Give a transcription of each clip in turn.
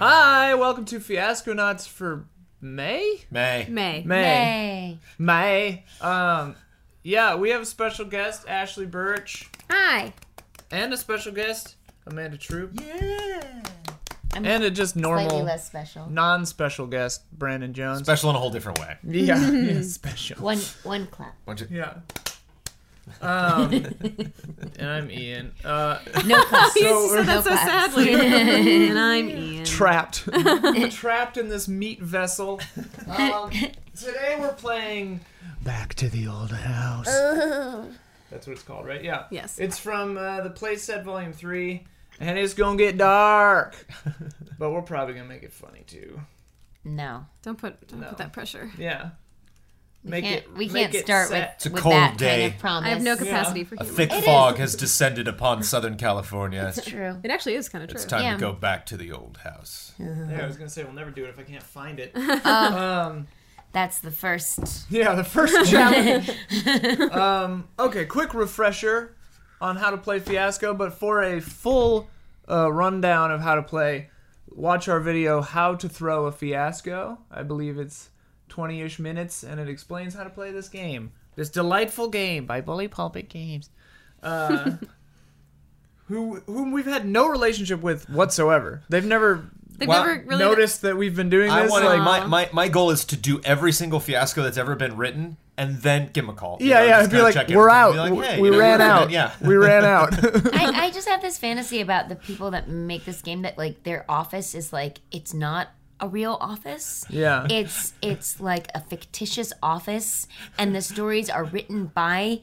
Hi, welcome to Fiasco Nuts for May? May. May. May. Hey. May. Um, yeah, we have a special guest, Ashley Birch, Hi. and a special guest, Amanda Troop, Yeah. and a just Slightly normal, less special. non special guest, Brandon Jones. Special in a whole different way. yeah, yeah, special. One one clap. Bunch of- Yeah. Um, and I'm Ian. Uh, No claps. so we're That's so claps. sadly. and I'm Ian. trapped trapped in this meat vessel um, today we're playing back to the old house that's what it's called right yeah Yes. it's from uh, the playset volume 3 and it's gonna get dark but we're probably gonna make it funny too No. Don't put don't No. put that pressure. yeah We Make can't, it- we make can't it start set. a with, with cold that day. kind of promise. I have no It's capacity for a humor. thick fog has descended upon Southern California. It's, True. It actually is kind of true. it's time Yeah. to go back to the old house. yeah i was gonna say we'll never do it if i can't find it um, That's the first. yeah the first challenge um, okay quick refresher on how to play fiasco but for a full uh, rundown of how to play watch our video how to throw a fiasco i believe it's 20-ish minutes and it explains how to play this game this delightful game by bully pulpit games uh, who whom we've had no relationship with whatsoever they've never They've Well, never really noticed that we've been doing I this want to. like my, my my goal is to do every single fiasco that's ever been written, and then give him a call. You yeah know, yeah just it'd be kinda like check in we're with him out and be like, "Hey, we you know, ran we're out good." Yeah. we ran out I, I just have this fantasy about the people that make this game that like their office is like it's not a real office. Yeah. It's it's like a fictitious office, and the stories are written by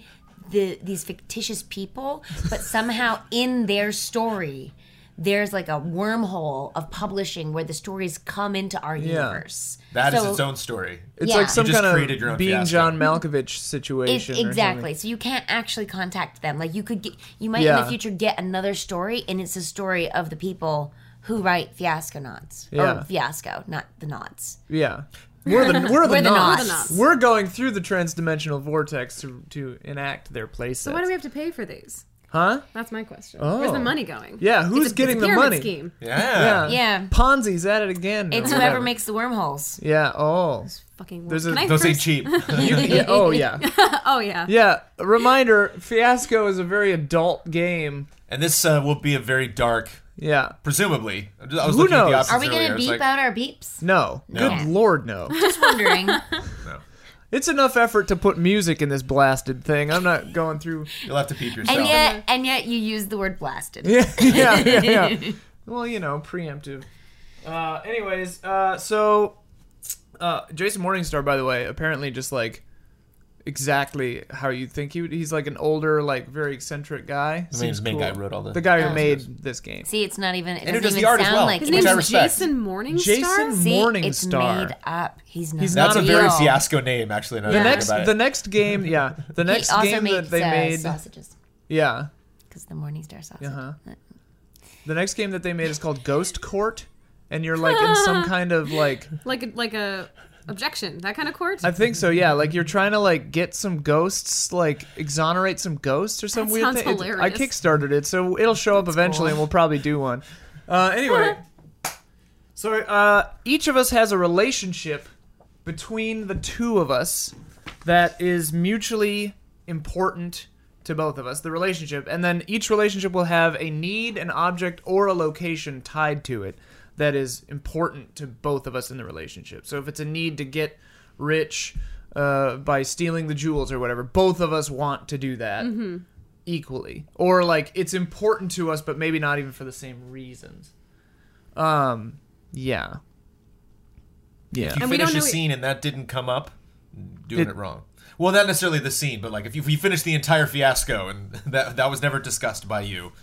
the these fictitious people, but somehow in their story. There's like a wormhole of publishing where the stories come into our universe. That is So- its own story. It's Yeah. like some You just kind created your of own being fiasco. John Malkovich It's- situation. or exactly. So you can't actually contact them. Like you could get, you might in Yeah. the future get another story, and it's a story of the people who write Fiasco Knots Yeah. or Fiasco, not the Knots. something. Yeah. We're the we're the, We're the knots. knots. We're the knots. We're going through the transdimensional vortex to to enact their place. So why do we have to pay for these? Huh? That's my question. Oh. Where's the money going? Yeah, who's it's a, getting it's a the pyramid money? Scheme. Yeah. Yeah. Ponzi's at it again. or It's whatever. whoever makes the wormholes. Yeah. Oh. Fucking. There's There's a- Can I Those ain't first... cheap. Yeah, oh yeah. Oh yeah. Yeah. A reminder: Fiasco is a very adult game. and this uh, will be a very dark, Yeah. presumably. I was Who looking at the knows? options Are we earlier. gonna I was beep like, out our beeps? No. Good lord, no. Just wondering. no. it's enough effort to put music in this blasted thing. I'm not going through. You'll have to peep yourself. and yet, and yet, you use the word blasted. yeah, yeah, yeah, yeah. well, you know, preemptive. Uh, anyways, uh, so uh, Jason Morningstar, by the way, apparently just like exactly how you think he would. He's like an older, like very eccentric guy. I mean, Seems the main cool. guy wrote all the. The guy who made this game. See, it's not even. It And who doesn't does the even art as sound well, like. His Which name I is respect. Jason Morningstar. Jason See, it's Morningstar. made up. He's not. He's That's a real. very fiasco name, actually. Now that The I think next, about it. the next game, yeah, the He next also game made that they uh, made, sausages yeah, because the Morningstar sausage. Uh-huh. the next game that they made is called Ghost Court, and you're like in some kind of like Like a- like a objection. That kind of court. I think so. Yeah, like you're trying to like get some ghosts, like exonerate some ghosts or some That weird sounds thing. It- I hilarious. kickstarted it, so it'll show up eventually, and we'll probably do one. Uh, anyway, so uh, each of us has a relationship between the two of us that is mutually important to both of us. The relationship, and then each relationship will have a need, an object, or a location tied to it that is important to both of us in the relationship. So if it's a need to get rich uh, by stealing the jewels or whatever, both of us want to do that equally, or like it's important to us, but maybe not even for the same reasons. Um, yeah, yeah. you And we finish don't a know- scene and that didn't come up, doing It- it, wrong. Well, not necessarily the scene, but like if you, if you finish the entire fiasco and that that was never discussed by you,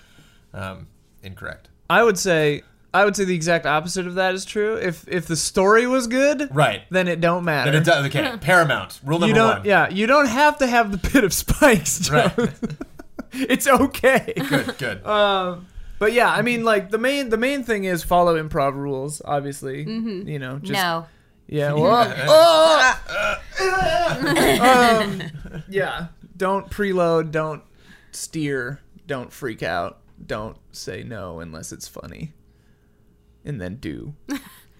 um, incorrect. I would say I would say the exact opposite of that is true. If if the story was good, Right. then it don't matter. Then it does. Okay, paramount rule number you don't one. yeah, you don't have to have the pit of spikes. Joe. Right. it's okay. good. Good. But yeah, I mean like the main the main thing is follow improv rules, obviously. You know, just no, yeah. Well, oh, uh, um, yeah. Don't preload, don't steer, don't freak out, don't say no unless it's funny. And then do.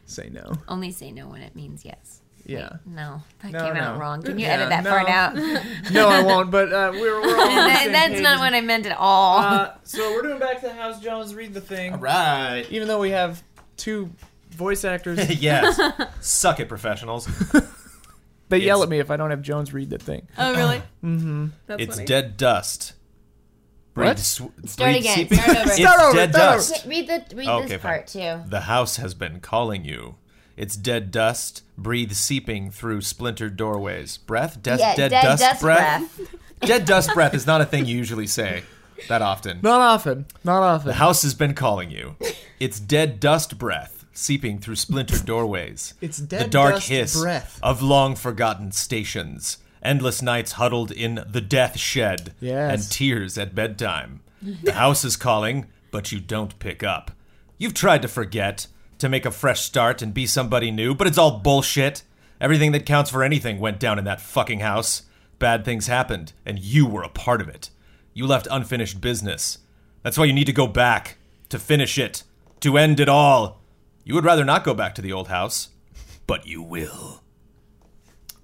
say no. Only say no when it means yes. Yeah. No, that No, came out no. wrong. Can you Yeah, edit that part no. out? No, I won't. But uh, we're, we're all on the That- same that's page not as- what I meant at all. Uh, so we're doing back to the house. Jones, read the thing. All right. Even though we have two voice actors, yes. Suck it, professionals. they yell It's- at me if I don't have Jones read the thing. Oh, really? mm-hmm. That's it's funny. dead dust. What? Breathe sw- Start breathe again. seeping- Start over. It's Start over, dead start over. dust. read the read Okay, this fine. part too. The house has been calling you. It's dead dust, breathe seeping through splintered doorways. Breath, des- Yeah, dead, dead dust, dust breath. dead dust breath is not a thing you usually say that often. Not often. Not often. The house has been calling you. It's dead dust breath seeping through splintered doorways. It's dead the dark dust hiss breath. of long forgotten stations. Endless nights huddled in the death shed. Yes. And tears at bedtime. The house is calling, but you don't pick up. You've tried to forget, to make a fresh start and be somebody new, but it's all bullshit. Everything that counts for anything went down in that fucking house. Bad things happened, and you were a part of it. You left unfinished business. That's why you need to go back, to finish it, to end it all. You would rather not go back to the old house, but you will.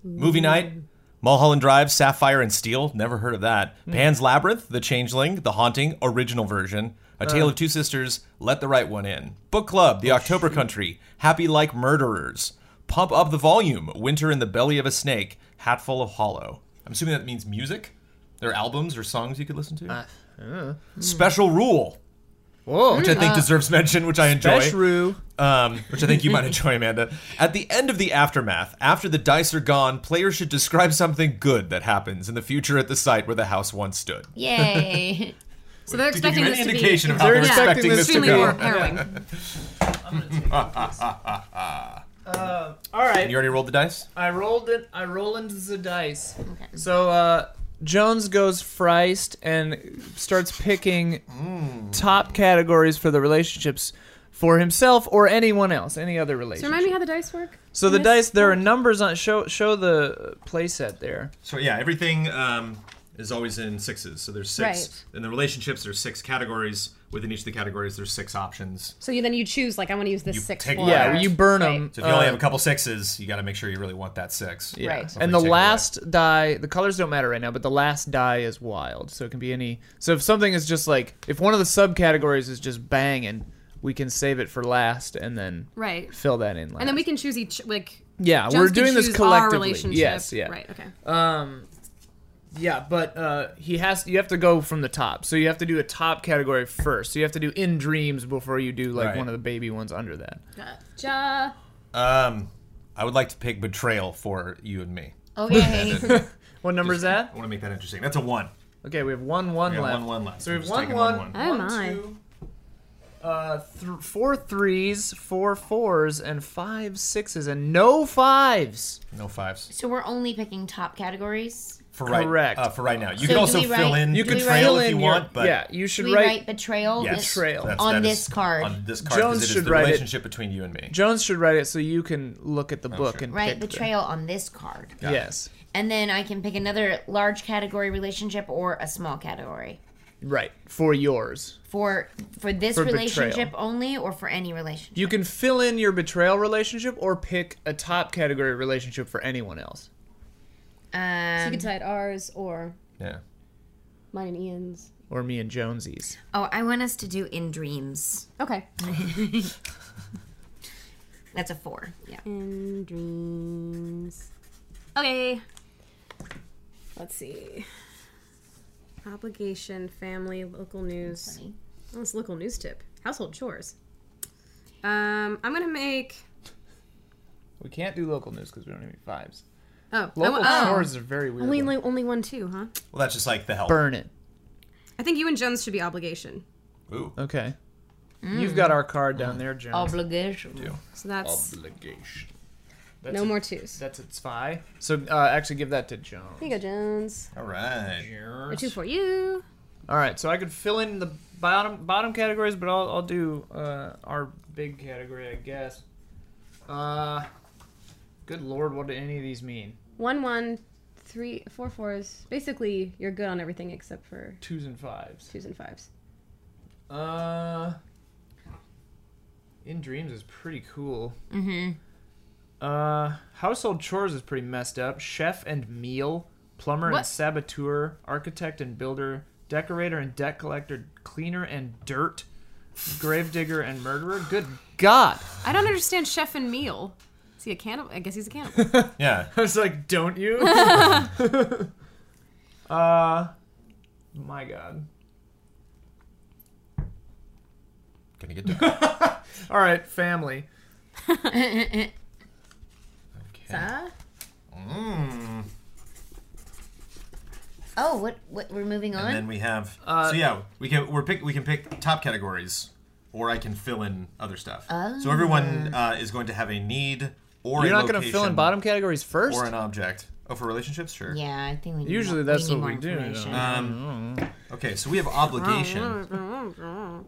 Movie night. Mulholland Drive, Sapphire and Steel, never heard of that. Pan's Labyrinth, The Changeling, The Haunting, original version. A Tale of Two Sisters, Let the Right One In. Book Club, The October Country, Happy Like Murderers. Pump Up the Volume, Winter in the Belly of a Snake, Hatful of Hollow. I'm assuming that means music? There are albums or songs you could listen to? Special Rule, Whoa. which I think deserves mention, which I enjoy Beshru. um, which I think you might enjoy, Amanda. At the end of the aftermath, after the dice are gone, players should describe something good that happens in the future at the site where the house once stood. Yay! So they're To give you expecting any this to indication be of how They're we're expecting expecting this this to extremely go. war- go. harrowing. Uh, All You right. already rolled the dice? I rolled it. I roll into the dice. So uh, Jones goes Freist and starts picking Mm. top categories for the relationships for himself or anyone else, any other So relationship. remind me how the dice work. So in the this? dice, there are numbers on. Show show the playset there. So, yeah, everything um, is always in sixes. So there's six. In the relationships, there's six categories. Within each of the categories, there's six options. So you then you choose like I want to use this You six. take- for- Yeah, you burn Right. them. uh, So if you only have a couple sixes, you got to make sure you really want that six. yeah. Right. And the Something last die, the colors don't matter right now, but the last die is wild, so it can be any. So if something is just like, if one of the subcategories is just banging, we can save it for last and then Right. fill that in. Last. And then we can choose each like. yeah, Jones we're can doing this choose collectively. Our relationship. Yes, yeah, Right. Okay. Um, yeah, but uh, he has. You have to go from the top, so you have to do a top category first. So you have to do in dreams before you do like Right. one of the baby ones under that. Gotcha. Um, I would like to pick betrayal for you and me. Okay. What number is that? I want to make that interesting. That's a one. Okay, we have one one Yeah, left. one, one left. So we I'm have just one taking one. one, one. Oh my. two, uh, th- four threes, four fours, and five sixes, and no fives. No fives. so we're only picking top categories. For right, Correct. Uh, for right now, you So can do also we fill write- in. You You Do could we betrayal write- fill if in you your- want, but yeah, you should Do we write. write betrayal? yes, This- Betrayal. that's- On that this is- card. On this card, Jones because it should is the write it. relationship between you and me. Jones should write it so you can look at the book and Right, pick the- betrayal on this card. yes, And then I can pick another large category relationship or a small category. right for yours. For for this For betrayal. relationship only or for any relationship? You can fill in your betrayal relationship or pick a top category relationship for anyone else. So you Um, could decide ours or Yeah. mine and Ian's. Or me and Jonesy's. oh, I want us to do in dreams. Okay. That's a four. Yeah. In dreams. Okay. Let's see. Obligation, family, local news. Funny. Oh, it's local news tip. Household chores. Um, I'm gonna make. We can't do local news because we don't have any fives. Oh, I Local wa- oh, stores are very weird. only one. only only one too, huh? Well, that's just like the help. Burn it. I think you and Jones should be obligation. Ooh. Okay. Mm. You've got our card down there, Jones. Obligation. So that's Obligation. That's no a- more twos. That's its fi. So uh, actually, give that to Jones. Here you go, Jones. All right. A two for you. All right, so I could fill in the bottom bottom categories, but I'll I'll do uh, our big category, I guess. Uh, good lord, what do any of these mean? One one, three four fours. Basically, you're good on everything except for Twos and fives. twos and fives. Uh, In Dreams is pretty cool. Mm-hmm. Uh, household chores is pretty messed up. Chef and meal, plumber and What? saboteur, architect and builder, decorator and debt collector, cleaner and dirt, gravedigger and murderer. Good God! I don't understand chef and meal. Is he a cannibal? I guess he's a cannibal. Yeah. I was like, don't you? uh, my God. Can you get to All right, family. Huh? Mm, Oh, what? What? We're moving on. And then we have. Uh, so yeah, we can we're pick we can pick top categories, or I can fill in other stuff. So everyone Oh. uh, is going to have a need or You're a not going to fill in location bottom categories first. or an object. Oh, for relationships, sure. yeah, I think we need Usually more, that's we need what more we do, information. Okay, so we Oh, have obligation. so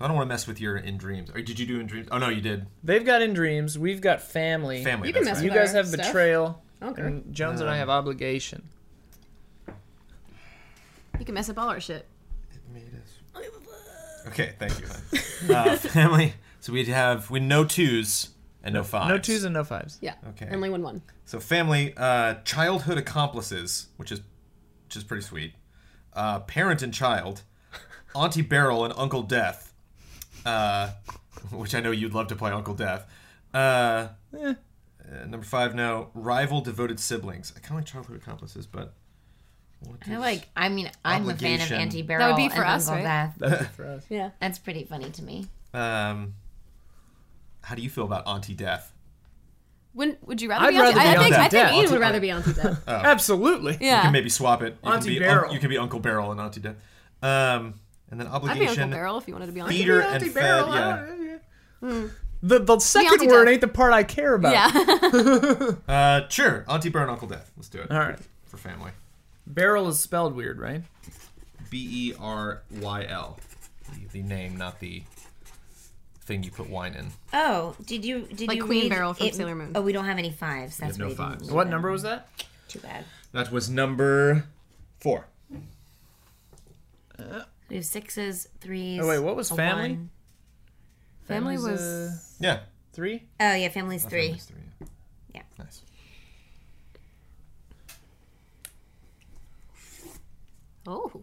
I don't want to mess with your in dreams. Or did you do in dreams? Oh no, you did They've got in dreams. We've got family. family. You can that's mess You right. with guys Other have stuff. betrayal. Okay. And Jones and I have obligation. you can mess up all our shit. Okay, thank you. uh, family. So we have we no twos and no fives. No twos and no fives. Yeah. Okay. Only one one. So family, uh, childhood accomplices, which is which is pretty sweet. Uh, parent and child, Auntie Beryl and Uncle Death, uh, which I know you'd love to play Uncle Death. Uh, Eh. uh, number five now, rival devoted siblings. I kind of like childhood accomplices, but what I is- like. I mean, I'm a fan Obligation. of Auntie Beryl. That would be for and us, Uncle right? Beth. Yeah. That's pretty funny to me. um, how do you feel about Auntie Death? When would you rather I'd be on rather I, be I think on I death. think Ian would rather be on to death. Absolutely. You Yeah. can maybe swap it. You can Auntie be Beryl. you can be Uncle Beryl and Auntie Death. Um, and then I'd be obligation. Uncle Barrel if you wanted to be on. to Feeder and Auntie fed. Beryl, I yeah. don't- The, Hmm. the second Auntie word Death. ain't the part I care about. death. Yeah. Uh, sure. Auntie Bear and Uncle Death. Let's do it. All right. For family. Barrel is spelled weird, right? B E R Y L. The name, not the thing you put wine in. Oh, did you did Like you Queen read Beryl from it- Sailor Moon. Oh, we don't have any fives. have That's no why you didn't fives. read What them. number was that? Too bad. That was number four. We have sixes, threes. Oh, wait, what was a family? one. Family Family's, was- uh, Yeah. three. Oh yeah, family's three. Family's three. Yeah. Nice. Oh.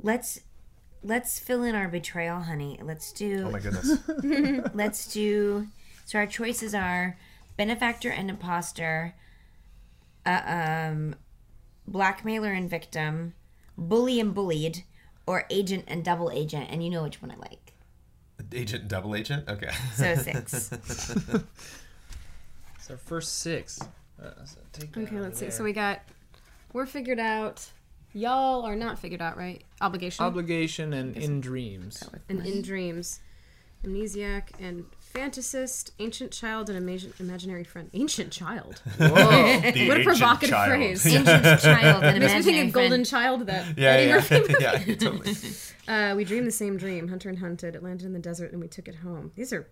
Let's let's fill in our betrayal, honey. Let's do Oh my goodness. let's do. So our choices are benefactor and imposter, uh, um, blackmailer and victim, bully and bullied, or agent and double agent. And you know which one I like. agent, double agent. Okay. So six. It's our first six. Uh, so take that Okay, over let's see. there. So we got we're figured out. Y'all are not figured out, right? Obligation Obligation and in dreams. and in dreams. Amnesiac and fantasist, ancient child and imagine, imaginary friend. Ancient child. Whoa. What a provocative phrase. Ancient child and Makes me think imaginary of golden friend. child that Yeah, Eddie yeah, Murphy yeah, yeah, totally. Uh, we dreamed the same dream. Hunter and hunted. It landed in the desert, and we took it home. These are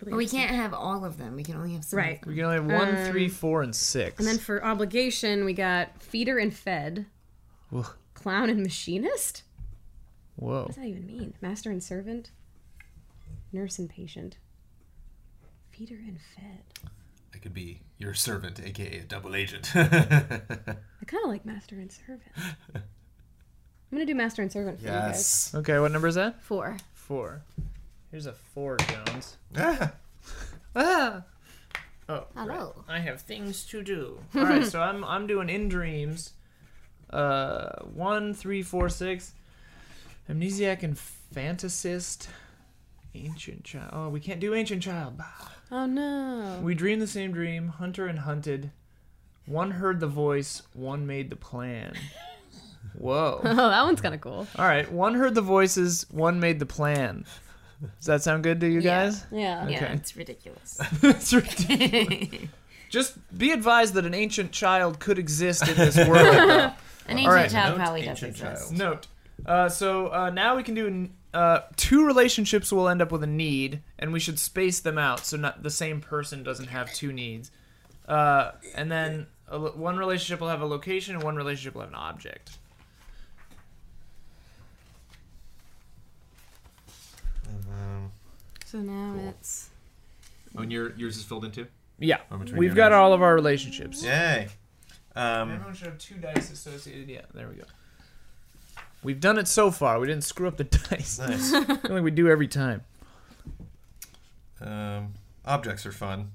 really But we can't have all of them. We can only have Mm, some. right. We can only have one, three, four, and six. And then for obligation, we got feeder and fed, Ugh. clown and machinist. Whoa. What does that even mean? Master and servant, nurse and patient, feeder and fed. I could be your servant, aka a double agent. I kind of like master and servant. I'm gonna do master and servant for you guys. yes. Okay, what number is that? Four. Four. Here's a four, Jones. Ah, Ah. Oh, Hello. I have things to do. All right, so I'm I'm doing in dreams. Uh, one, three, four, six. Amnesiac and fantasist. Ancient child. Oh, we can't do ancient child. Bah. Oh no. We dream the same dream. Hunter and hunted. One heard the voice. One made the plan. Whoa. Oh, that one's kind of cool. All right. One heard the voices. One made the plan. Does that sound good to you Yeah. guys? Yeah. Yeah, Okay. it's ridiculous. It's ridiculous. Just be advised that an ancient child could exist in this world. An ancient right. child Note probably does ancient exist. child. Note. Uh, so uh, now we can do uh, two relationships will end up with a need, and we should space them out so not the same person doesn't have two needs. Uh, and then a, lo- one relationship will have a location, and one relationship will have an object. So now it's Oh, and your, yours is filled in too? Yeah, between we've your got names. all of our relationships. Yay. Um, Everyone should have two dice associated. Yeah, there we go. We've done it so far. We didn't screw up the dice. I nice. feel like we do every time. Um, objects are fun.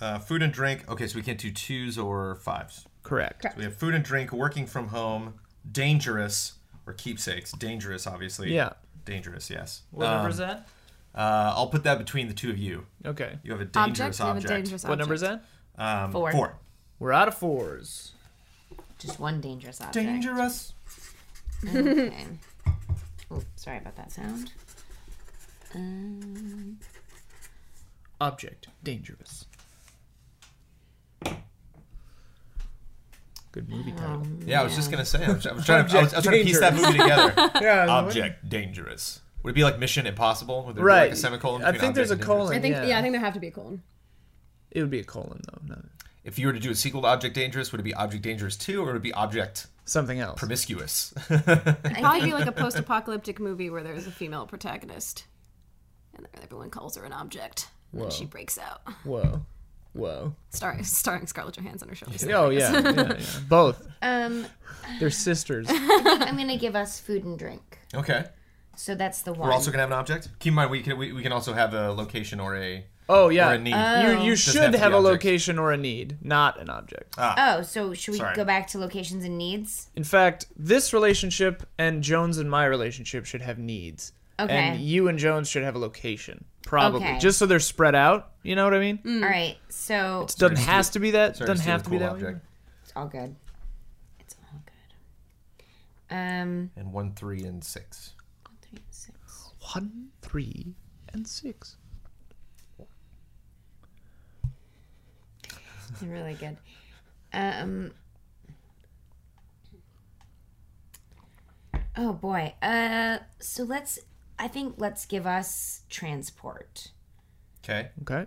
Uh, food and drink. Okay, so we can't do twos or fives. Correct. So we have food and drink, working from home, dangerous, or keepsakes. Dangerous, obviously. Yeah. Dangerous, yes. What number is Um, that? Uh, I'll put that between the two of you. Okay. You have a dangerous object. object. You have a dangerous object. What number is that? Um, Four. Four. We're out of fours. Just one dangerous object. Dangerous. Okay. Oop, sorry about that sound. Um, Object. Dangerous. Good movie Um, title. Yeah, I was just gonna say. I was, I was trying, to, I was, I was trying to piece that movie together. yeah. object dangerous. Would it be like Mission Impossible? Would there be Right. like a semicolon? I between think there's a object and dangerous? colon. I think yeah. yeah. I think there have to be a colon. it would be a colon though. No, If you were to do a sequel to Object Dangerous, would it be Object Dangerous Two, or would it be Object something else. Promiscuous? Probably be like a post-apocalyptic movie where there's a female protagonist, and everyone calls her an object, and then she breaks out, Whoa. Whoa. starring starring Scarlett Johansson or shoulders. Oh yeah, yeah, yeah. Both. um, They're sisters. I'm gonna give us food and drink. okay. So that's the one. We're also gonna have an object. Keep in mind, we can we, we can also have a location or a Oh yeah. or a need. You you Doesn't should have, have to be a object. location or a need, not an object. oh, so should we Sorry. go back to locations and needs? In fact, this relationship and Jones and my relationship should have needs. Okay. And you and Jones should have a location, probably, Okay. Mm. just so they're spread out. You know what I mean? All right. So It doesn't has to be that. Sorry, doesn't just do have a to be cool that. way. object. it's all good. It's all good. Um, And one, three, and six. three, six. One, three, and six. It's really good. Um. Oh boy. Uh. So let's. I think let's give us transport. Okay, Okay,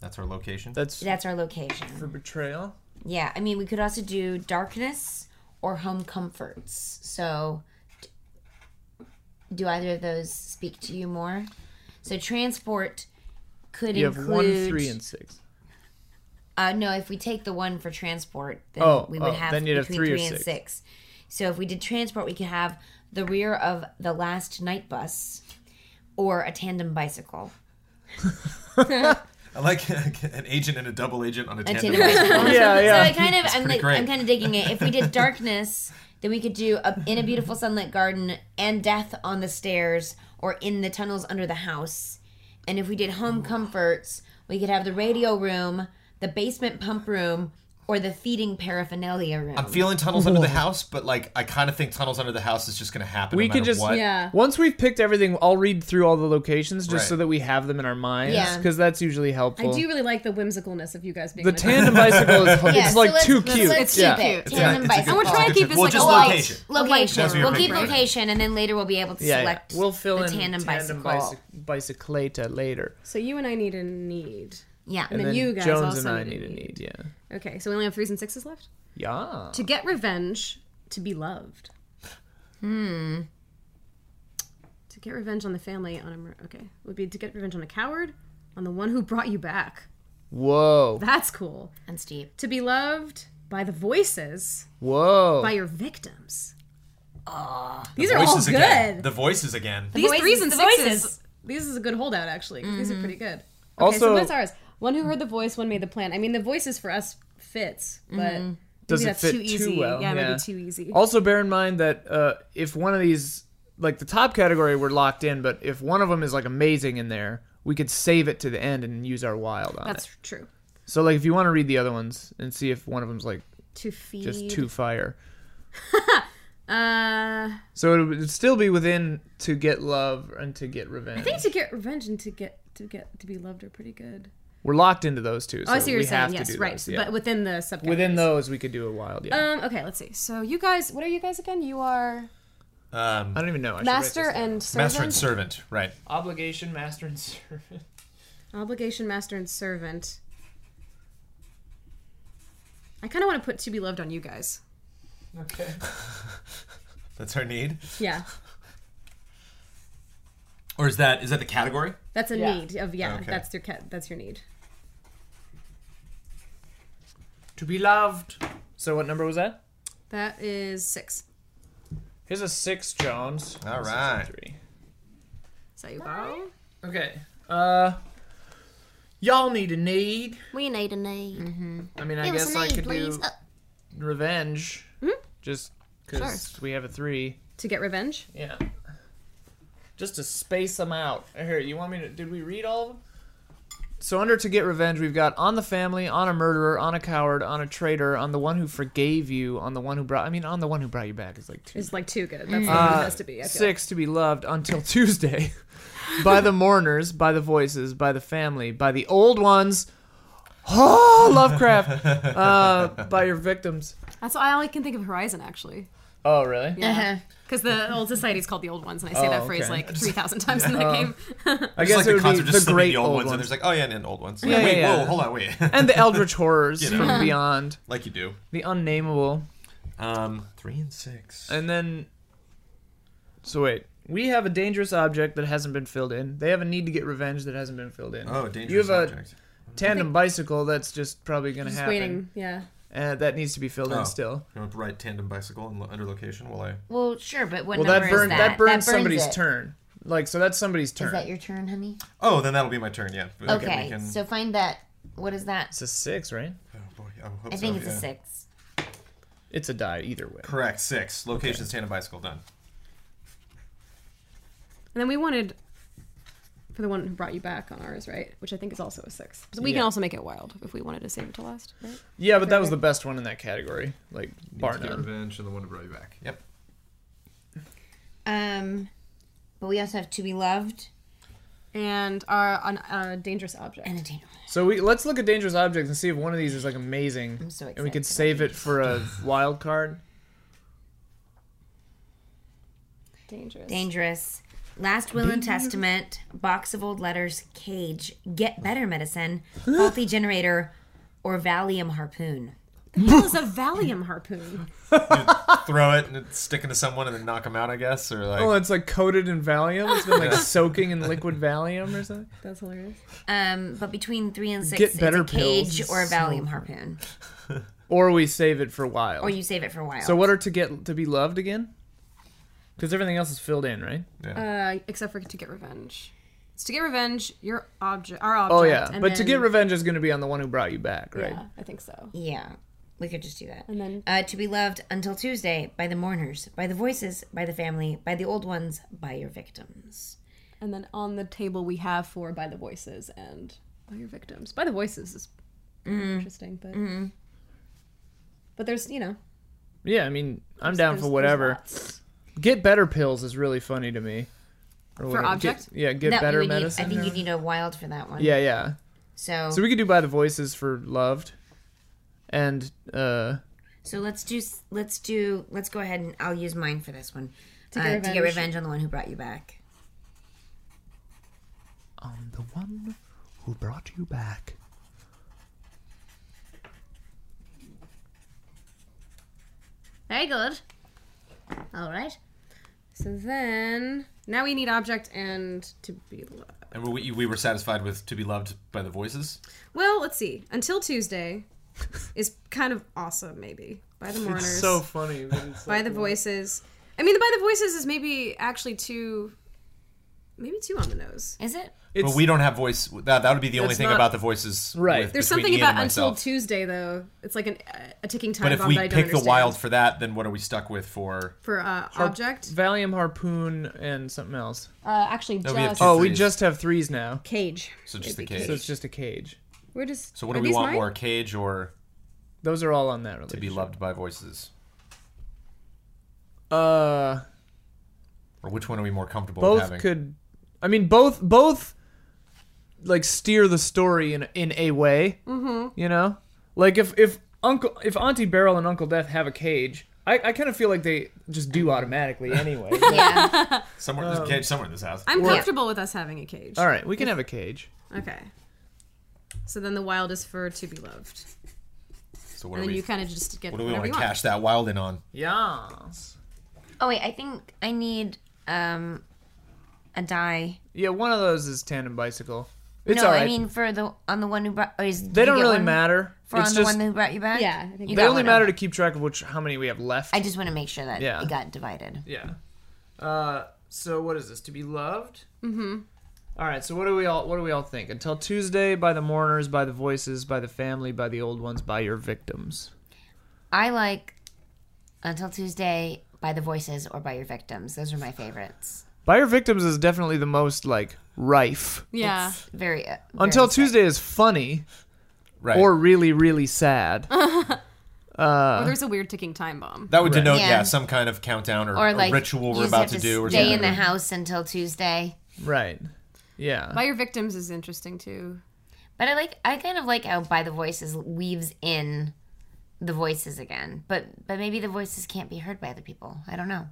that's our location. that's That's our location. for betrayal. Yeah, I mean, we could also do darkness or home comforts. So, d- do either of those speak to you more? So, transport could You have include. one, three, and six. uh, no, if we take the one for transport, then Oh, we would oh, have then you'd between have three, three or and six. six. So, if we did transport, we could have the rear of the last night bus or a tandem bicycle. I like an agent and a double agent on a A tandem. tandem bicycle. Yeah, yeah. So I kind of, I'm, pretty like, great. I'm kind of digging it. If we did darkness, then we could do a, in a beautiful sunlit garden and death on the stairs or in the tunnels under the house. And if we did home comforts, we could have the radio room, the basement pump room, or the feeding paraphernalia room. I'm feeling tunnels under the house, but like I kind of think tunnels under the house is just gonna happen. We no could matter just what. Yeah. Once we've picked everything, I'll read through all the locations just Right. so that we have them in our minds. Yeah. because that's usually helpful. I do really like the whimsicalness of you guys being the on a- tandem bicycle is Yeah, it's so like let's- too let's- cute. Let's yeah. keep it. It's a- Tandem it's a good bicycle. And we're trying to keep this Well, like just a light- location. Location. That's what you're We'll keep picking. location, and then later we'll be able to Yeah, yeah. select. We'll fill the in tandem, bicycle. bicy- bicycleta later. So you and I need a need. Yeah. And then Then you guys Jones also and I need need a a need. Yeah. Okay, so we only have threes and sixes left. Yeah. To get revenge, to be loved. Hmm. Hmm. To get revenge on the family on a mur- okay would be to get revenge on a coward, on the one who brought you back. Whoa. That's cool. And Steve. To be loved by the voices, Whoa. by your victims. These are all Voices good. again. The voices again. These voices, threes and the sixes. voices. Mm-hmm. These is a good holdout actually. 'cause These are pretty good. Okay, Also- so what's ours? One who heard the voice, one made the plan. I mean, the voices for us fits, but Mm-hmm. maybe Doesn't that's fit too too easy. well, Yeah, yeah. maybe too easy. Also, bear in mind that uh, if one of these, like the top category, we're locked in, but if one of them is like amazing in there, we could save it to the end and use our wild on That's it. true. So, like, if you want to read the other ones and see if one of them's like To feed. just too fire, Uh, I so it would still be within to get love and to get revenge. think to get revenge and to get to get to be loved are pretty good. we're locked into those two. So Oh, I see what we you're saying. have to Yes, do right. those, yeah. But within the subcategories. within those, we could do a wild. Yeah. Um. Okay. Let's see. So you guys, what are you guys again? You are Um, I don't even know. I should write master this down. and servant. master and servant. Right. obligation, master and servant. Obligation, master, and servant. I kind of want to put to be loved on you guys. Okay. That's our need. Yeah. Or is that is that the category? That's a Yeah. need of yeah. Okay. That's your cat. That's your need. To be loved. So what number was that? That is six. Here's a six, Jones. All This is a right. Three. So you borrow. Okay. Uh, y'all need a need. Mm-hmm. We need a need. I mean, I Give us guess a I need, could please. do Uh, Hmm? revenge. Just because we have a three. To get revenge? Yeah. Just to space them out. Here, you want me to? Did we read all of them? So under to get revenge, we've got on the family, on a murderer, on a coward, on a traitor, on the one who forgave you, on the one who brought. I mean, on the one who brought you back is like two. Is like too good. That's not the best to be. I feel. Six to be loved until Tuesday, by the mourners, by the voices, by the family, by the old ones. Oh, Lovecraft! Uh, by your victims. That's all I can think of Horizon actually. Oh, really? Uh-huh. Yeah. Because the old society is called the old ones, and I say Oh, that phrase okay. Oh. like three thousand times in that game. I It's guess like it the would concept be the just slipping great the old, ones, ones, and there's like, oh yeah, and, and old ones. Yeah, wait, yeah, yeah. whoa, hold on, wait. and the eldritch horrors You know. from beyond, like you do. the unnameable, Um, three and six. and then. So wait, we have a dangerous object that hasn't been filled in. They have a need to get revenge that hasn't been filled in. oh, dangerous You have object. a tandem bicycle that's just probably gonna Just happen. waiting. Yeah. Uh, that needs to be filled Oh. in still. You want to write tandem bicycle and lo- under location while I. Well, sure, but what Well, number that is burned that? that, burns somebody's it. turn. Like so, that's somebody's turn. Is that your turn, honey? Oh, then that'll be my turn. Yeah. But Okay, we can- so find that. What is that? it's a six, right? oh, boy, I, hope I think so, it's yeah. a six. It's a die either way. Correct. Six. Location tandem bicycle done. And then we wanted for the one who brought you back on ours, right? Which I think is also a six. So we Yeah. can also make it wild if we wanted to save it to last, right? Yeah, but that was the best one in that category, like bar Get none. revenge and the one to brought you back. Yep. Um, but we also have to be loved And our on a dangerous object. and a danger. So we let's look at dangerous objects and see if one of these is like amazing, I'm so and we could excited save it for a wild card. Dangerous. Dangerous. Last will and testament. Box of old letters. Cage. Get better medicine. Faulty generator. Or Valium harpoon. That was a Valium harpoon. Throw it and it stick into someone and then knock them out, I guess, or like. Oh, it's like coated in Valium. It's been like soaking in liquid Valium or something. That's hilarious. Um, but between three and six, Get better it's a cage pills. or a So Valium harpoon. Or we save it for wild. Or you save it for a while. so what are to get to be loved again? Because everything else is filled in, right? Uh, except for to get revenge. It's to get revenge. Your object, our object. Oh yeah, and but to then- get revenge is going to be on the one who brought you back, right? Yeah, I think so. Yeah, we could just do that. And then- uh, to be loved until Tuesday by the mourners, by the voices, by the family, by the old ones, by your victims. And then on the table we have four by the voices and by your victims. By the voices is interesting, but but there's you know Yeah, I mean, I'm down there's- for there's whatever. lots. Get better pills is really funny to me. Or whatever. Get- object? yeah, get That we better would need- medicine. I think you need a wild for that one. yeah, yeah. So So we could do by the voices for loved, and uh, so let's do let's do let's go ahead and I'll use mine for this one. To get uh, to get revenge. revenge on the one who brought you back. on the one who brought you back. Very good. All right. So then, now we need object and to be loved. And we, we were satisfied with to be loved by the voices. Well, let's see. Until Tuesday is kind of awesome, maybe. By the mourners. funny. by the voices. I mean, the by the voices is maybe actually too, maybe too on the nose. Is it? but we don't have voice. That that would be the only It's thing not- about the voices. Right. with- There's between something Ian and about until myself. Tuesday though. It's like an, a ticking time But if bomb we that I pick don't understand. the wild for that, then what are we stuck with for? for uh, object. Valium harpoon and something else. Uh, actually, we have just two. Oh, we Threes. just have threes now. cage. So just the Maybe cage. So it's just a cage. We're just. So what are do we these want mine? more, cage or Those are all on that. to be loved by voices? Uh, Or which one are we more comfortable with both having? could i mean both both like steer the story in in a way mm-hmm. you know like if if uncle if auntie beryl and uncle death have a cage i, I kind of feel like they just do automatically anyway But- Yeah. somewhere um, there's a cage somewhere in this house. I'm comfortable with us having a cage. all right we can have a cage Okay. So then the wild is for to be loved. so what And are then we? you kind of just get what do we whatever want you to want. cash that wild in on? yes oh wait, I think I need um a die. Yeah, one of those is tandem bicycle. It's no, all right. I mean for the on the one who brought. Or is, did they you don't get really one matter. For it's on just the one who brought you back. Yeah, I think You they got only one of matter to them. keep track of which how many we have left. I just want to make sure that Yeah. it got divided. yeah. Uh, so what is this? To be loved. Mm-hmm. All right. So what do we all what do we all think? Until Tuesday, by the mourners, by the voices, by the family, by the old ones, by your victims. I like until Tuesday by the voices or by your victims. Those are my favorites. By your victims is definitely the most like rife. Yeah. It's very, uh, very Until sad. Tuesday is funny Right. or really really sad. oh, there's a weird ticking time bomb. that would denote Yeah. yeah. some kind of countdown or, or or like ritual you we're just about to have do or stay something. in the house until Tuesday. right. Yeah. By your victims is interesting too. But I like I kind of like how by the voices weaves in the voices again. But but maybe the voices can't be heard by other people. I don't know.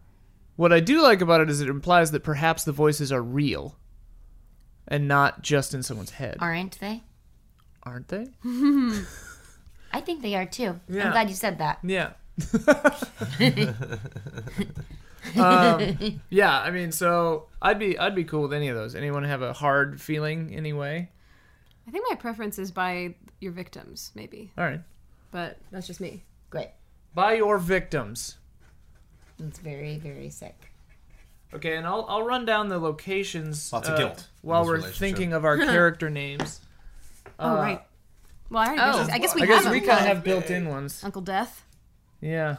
What I do like about it is it implies that perhaps the voices are real and not just in someone's head. Aren't they? Aren't they? I think they are too. Yeah. I'm glad you said that. Yeah. um, yeah, I mean, so I'd be I'd be cool with any of those. Anyone have a hard feeling anyway? I think my preference is by your victims, maybe, All right. but that's just me. Great. By your victims. It's very very sick. Okay, and I'll I'll run down the locations uh, Lots of guilt while in this we're relationship. thinking of our character names. oh right. Well, I, already Oh. I guess we I guess have we a- kind of have built-in ones. Uncle Death. Yeah.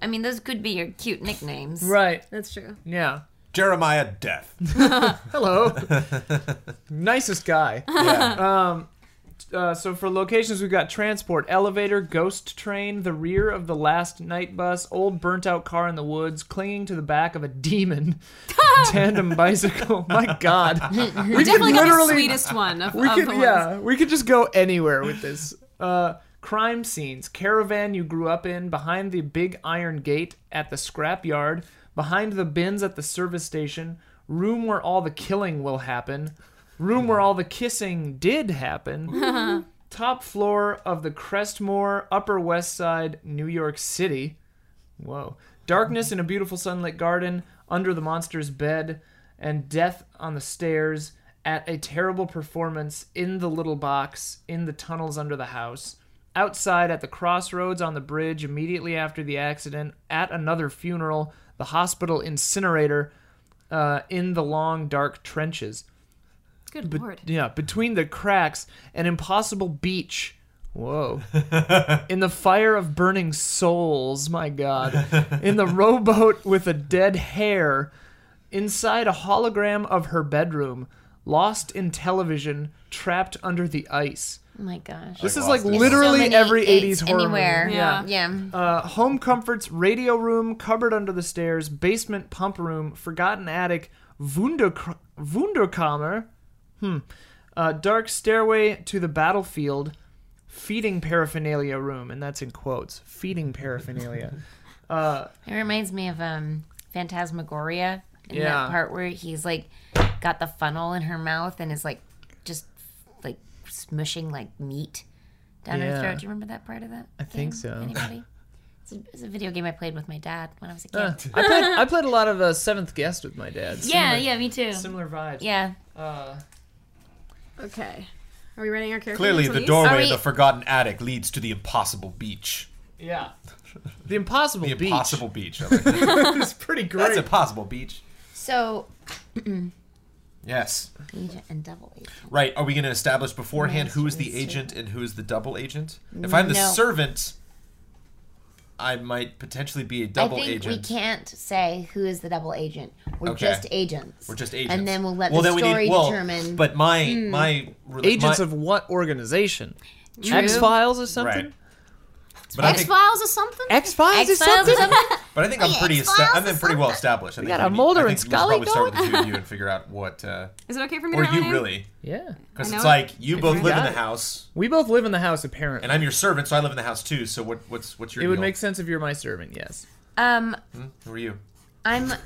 I mean, those could be your cute nicknames. Right. That's true. Yeah. Jeremiah Death. Hello. Nicest guy. Yeah. Uh, so for locations, we've got transport, elevator, ghost train, the rear of the last night bus, old burnt out car in the woods, clinging to the back of a demon, tandem bicycle. My God, We definitely got the literally- sweetest one of, we of could the ones. yeah, we could just go anywhere with this. Uh, crime scenes, caravan you grew up in, behind the big iron gate at the scrap yard, behind the bins at the service station, room where all the killing will happen, room where all the kissing did happen. top floor of the Crestmore, Upper West Side, New York City. Whoa. Darkness in a beautiful sunlit garden, under the monster's bed, and death on the stairs, at a terrible performance in the little box, in the tunnels under the house. Outside at the crossroads on the bridge immediately after the accident, at another funeral, the hospital incinerator, uh, in the long dark trenches. Good lord. Yeah, between the cracks, an impossible beach. Whoa. In the fire of burning souls, my God. In the rowboat with a dead hare. Inside a hologram of her bedroom. Lost in television, trapped under the ice. Oh my gosh. This is lost like So in- literally many every eights 80s horror anywhere. movie. Yeah. Yeah. Uh, home comforts, radio room, cupboard under the stairs, basement pump room, forgotten attic, Wunderk- Wunderkammer, hmm, uh, dark stairway to the battlefield, feeding paraphernalia room, and that's in quotes, feeding paraphernalia. Uh, It reminds me of um Phantasmagoria in Yeah. that part where he's like got the funnel in her mouth and is like just like smushing like meat down Yeah. her throat. Do you remember that part of that? I think so. Anybody? It's a, it's a video game I played with my dad when I was a kid. Uh, I, played, I played a lot of uh, Seventh Guest with my dad. yeah, yeah, me too. Similar vibes. yeah. Uh, Okay. Are we writing our characters? Clearly, on the these? Are doorway we- of the forgotten attic leads to the impossible beach. yeah. The Impossible The Beach impossible beach. I like that. is pretty great. That's impossible beach. So Yes. agent and double agent. Right. Are we going to establish beforehand who is the Master and agent and who is the double agent? If I'm the No. servant, I might potentially be a I double think agent. we can't say who is the double agent. We're Okay. just agents. We're just agents. And then we'll let Well, the then we story need, well, determine. Hmm. But my my Agents my, of what organization? True. X Files or something? right. But I, X think, Files or something? X Files is X-Files something. is a- but I think I'm pretty. Esta- X-Files I'm been pretty well established. I think got we a need- Mulder I and think we should Scully Probably start with the two of you and figure out what, uh, Is it okay for me or to write my you name? really, Yeah. because I it's know. like you both You live in got the it. house, We both live in the house, apparently. and I'm your servant, so I live in the house too. So what what's what's your? it would deal? make sense if you're my servant, yes. um Who are you? I'm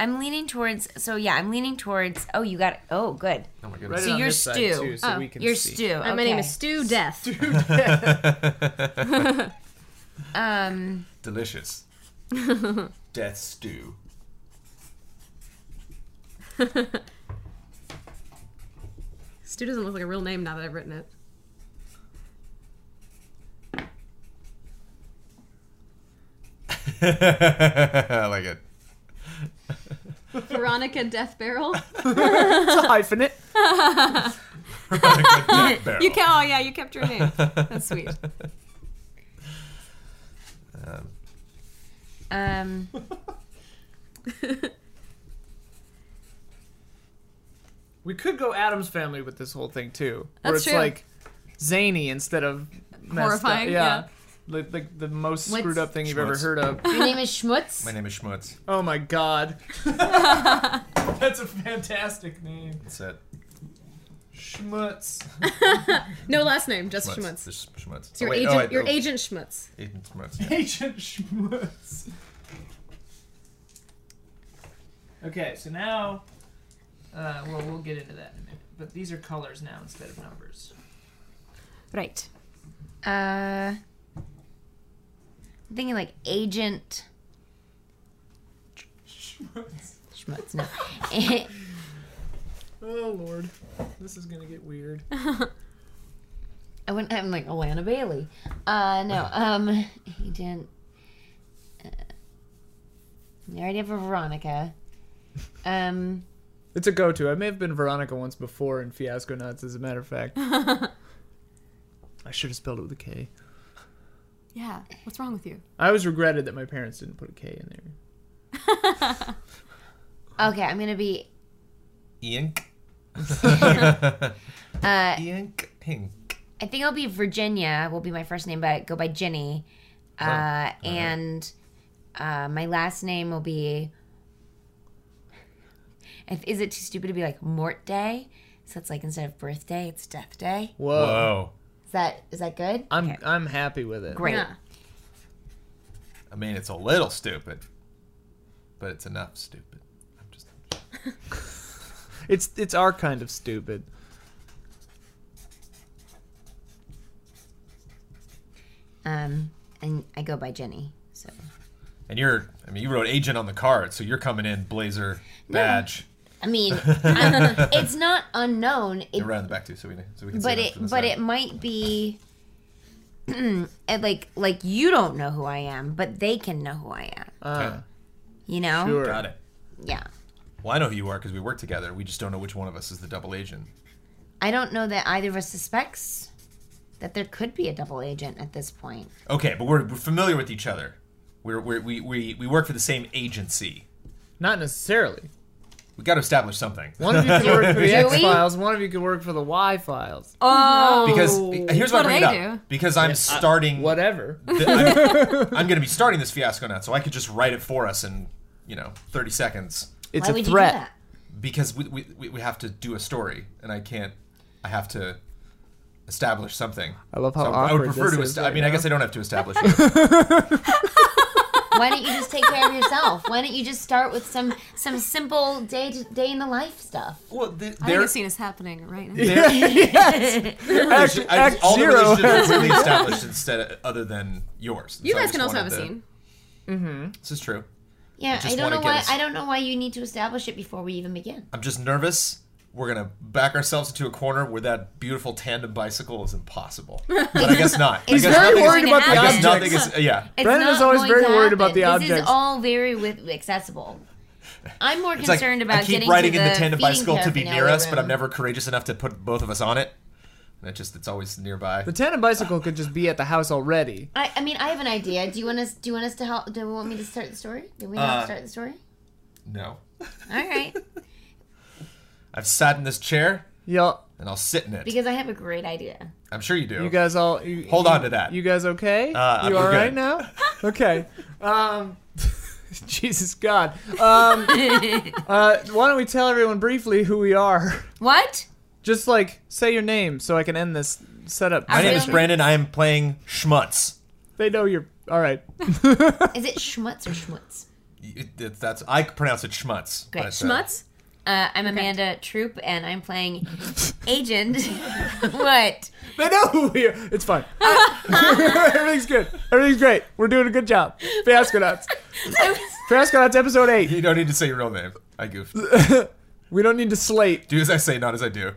I'm leaning towards so yeah, I'm leaning towards oh you got it. Oh good. Oh my Right goodness. on you're this side, Stu. too, so Oh, we can You're see. Stu. Uh, My okay. name is Stu Death. Um Delicious. Death stew. Stu doesn't look like a real name now that I've written it. I like it. Veronica Death Barrel. It's a hyphenate. You can. Oh yeah, you kept your name. That's sweet. Um, We could go Adam's family with this whole thing too, where That's it's true. like zany instead of messed Horrifying, Up. yeah. Like the, the most What's- screwed up thing you've ever Schmutz. heard of. your name is Schmutz. My name is Schmutz. Oh my god. That's a fantastic name. That's it. Schmutz. No last name, just Schmutz. Schmutz. There's Schmutz. It's your Oh, wait, agent. oh, wait, your oh, agent Schmutz. Agent Schmutz. Agent Schmutz. Okay, so now, uh, well, we'll get into that in a minute. But these are colors now instead of numbers. Right. Uh, I'm thinking like Agent Schmutz. No, A- Oh lord, this is gonna get weird. I wouldn't. I'm like Alana Bailey. Uh, no. Um, Agent. uh, You already have a Veronica. Um, It's a go-to. I may have been Veronica once before in Fiasco Nuts, as a matter of fact. I should have spelled it with a K. Yeah. What's wrong with you? I always regretted that my parents didn't put a K in there. okay, I'm gonna be. Ink. Uh, Ink. Ink. I think I'll be Virginia. Will be my first name, but I go by Jenny. Uh, and uh, my last name will be. If- Is it too stupid to be like Mort Day? So it's like instead of birthday, it's death day. Whoa, Whoa. Is that is that good? I'm Okay, I'm happy with it. great. Yeah. I mean, it's a little stupid, but it's enough stupid. I'm just. It's it's our kind of stupid. Um, and I go by Jenny. So And you're, I mean, you wrote agent on the card, so you're coming in blazer badge. I mean, I'm- it's not unknown. It You're right on the back too, so we so we can. but save it for this but side. it might be and like like you don't know who I am, but they can know who I am. Uh, You know? sure. Got it. Yeah. Well, I know who you are because we work together. We just don't know which one of us is the double agent. I don't know that either of us suspects that there could be a double agent at this point. Okay, but we're, we're familiar with each other. We're, we're, we, we, we work for the same agency. Not necessarily. We got to establish something. One of you could work for the Do we? X Files. One of you could work for the Y Files. Oh. Because uh, here's why I What do bring it they up. do? Because I'm starting. Whatever. th- I'm, I'm going to be starting this fiasco now, so I could just write it for us in, you know, 30 seconds. It's Why a would you do threat. that? because we, we- we, we have to do a story and i can't i have to establish something I love how So i awkward would prefer this to is esta- i right mean i now. guess i don't have to establish it Why don't you just take care of yourself? Why don't you just start with some some simple day to, day in the life stuff? well th- I think the scene is happening right now. Act, act all the zero. relationships are really established instead of, other than yours You So I guys just can also have a wanted to- scene. this is true Yeah, I, just don't wanna know get why us- I don't know why you need to establish it before we even begin. i'm just nervous we're gonna back ourselves into a corner where that beautiful tandem bicycle is impossible but i guess not He's I guess very nothing is- worried about the I guess objects. nothing is yeah It's Brandon not is always going very to worried about happen. the This is objects. all very with accessible. I'm more It's like, concerned about I keep getting riding to in the the tandem feeding bicycle to be paraphernalia near us, but I'm room. never courageous enough to put both of us on it. And it just it's always nearby. The tandem bicycle could just be at the house already. I, I mean, I have an idea. Do you want us? Do you want us to help? Do you want me to start the story? Do we Uh, not start the story? No, All right, I've sat in this chair Y'all, and I'll sit in it. because I have a great idea. I'm sure you do. you guys all you, Hold you- on to that. You guys okay? Uh, you we're all right good. now? Okay. Um, Jesus God. Um, uh, why don't we tell everyone briefly who we are? What? Just like say your name so I can end this setup. My name is Really? Brandon. I am playing Schmutz. They know you're all right. Is it Schmutz or Schmutz? It- it- that's I pronounce it Schmutz. Great. but, uh, Schmutz. Uh, I'm Amanda Troop, and I'm playing Agent. what? They know who we are. It's fine. Everything's good. Everything's great. We're doing a good job. Fiasco Nuts. Fiasco Nuts, episode eight. you don't need to say your real name. I goofed. We don't need to slate. Do as I say, not as I do.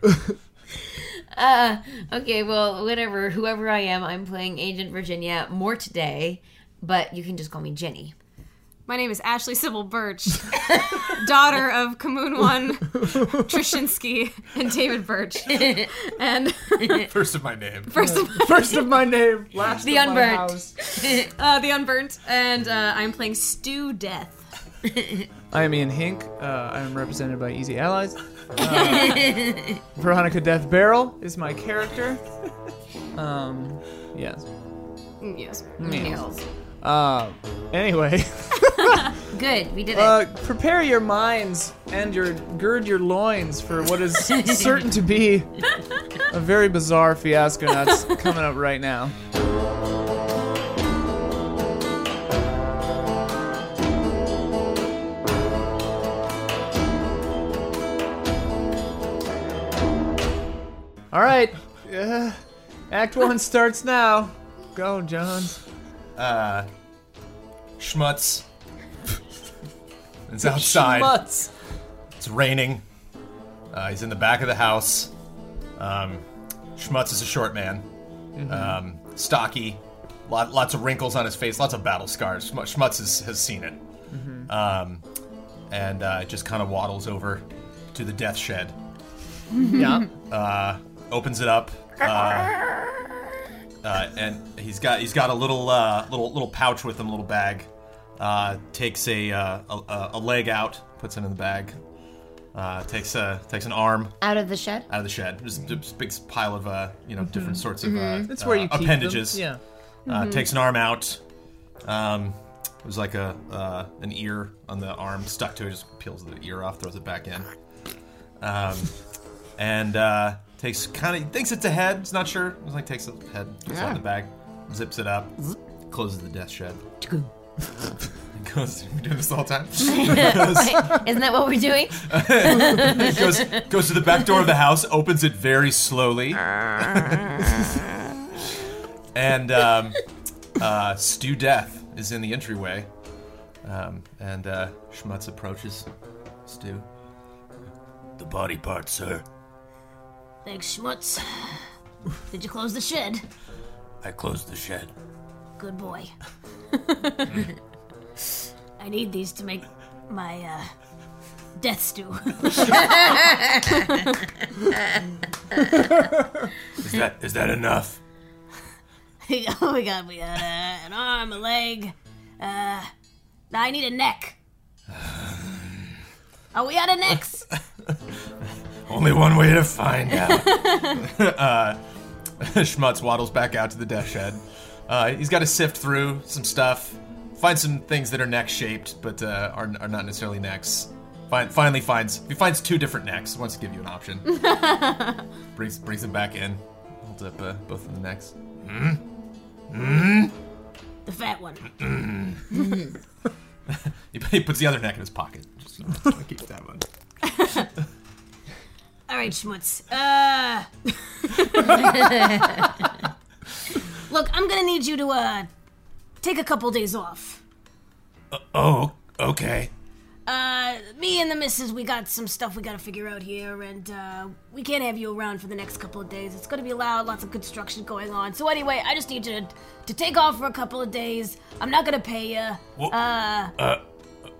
Uh, okay, well, whatever. Whoever I am, I'm playing Agent Virginia more today, but you can just call me Jenny. My name is Ashley Sybil Birch, daughter of Kamun One Trishinsky and David Birch. And First of my name. first of First of my name, last The of my unburnt. house. uh, the Unburnt, and uh, I'm playing Stew Death. I am Ian Hink. Uh, I am represented by Easy Allies. Uh, Veronica Death Barrel is my character. Um, yes. Mm, Yes. Nails. Uh, anyway, Good, we did it. uh, prepare your minds and your gird your loins for what is certain to be a very bizarre fiasco that's coming up right now. All right, uh, Act One starts now. Go, John. Uh, schmutz. it's outside. Schmutz. It's raining. Uh, he's in the back of the house. Um, Schmutz is a short man, um, stocky, lot, lots of wrinkles on his face, lots of battle scars. Schmutz, Schmutz has, has seen it, um, and uh, just kind of waddles over to the death shed, Yeah. opens it up, uh, uh, and he's got he's got a little uh, little little pouch with him, little bag. Uh, takes a, uh, a- a a leg out, puts it in the bag. Uh, takes a takes an arm, Out of the shed? out of the shed. There's a big pile of uh, you know different sorts of uh, That's Mm-hmm. where uh, you keep appendages. Them. Mm-hmm. Uh, Takes an arm out. Um, it was like a uh, an ear on the arm stuck to it. Just peels the ear off, throws it back in, um, and uh, takes kind of thinks it's a head. He's not sure. It's like takes a head, puts it in the bag, zips it up, closes the death shed. Goes, We're doing this the whole time. Isn't that what we're doing? goes goes to the back door of the house, opens it very slowly, and um, uh, Stu Death is in the entryway, um, and uh, Schmutz approaches Stu. The body part, sir. Thanks, Schmutz. Did you close the shed? I closed the shed. Good boy. I need these to make my uh, death stew. Is that is that enough? oh my god, we got uh, an arm, a leg. Uh, now I need a neck. Are we out of necks? Only one way to find out. uh, Schmutz waddles back out to the death shed. Uh, he's got to sift through some stuff, find some things that are neck shaped, but uh, are, are not necessarily necks. Fin finally finds he finds two different necks. Wants to give you an option. brings brings them back in. Holds up uh, both of the necks. The fat one. He, he puts the other neck in his pocket. Just, keep that one. All right, Schmutz. Uh, look, I'm gonna need you to uh, take a couple days off. Oh, okay. Uh, me and the missus, we got some stuff we gotta figure out here, and uh, we can't have you around for the next couple of days. It's gonna be loud, lots of construction going on. So anyway, I just need you to, to take off for a couple of days. I'm not gonna pay you. Uh,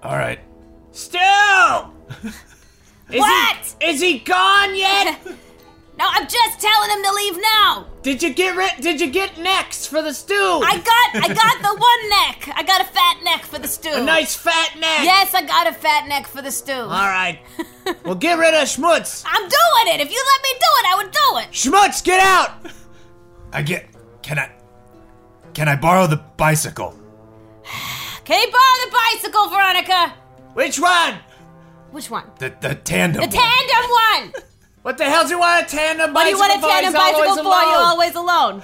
All right. Still. Is what? He, is he gone yet? No, I'm just telling him to leave now. Did you get rid? Did you get necks for the stew? I got, I got the one neck. I got a fat neck for the stew. A nice fat neck. Yes, I got a fat neck for the stew. All right. well, get rid of Schmutz. I'm doing it. If you let me do it, I would do it. Schmutz, get out. I get. Can I? Can I borrow the bicycle? Can you borrow the bicycle, Veronica? Which one? Which one? The the tandem. The tandem one. What the hell do you want a tandem bicycle What do you want a for? He's tandem bicycle always for? alone. You're always alone.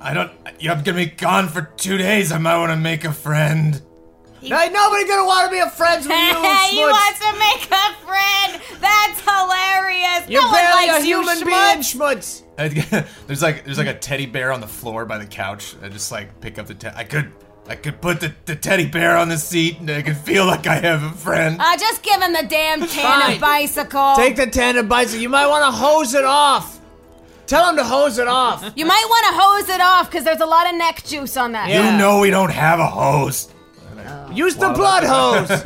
I don't. I'm gonna be gone for two days. I might want to make a friend. Ain't nobody gonna want to be a friend with you, Schmutz. Hey, you want to make a friend? That's hilarious. You're no one barely likes a human you, being, schmutz. Schmutz. I- there's like there's like a teddy bear on the floor by the couch. I just like pick up the. Te- I could I could put the, the teddy bear on the seat and I could feel like I have a friend. Uh, just give him the damn can Fine. of bicycle. Take the tandem bicycle. You might want to hose it off. Tell him to hose it off. you might want to hose it off because there's a lot of neck juice on that. Yeah. You know we don't have a hose. Use the blood hose.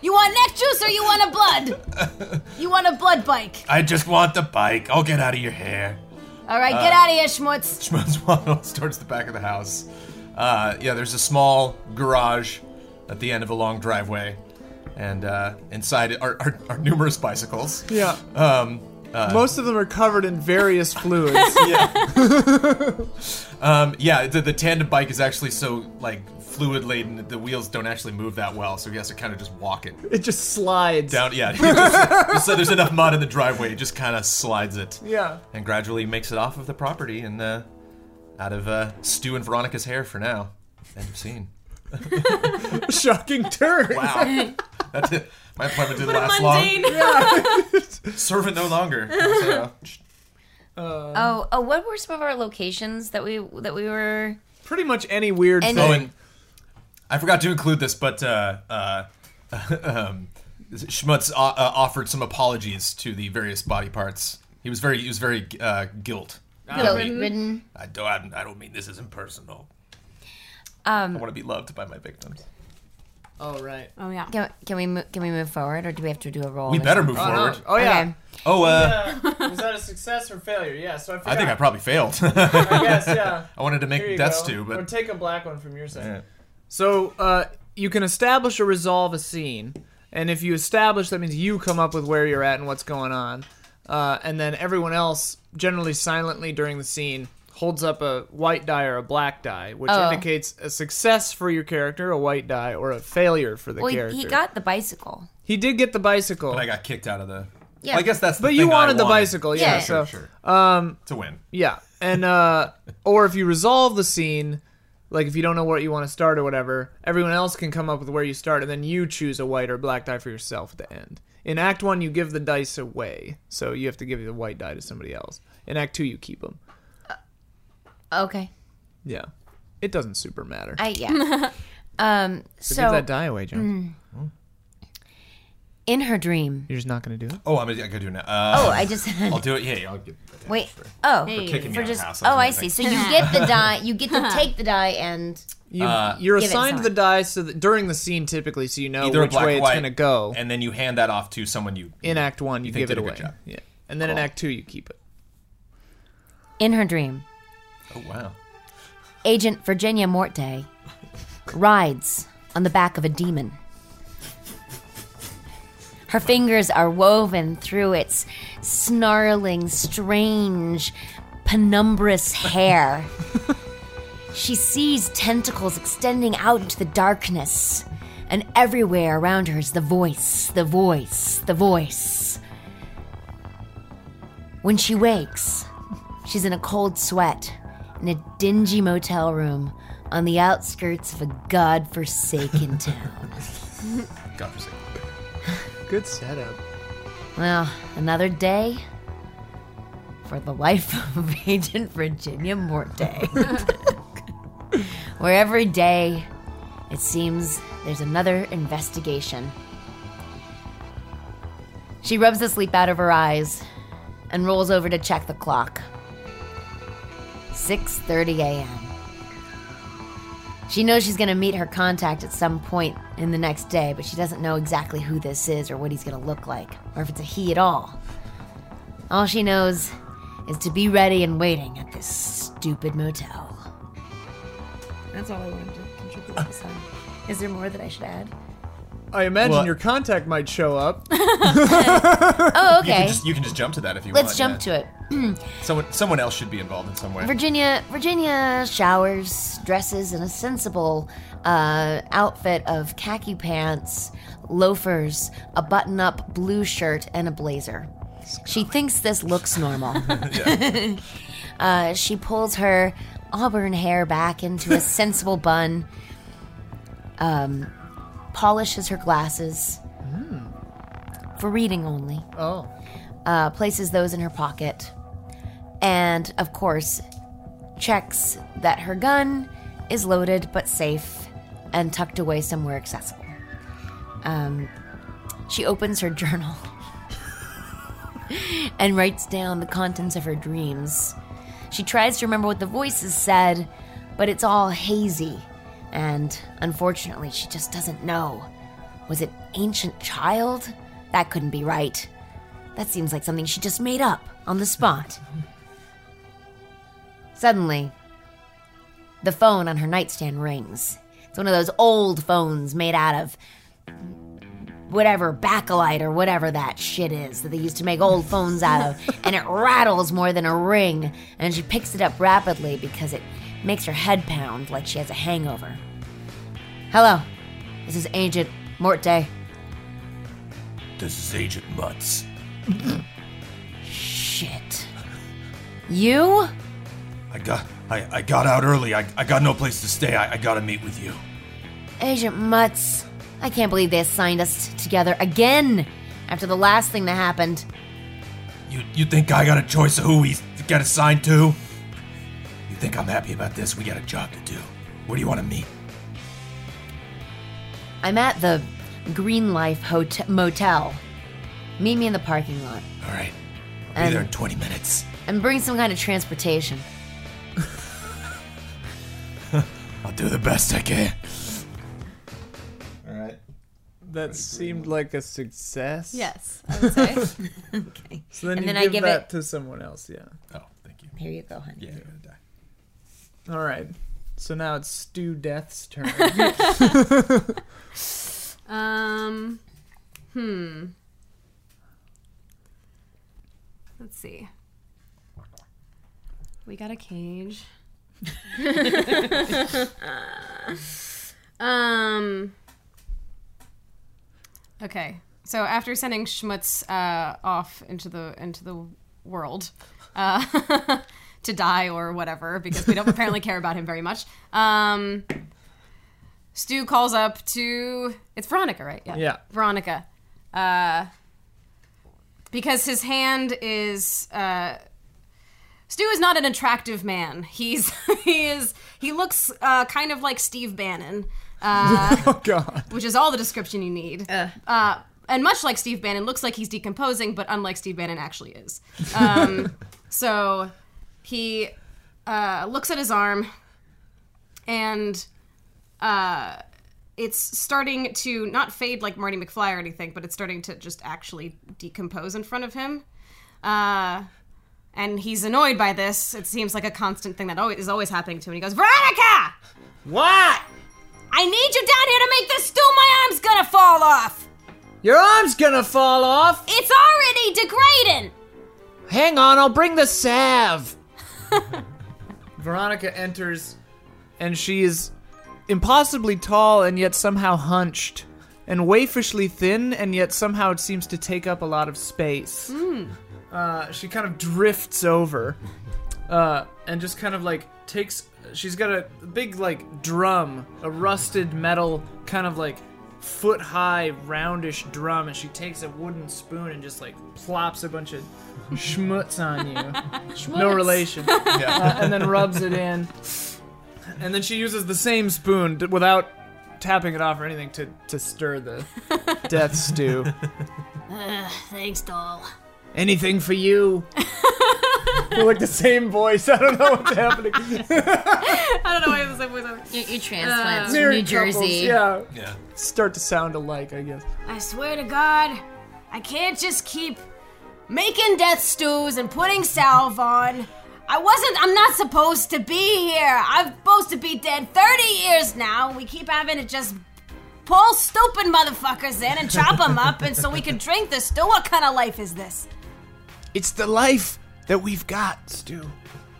You want neck juice or you want a blood? you want a blood bike? I just want the bike. I'll get out of your hair. All right, Uh. get out of here, Schmutz. Schmutz waddles towards the back of the house. Uh, yeah, there's a small garage at the end of a long driveway, and uh, inside it are, are, are numerous bicycles. yeah. Um, Most of them are covered in various fluids. um, yeah, the, the tandem bike is actually so like fluid laden that the wheels don't actually move that well, so he has to kind of just walk it it just slides. down. Yeah, he just- just so there's enough mud in the driveway, he just kind of slides it. Yeah. and gradually makes it off of the property and uh, out of uh, Stu and Veronica's hair for now. End of scene. Shocking turn. Wow. That's it. My appointment didn't last long. Mundane. Servant no longer. So, Oh, oh, what were some of our locations that we that we were? Pretty much any weird Any- oh, thing. and I forgot to include this, but uh, uh, um, Schmutz o- uh, offered some apologies to the various body parts. He was very, he was very uh, guilt. Guilt ridden. I don't, I don't mean this isn't personal. I Um, want to be loved by my victims. oh right. Oh yeah. can, can we move, can we move forward, or do we have to do a roll? We or better something? move forward. Oh yeah. Okay. Oh, uh, Uh, was that a success or failure? Yeah. So I, I think I forgot. probably failed. I guess yeah. I wanted to Here you make deaths go. too, or but take a black one from your side. Yeah. So uh, you can establish or resolve a scene, and if you establish, that means you come up with where you're at and what's going on, uh, and then everyone else, generally silently during the scene, holds up a white die or a black die, which Oh. indicates a success for your character, a white die, or a failure for the Well, he- character. he, got the bicycle. He did get the bicycle, I got kicked out of the. Yeah. Well, I guess that's. The but you thing I wanted the bicycle, yeah. Yeah. so Sure, Um, to win. Yeah, and uh, or if you resolve the scene, like if you don't know what you want to start or whatever, everyone else can come up with where you start, and then you choose a white or black die for yourself at the end. In Act One, you give the dice away, so you have to give the white die to somebody else. In Act Two, you keep them. Okay. Yeah, it doesn't super matter. I yeah. um. So give So that die away, John. in her dream. You're just not gonna do it. Oh, I'm gonna, I gotta do it now. Uh, Oh, I just I'll do it. Yeah, yeah, I'll get. yeah, wait. sure. Oh, kicking me for out of just the house. was oh, I my see. thing. So you get the die. You get to take the die and You, Uh, you're Give it assigned some. the die so that during the scene, typically, so you know Either a which black way or it's white, gonna go. and then you hand that off to someone you. in Act One, you, give think did it a good away. job. Yeah, and then in Act Two, you keep it. in her dream. Oh wow. Agent Virginia Morte rides on the back of a demon. Her fingers are woven through its snarling, strange, penumbrous hair. she sees tentacles extending out into the darkness, and everywhere around her is the voice, the voice, the voice. When she wakes, She's in a cold sweat in a dingy motel room on the outskirts of a godforsaken town. God forsake. Good setup. Well, another day for the life of Agent Virginia Morte. Where every day it seems there's another investigation. She rubs the sleep out of her eyes and rolls over to check the clock. 6:30 a.m. She knows she's going to meet her contact at some point in the next day, but she doesn't know exactly who this is or what he's going to look like, or if it's a he at all. All she knows is to be ready and waiting at this stupid motel. That's all I wanted to contribute to this time. Is there more that I should add? I imagine Well- your contact might show up. Oh, You can okay. just you can just jump to that if you Let's jump want. to it. it. Someone someone else should be involved in some way. Virginia Virginia showers, dresses in a sensible uh, outfit of khaki pants, loafers, a button-up blue shirt, and a blazer. She thinks this looks normal. uh, she pulls her auburn hair back into a sensible bun, um, polishes her glasses for reading only Oh. uh, places those in her pocket, and of course, checks that her gun is loaded but safe and tucked away somewhere accessible. Um, she opens her journal and writes down the contents of her dreams. She tries to remember what the voices said, but it's all hazy, and unfortunately, she just doesn't know. Was it ancient child? That couldn't be right. That seems like something she just made up on the spot. Suddenly, the phone on her nightstand rings. It's one of those old phones made out of whatever backlight or whatever that shit is that they used to make old phones out of and it rattles more than a ring and she picks it up rapidly because it makes her head pound like she has a hangover hello this is agent morte This is Agent Mutz. shit you I got I, I got out early. I, I got no place to stay. I, I gotta meet with you. Agent Mutz, I can't believe they assigned us together again after the last thing that happened. You you think I got a choice of who we get assigned to? You think I'm happy about this? We got a job to do. Where do you want to meet? I'm at the Green Life Hotel Motel. Meet me in the parking lot All right. I'll be Um, there in 20 minutes. and bring some kind of transportation. I'll do the best I can. All right. That seemed like a success. Yes, I would say. So then And you then I give, give that it- to someone else. Yeah. Oh, thank you. Here you go, honey. Yeah, you're gonna die. All right. So now it's Stu Death's turn. Um, hmm. Let's see. We got a cage. um. Okay, so after sending Schmutz uh, off into the into the world uh, to die or whatever, because we don't apparently care about him very much. Um, Stu calls up to it's Veronica, right? Yeah. Veronica. Uh, because his hand is uh, Stu is not an attractive man. He's he is he looks uh, kind of like Steve Bannon, oh God. which is all the description you need. Uh. and much like Steve Bannon, looks like he's decomposing, but unlike Steve Bannon, actually is. Um, so he uh, looks at his arm, and uh, it's starting to not fade like Marty McFly or anything, but it's starting to just actually decompose in front of him. Uh, and he's annoyed by this. It seems like a constant thing that always, is always happening to him. He goes, Veronica! What? I need you down here to make this stew. My arm's gonna fall off. Your arm's gonna fall off. It's already degrading. Hang on, I'll bring the salve. Veronica enters, and she is impossibly tall and yet somehow hunched, and waifishly thin and yet somehow it seems to take up a lot of space. Uh, she kind of drifts over, uh, and just kind of like takes. She's got a big like drum, a rusted metal kind of like foot high roundish drum, and she takes a wooden spoon and just like plops a bunch of schmutz on you no relation. Uh, and then rubs it in. And then she uses the same spoon to, without tapping it off or anything to, to stir the death stew. Thanks, doll. Anything for you. like the same voice. I don't know what's happening. I don't know why I was like, wait, wait, wait. You, you transplants from Married New Jersey. couples, yeah. Yeah. Start to sound alike, I guess. I swear to God, I can't just keep making death stews and putting salve on. I wasn't, I'm not supposed to be here. I'm supposed to be dead 30 years now. We keep having to just pull stupid motherfuckers in and chop them up and so we can drink this stew. What kind of life is this? It's the life that we've got, Stu.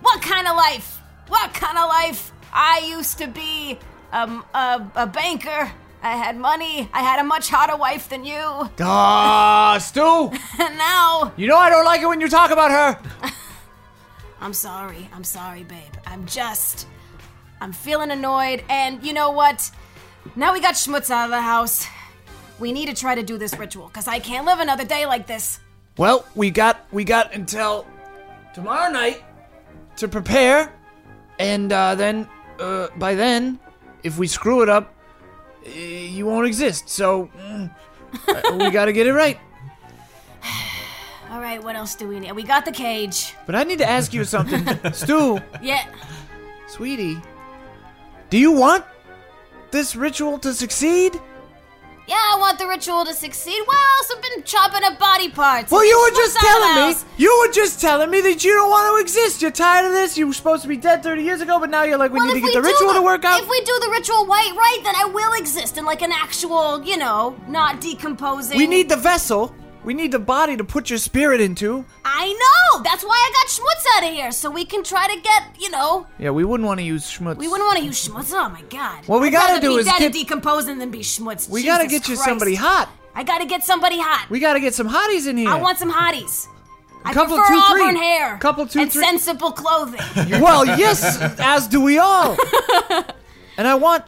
What kind of life? What kind of life? I used to be um, a, a banker. I had money. I had a much hotter wife than you. Ah, Stu! And now You know I don't like it when you talk about her! I'm sorry. I'm sorry, babe. I'm just. I'm feeling annoyed, and you know what? Now we got Schmutz out of the house. We need to try to do this ritual, because I can't live another day like this. Well, we got we got until tomorrow night to prepare and uh, then uh, by then, if we screw it up, uh, you won't exist. So mm, uh, we gotta get it right. All right, what else do we need? We got the cage. But I need to ask you something, Stu, Yeah. sweetie. Do you want this ritual to succeed? Yeah, I want the ritual to succeed. Well, I've been chopping up body parts. Well, you were What's just that telling about? me. You were just telling me that you don't want to exist. You're tired of this. You were supposed to be dead 30 years ago, but now you're like, we Well, need to if get we the do ritual to work out. If we do the ritual white right, then I will exist in like an actual, you know, not decomposing. we need the vessel. We need the body to put your spirit into. I know. That's why I got schmutz out of here, so we can try to get, you know, Yeah, we wouldn't want to use schmutz. we wouldn't want to use schmutz. Oh my god. What we I'd gotta rather do be is dead get- and decomposing than be schmutz. we gotta Jesus get you Christ. somebody hot. I gotta get somebody hot. We gotta get some hotties in here. I want some hotties. I Couple, prefer two, three. auburn hair Couple, two, and three. sensible clothing. well, yes, as do we all. and I want.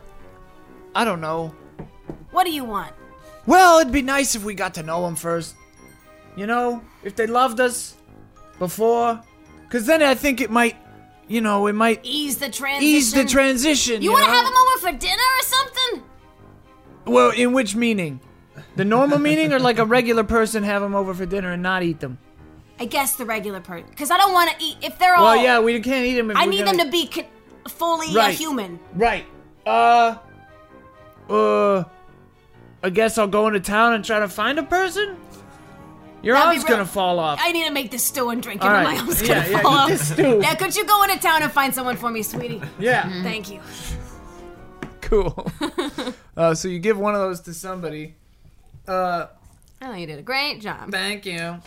I don't know. what do you want? Well, it'd be nice if we got to know them first. You know, if they loved us before. Because then I think it might, you know, it might Ease the transition. ease the transition. You, You, want to know? have him over for dinner or something? Well, in which meaning? The normal meaning or like a regular person have them over for dinner and not eat them? I guess the regular person, because I don't want to eat if they're all. Well, yeah, we can't eat them if I we're need gonna- them to be con- fully Right. a human. Right. Uh. Uh. I guess I'll go into town and try to find a person? Your That'd be arm's real- gonna fall off. I need to make this stew and drink it, All or right. my arm's Yeah, gonna yeah, fall eat off. this stew. Yeah, could you go into town and find someone for me, sweetie? yeah. Thank you. Cool. uh, so you give one of those to somebody. Uh, Oh, you did a great job. Thank you.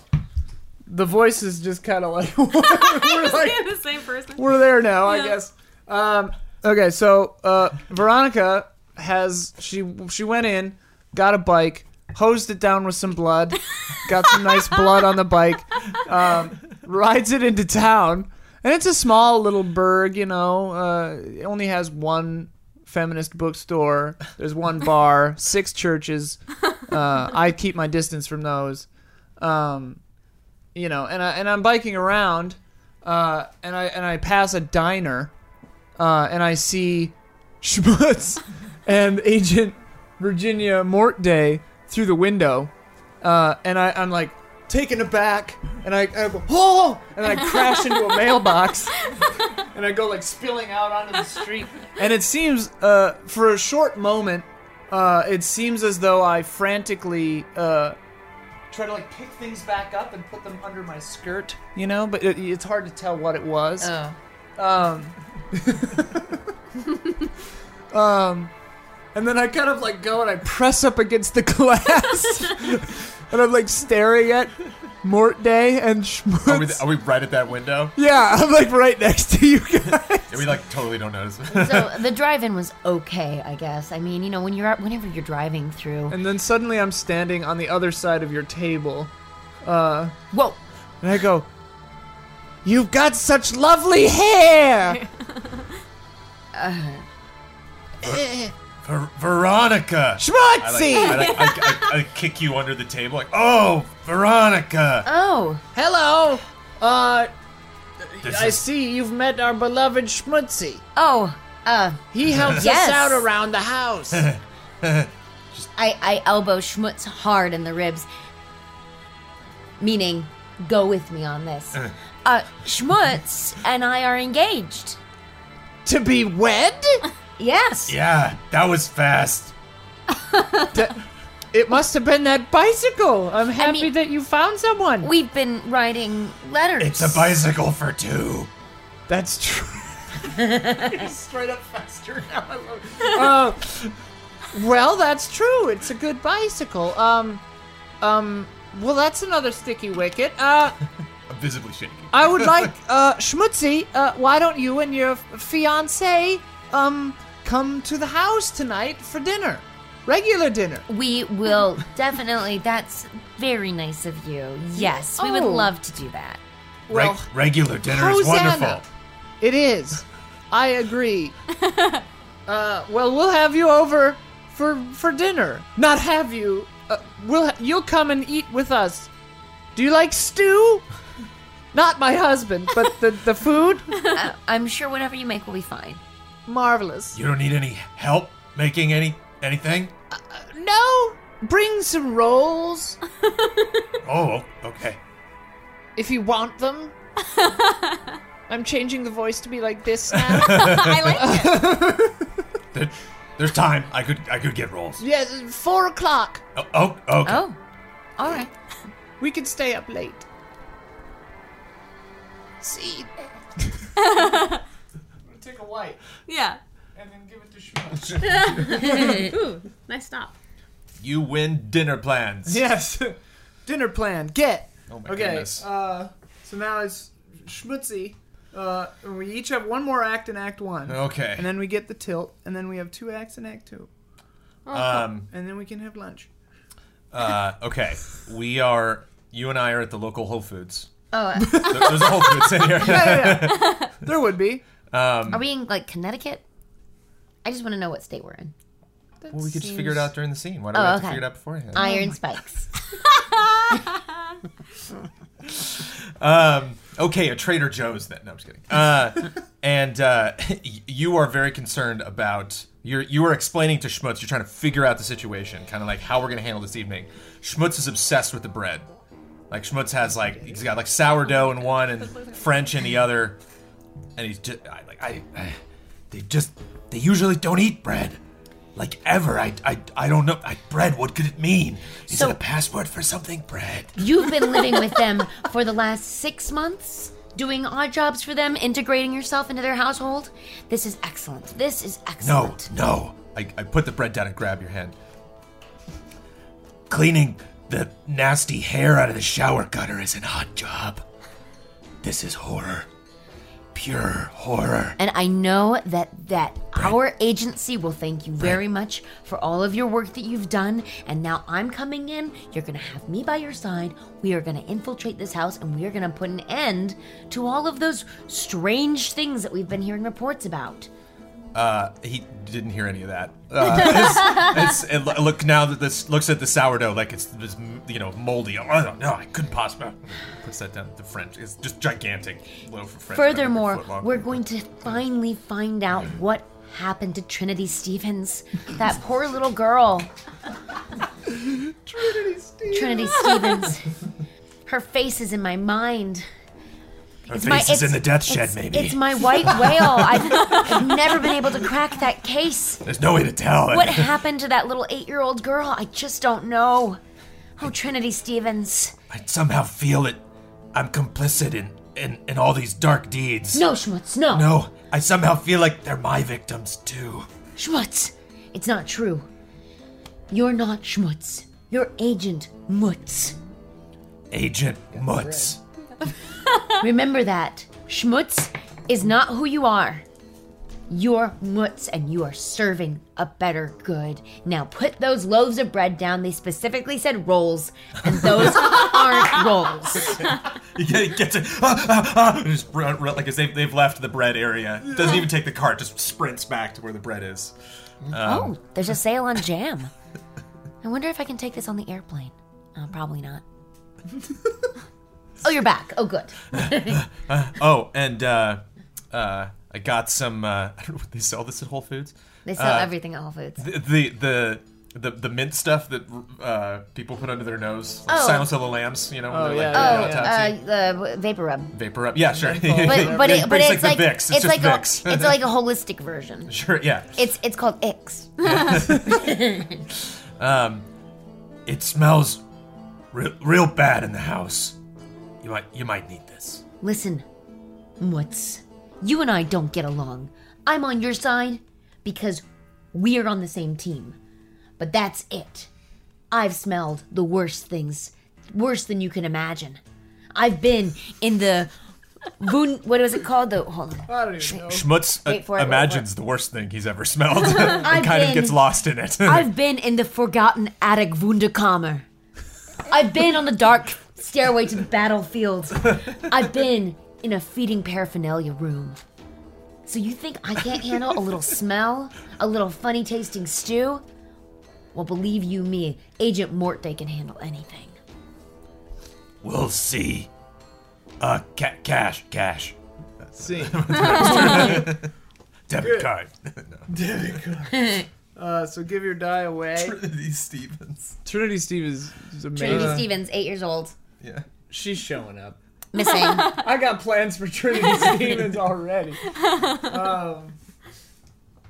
The voice is just kind of like, we're like the same person. we're there now, I guess. Um, okay, so uh, Veronica has she she went in, got a bike, hosed it down with some blood, got some nice blood on the bike, um, rides it into town, and it's a small little burg, you know. Uh, it only has one feminist bookstore. There's one bar, six churches. Uh, I keep my distance from those. Um, you know, and I and I'm biking around, uh, and I and I pass a diner, uh, and I see Schmutz and Agent Virginia Mortday through the window, uh, and I, I'm like taken aback, and I, I go oh, and I crash into a mailbox, and I go like spilling out onto the street, and it seems uh, for a short moment, uh, it seems as though I frantically. Uh, try to like pick things back up and put them under my skirt, you know. But it, it's hard to tell what it was. Oh. Um, um, and then I kind of like go and I press up against the glass, and I'm like staring at Mort Day and Schmutz. Oh. Are we, are we right at that window? yeah, I'm like right next to you guys. Yeah, we like totally don't notice. Um, So the drive-in was okay, I guess. I mean, you know, when you're out, whenever you're driving through. And then suddenly I'm standing on the other side of your table, Uh, Whoa. and I go, "You've got such lovely hair." Ver- Veronica. I like, Schmutzy! I, like, I, I, I kick you under the table like, oh, Veronica. Oh. Hello. Uh, This I is- see you've met our beloved Schmutzy. Oh. Uh. He helps Yes. us out around the house. I I elbow Schmutz hard in the ribs. Meaning, go with me on this. Uh, Schmutz and I are engaged. to be wed? Yes. yeah, that was fast. It must have been that bicycle. I'm happy mean- that you found someone. We've been writing letters. It's a bicycle for two. That's true. Straight up faster now. I love it. Uh, well, that's true. It's a good bicycle. Um, um. Well, that's another sticky wicket. Uh, I'm visibly shaking. I would like uh, Schmutzy. Uh, why don't you and your fiance um come to the house tonight for dinner, regular dinner? We will definitely. That's very nice of you. Yes, we would Oh. love to do that. Reg- Well, regular dinner is Hosanna. wonderful. It is. I agree. uh, well, we'll have you over for for dinner. Not have you. Uh, we'll ha- you'll come and eat with us. Do you like stew? Not my husband, but the, the food? I, I'm sure whatever you make will be fine. Marvelous. You don't need any help making any anything? No! Bring some rolls Oh, okay. if you want them. I'm changing the voice to be like this now. I like it. There- there's time. I could I could get rolls. yes, four o'clock. Oh, oh okay. Oh, all right. We can stay up late. See? Take a white Yeah. and then give it to Shmuel. Ooh, nice stop. You win dinner plans. Yes. Dinner plan. Get. Oh my okay. goodness. Uh, so now it's schmutzy. Uh, and we each have one more act in Act One. Okay. And then we get the tilt, and then we have two acts in Act Two, um and then we can have lunch. uh okay. We are you and I are at the local Whole Foods. Oh, There- There's a Whole Foods in here. Yeah, yeah, yeah. there would be. are we in like Connecticut? I just want to know what state we're in. Well, we could just figure it out during the scene. Why do Oh, we have okay. to figure it out beforehand? Iron spikes. Um, okay, a Trader Joe's then. No, I'm just kidding. Uh, and uh, y- you are very concerned about you're you are explaining to Schmutz. You're trying to figure out the situation, kind of like how we're gonna handle this evening. Schmutz is obsessed with the bread. Like Schmutz has like he's got like sourdough in one and French in the other, and he's just I, like I, I they just they usually don't eat bread. Like ever, I, I, I don't know. I, bread, what could it mean? Is So- it a password for something? Bread. You've been living with them for the last six months, doing odd jobs for them, integrating yourself into their household. This is excellent. This is No, excellent. no. I, I put the bread down and grab your hand. Cleaning the nasty hair out of the shower gutter is an odd job. This is horror. Pure horror. And I know that that our agency will thank you very much for all of your work that you've done. And now I'm coming in. You're gonna have me by your side. We are gonna infiltrate this house, and we are gonna put an end to all of those strange things that we've been hearing reports about. Uh, he didn't hear any of that. Uh, it's, it's, it lo- look now that this looks at the sourdough like it's this you know moldy. Oh, I don't know. I couldn't possibly. Puts that down. The French It's just gigantic loaf of French. bread, like a Furthermore, foot long. we're going to finally find out what happened to Trinity Stevens, that poor little girl. Trinity Stevens. Her face is in my mind. Her It's face my- is in the death shed. it's- Maybe It's my white whale. I've, I've never been able to crack that case. there's no way to tell. What happened to that little eight-year-old girl? I just don't know. Oh, Trinity Stevens. I somehow feel it. I'm complicit in, in, in all these dark deeds. No, Schmutz, no. No, I somehow feel like they're my victims too. Schmutz! It's not true. You're not Schmutz. You're Agent Mutz. Agent Mutz. Remember that. Schmutz is not who you are. You're Mutz, and you are serving a better good. Now put those loaves of bread down. They specifically said rolls, and those aren't rolls. He get- he gets it. Ah, ah, ah, and just run, run, like as they've, they've left the bread area. Doesn't even take the cart, just sprints back to where the bread is. oh, there's a sale on jam. I wonder if I can take this on the airplane. Uh, probably not. oh, you're back. Oh, good. Oh, and uh, uh, I got some. Uh, I don't know what they sell this at Whole Foods. They sell everything at Whole Foods. The the the, the, the mint stuff that uh, people put under their nose. Like Oh. Silence of the Lambs. You know. when Oh, they're, yeah, like, yeah, doing yeah. autopsy. Uh, the vapor rub. Vapor up. Yeah, sure. But but it, but It's it's, like like, the Vicks. It's It's, just like Vicks. a, it's like a holistic version. sure, yeah. It's it's called X. It smells real, real bad in the house. You might you might need this. Listen, Mutz, you and I don't get along. I'm on your side because we're on the same team. But that's it. I've smelled the worst things, worse than you can imagine. I've been in the Vun, what was it called? The hold on. I don't even know. Schmutz uh, Wait for it, wait imagines the worst thing he's ever smelled and kind of been- gets lost in it. I've been in the forgotten attic Wunderkammer. I've been on the dark stairway to the battlefield. I've been in a feeding paraphernalia room. So you think I can't handle a little smell, a little funny tasting stew? Well, believe you me, Agent Morte can handle anything. we'll see. Uh, ca- cash, cash, See. debit card. Uh, so give your die away. Trinity Stevens. Trinity Steve is, is amazing. Trinity Stevens, eight years old, Yeah. Uh, She's showing up. missing. I got plans for Trinity Stevens already. Um,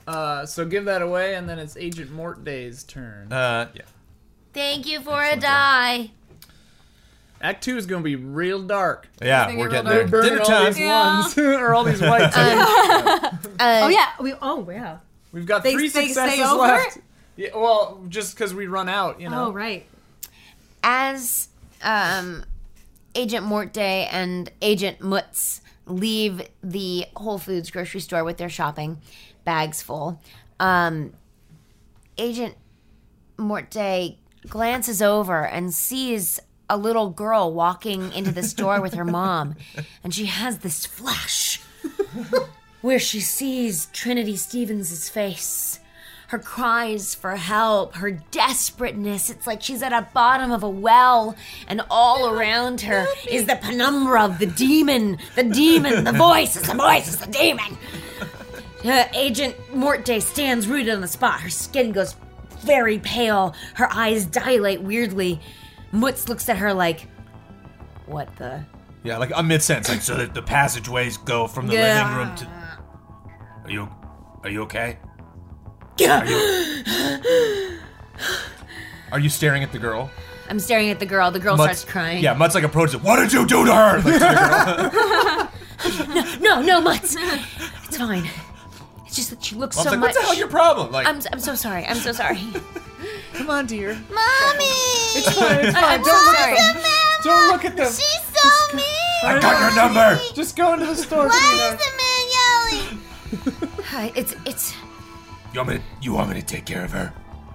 uh, so give that away, and then it's Agent Mort Day's turn. Uh, yeah. Thank you for a die. Act two is going to be real dark. Yeah, we're getting there. Burning Dinner all time. these ones or all these whites. Uh, Oh yeah, we. Oh wow. We've got They- three they stay successes over? left. Yeah, well, just because we run out, you know. Oh right. as um, Agent Morte and Agent Mutz leave the Whole Foods grocery store with their shopping bags full, um, Agent Morte glances over and sees a little girl walking into the store with her mom, and she has this flash where she sees Trinity Stevens' face her cries for help, her desperateness. It's like she's at a bottom of a well, and all around her is the penumbra of the demon, the demon, the voices, the voices, the demon. Uh, Agent Morte stands rooted on the spot. Her skin goes very pale. Her eyes dilate weirdly. Mutz looks at her like, "What the?" Yeah, like a mid sentence. Like so that the passageways go from the Yeah. living room to. Are you, are you okay? Are you staring at the girl? I'm staring at the girl. The girl starts crying. Yeah, Mutt's like approaches. it, What did you do to her? Like, No, no, Mutz. It's fine. It's just that she looks I was so like, much. what the hell your problem? Like, I'm, I'm so sorry. I'm so sorry. Come on, dear. Mommy! It's fine. It's fine. Don't look at them. Don't look at them. She saw me! I got your number. Just go into the store. sweetheart. man yelling? it's, it's, You want me? To, you want me to take care of her?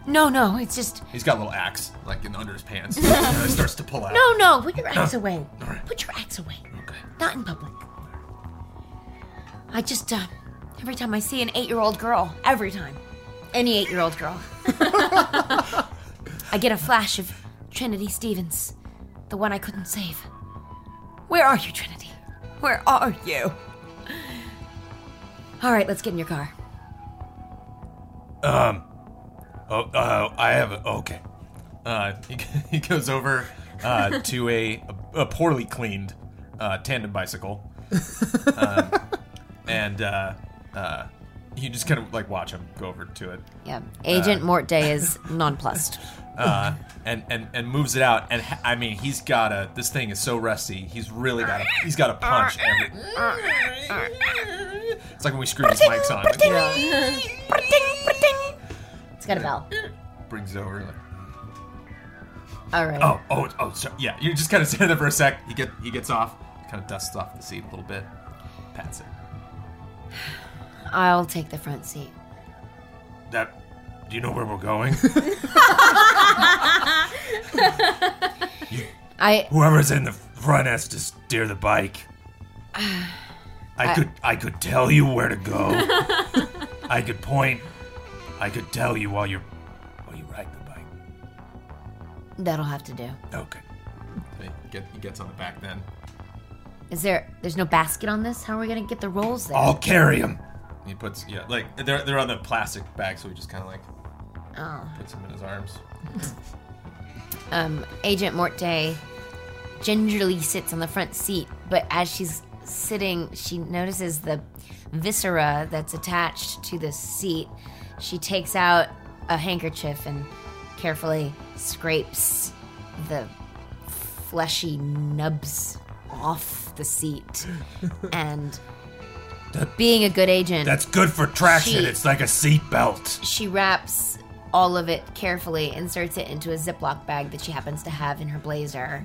no, no, it's just, he's got a little axe, like in under his pants. and it starts to pull out. no, no, put your axe away. right. Put your axe away. Okay. Not in public. I just, uh, every time I see an eight year old girl, every time, any eight year old girl, I get a flash of Trinity Stevens, the one I couldn't save. Where are you, Trinity? Where are you? All right, let's get in your car. Oh, uh, I have. A, okay. oh, Uh, he, he goes over uh, to a, a poorly cleaned uh, tandem bicycle, Um, and uh, uh, you just kind of like watch him go over to it, Yeah, Agent Morte is nonplussed. uh, and, and and moves it out. And ha- I mean, he's got a this thing is so rusty. He's really got a, he's got a punch. Every, it's like when we screw these mics on. Like, It's got a bell. brings it over. Like, All right. oh oh oh. So, yeah, you're just kind of standing there for a sec. He get he gets off, kind of dusts off the seat a little bit, pats it. I'll take the front seat. That. Do you know where we're going? I Whoever's in the front has to steer the bike. I could I could tell you where to go. I could point. I could tell you while you're while you ride the bike. that'll have to do. Okay. He, get, he gets on the back then. Is there? There's no basket on this. How are we gonna get the rolls there? I'll carry him. He puts yeah, like they're they're on the plastic bag, so he just kind of like Oh. puts him in his arms. Um, Agent Morte gingerly sits on the front seat, but as she's sitting, she notices the viscera that's attached to the seat. She takes out a handkerchief and carefully scrapes the fleshy nubs off the seat. and being a good agent, That's good for traction. She- It's like a seatbelt. she wraps all of it carefully, inserts it into a Ziploc bag that she happens to have in her blazer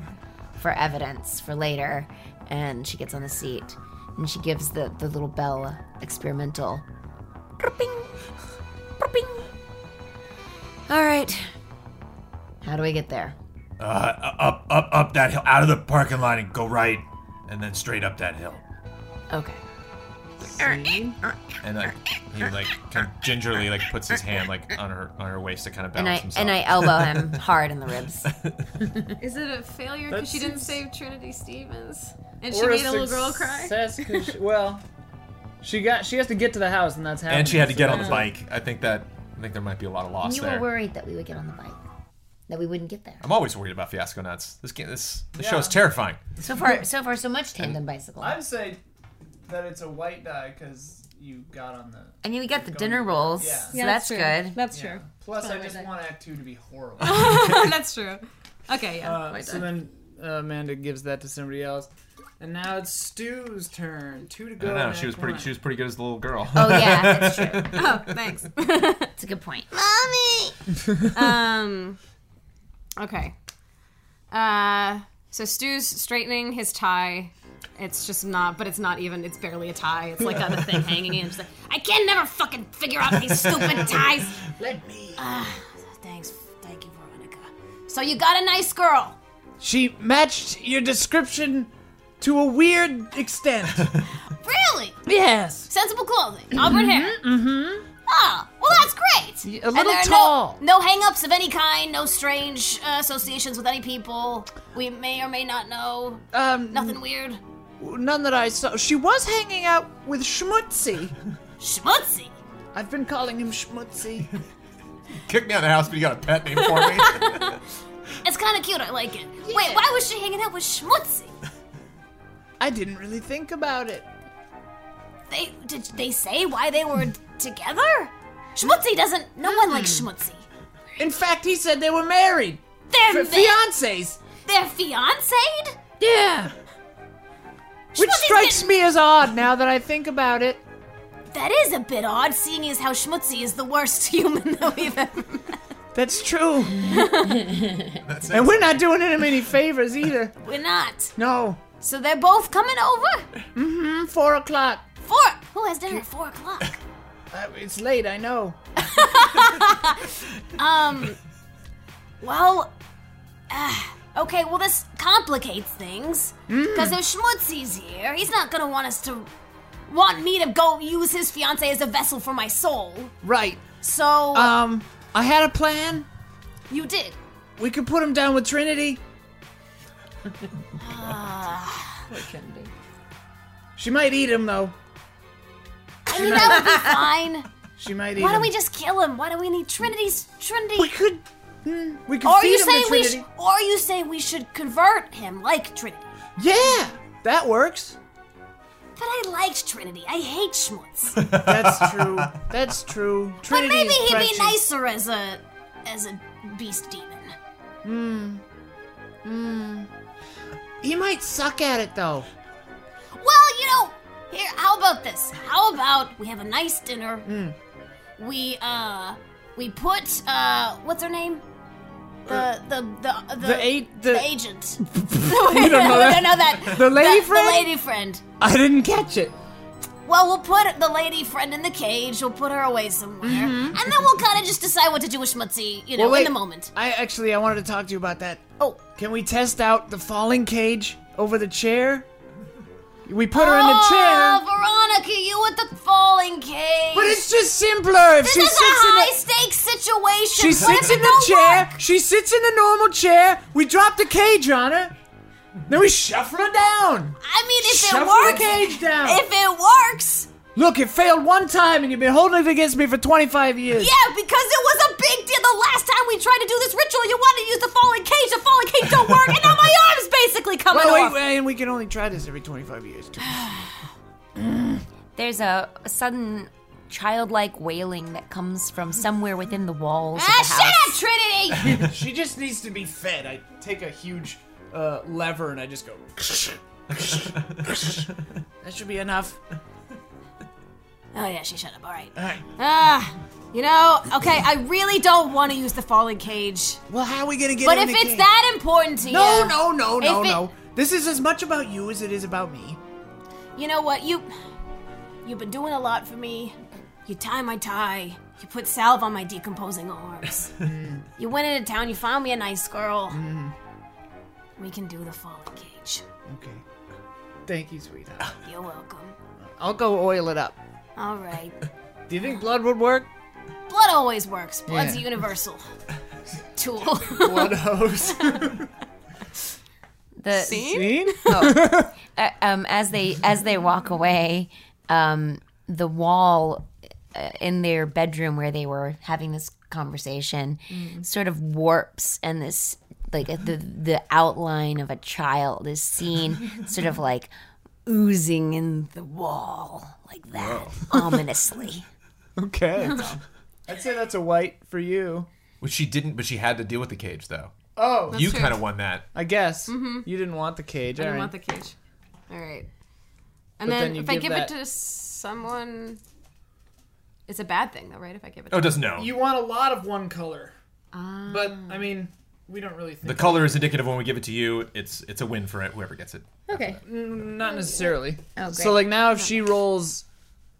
for evidence for later, and she gets on the seat and she gives the, the little bell a experimental. Ping, ping. All right. How do we get there? Uh, up, up, up that hill, out of the parking lot, and go right, and then straight up that hill. Okay. And like he like kind of gingerly like puts his hand like on her on her waist to kind of And balance I himself. and I elbow him hard in the ribs. Is it a failure because she didn't save Trinity Stevens? And she made a little girl cry. success 'cause she- well, she got she has to get to the house, and that's happening. And she had to so get on the that's- bike. I think that I think there might be a lot of loss you there. were worried that we would get on the bike, that we wouldn't get there. I'm always worried about Fiasco Nuts. This game, this, this show is terrifying. So far, so far, so much tandem bicycle. I'd say that it's a white die because you got on the. I mean, we got the dinner rolls, Yeah. so that's, good. That's Yeah. true. Plus, I white just die. want Act Two to be horrible. that's true. Okay, yeah. Oh, Uh, so then uh, Amanda gives that to somebody else, and now it's Stu's turn. Two to I go. don't know. in She Act was pretty. One. She was pretty good as the little girl. Oh yeah, that's true. oh, thanks. That's a good point. um, okay. Uh, so Stu's straightening his tie. It's just not, but it's not even. It's barely a tie. It's like got the thing hanging in. It's like, I can never fucking figure out these stupid ties. Let me. thanks. Thank you, Veronica. So you got a nice girl. She matched your description to a weird extent. Really? yes. Sensible clothing. Auburn hair. Mm-hmm. Ah, well, that's great. A And little there are tall. No, no hang-ups of any kind. No strange uh, associations with any people. We may or may not know. um, Nothing weird. none that I saw. She was hanging out with Schmutzy. Schmutzy. I've been calling him Schmutzy. Kick me out of the house, but you got a pet name for me. It's kind of cute. I like it. Wait, why was she hanging out with Schmutzy? I didn't really think about it. They did they say why they were together? Schmutzy doesn't. No one Hmm. likes Schmutzy. In fact, he said they were married. They're Fi- fiancés. they're fiancéed. Yeah. Which Schmutzy's strikes getting- me as odd now that I think about it. That is a bit odd, seeing as how Schmutzy is the worst human that we've ever. That's true. and we're not doing him any favors either. We're not. No. So they're both coming over. Four o'clock. Four. Who has dinner at four o'clock? Uh, it's late, I know. Um. Well. Uh, okay. Well, this complicates things Hmm. because if Schmutzy's here, he's not gonna want us to want me to go use his fiance as a vessel for my soul. Right. So Um, I had a plan. you did. We could put him down with Trinity. She might eat him, though. I mean, that would be fine. She might eat Why him. don't we just kill him? Why do we need Trinity's Trinity? We could. hmm, We could Or feed you him say to we, Trinity. sh- or you say we should convert him like Trinity. yeah, that works. But I liked Trinity. I hate Schmutz. That's true. That's true. but Trinity maybe is he'd be precious. nicer as a as a beast demon. He might suck at it though. Well, you know, here. How about this? How about we have a nice dinner? Hmm. We uh, we put uh, what's her name? The the the the, Uh, The eight. The, the agent. you don't know that? don't know that. The lady That- friend? The lady friend. I didn't catch it. Well, we'll put the lady friend in the cage. We'll put her away somewhere, and then we'll kind of just decide what to do with Schmutzy, you Mm-hmm. know, Well, wait. in the moment. I actually I wanted to talk to you about that. Oh, Can we test out the falling cage over the chair? We put her in the chair. Oh, Veronica, you with the falling cage. But it's just simpler if this she is a sits in high the stakes situation. she What sits if in it the don't chair. work? She sits in the normal chair. We drop the cage on her. Then we shuffle her down. I mean, if Shuffle it the works, cage down. if it works, Look, it failed one time, and you've been holding it against me for 25 years. yeah, because it was a big deal. The last time we tried to do this ritual, you wanted to use the falling cage. The falling cage don't work, and now my arm's basically coming Well, Oh, wait, off. wait, and we can only try this every 25 years. Too. There's a, a sudden childlike wailing that comes from somewhere within the walls Ah, of the house. shut up, Trinity. she just needs to be fed. I take a huge uh, lever and I just go. that should be enough. Oh yeah, she shut up. All right. Alright. Ah, you know. Okay, I really don't want to use the falling cage, Well, how are we gonna get? but in if the it's cage? that important to No, you, no, no, no, If it- no. This is as much about you as it is about me. You know what? You, you've been doing a lot for me. You tie my tie. You put salve on my decomposing arms. you went into town. You found me a nice girl. Mm. We can do the falling cage. Okay. Thank you, sweetheart. You're welcome. I'll go oil it up. All right. Do you think blood would work? Blood always works. Blood's Yeah. a universal tool. Blood hose. the Scene? uh, um, as they as they walk away, um, the wall uh, in their bedroom where they were having this conversation Mm. sort of warps, and this like the the outline of a child is seen, sort of like oozing in the wall like that, ominously. Okay. I'd say that's a white for you. Which she didn't, but she had to deal with the cage though. Oh, you kind of won that. I guess Mm-hmm. you didn't want the cage. I all don't right. want the cage. All right. But And then, then you if I give give that- it to someone, it's a bad thing though, right? If I give it, to Oh, it doesn't know. You want a lot of one color. But I mean, we don't really the think color is indicative when we give it to you. It's it's a win for it, whoever gets it. Okay. not necessarily. Oh, So great. like now if she rolls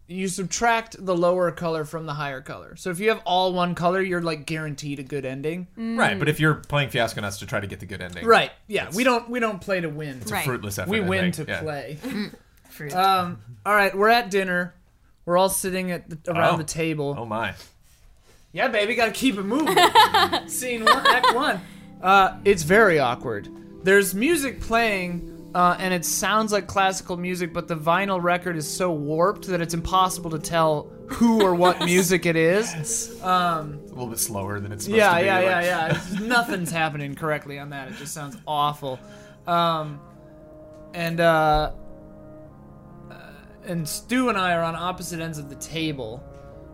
you subtract the lower color from the higher color. So if you have all one color, you're like guaranteed a good ending. Mm. Hmm. Right, but if you're playing Fiasco Nuts to try to get the good ending, Right. Yeah, we don't we don't play to win. right. fruitless effort. We I win to think. Yeah. play. Fruit. Um all right, we're at dinner. We're all sitting at the, around Oh. the table. Oh my! Yeah, baby, gotta keep it moving. Scene one, act one. Uh, it's very awkward. There's music playing, uh, and it sounds like classical music, but the vinyl record is so warped that it's impossible to tell who or what music it is. It's a little bit slower than it's supposed Yeah, to be. yeah, yeah, like- yeah. It's- Nothing's happening correctly on that. It just sounds awful. Um, and uh, uh, and Stu and I are on opposite ends of the table.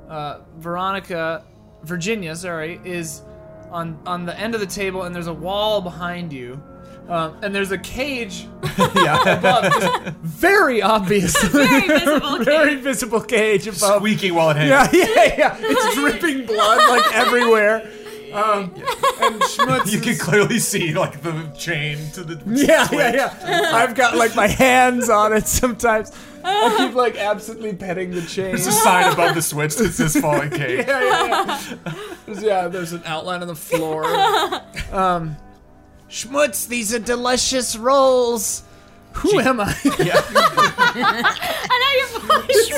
Uh, Veronica, Virginia, sorry, is on on the end of the table, and there's a wall behind you, um, and there's a cage above, just very obviously, Very visible. very visible cage above. Squeaky while it hangs. Yeah, yeah, yeah. It's dripping blood like everywhere. Um, And schmutz. You can is- clearly see like the chain to the. yeah, yeah, yeah. I've got like my hands on it sometimes. I keep like absently petting the chain. There's a sign above the switch that says "Falling Cage." Yeah, yeah, yeah. yeah, there's an outline on the floor. Um, schmutz, these are delicious rolls. Who am I?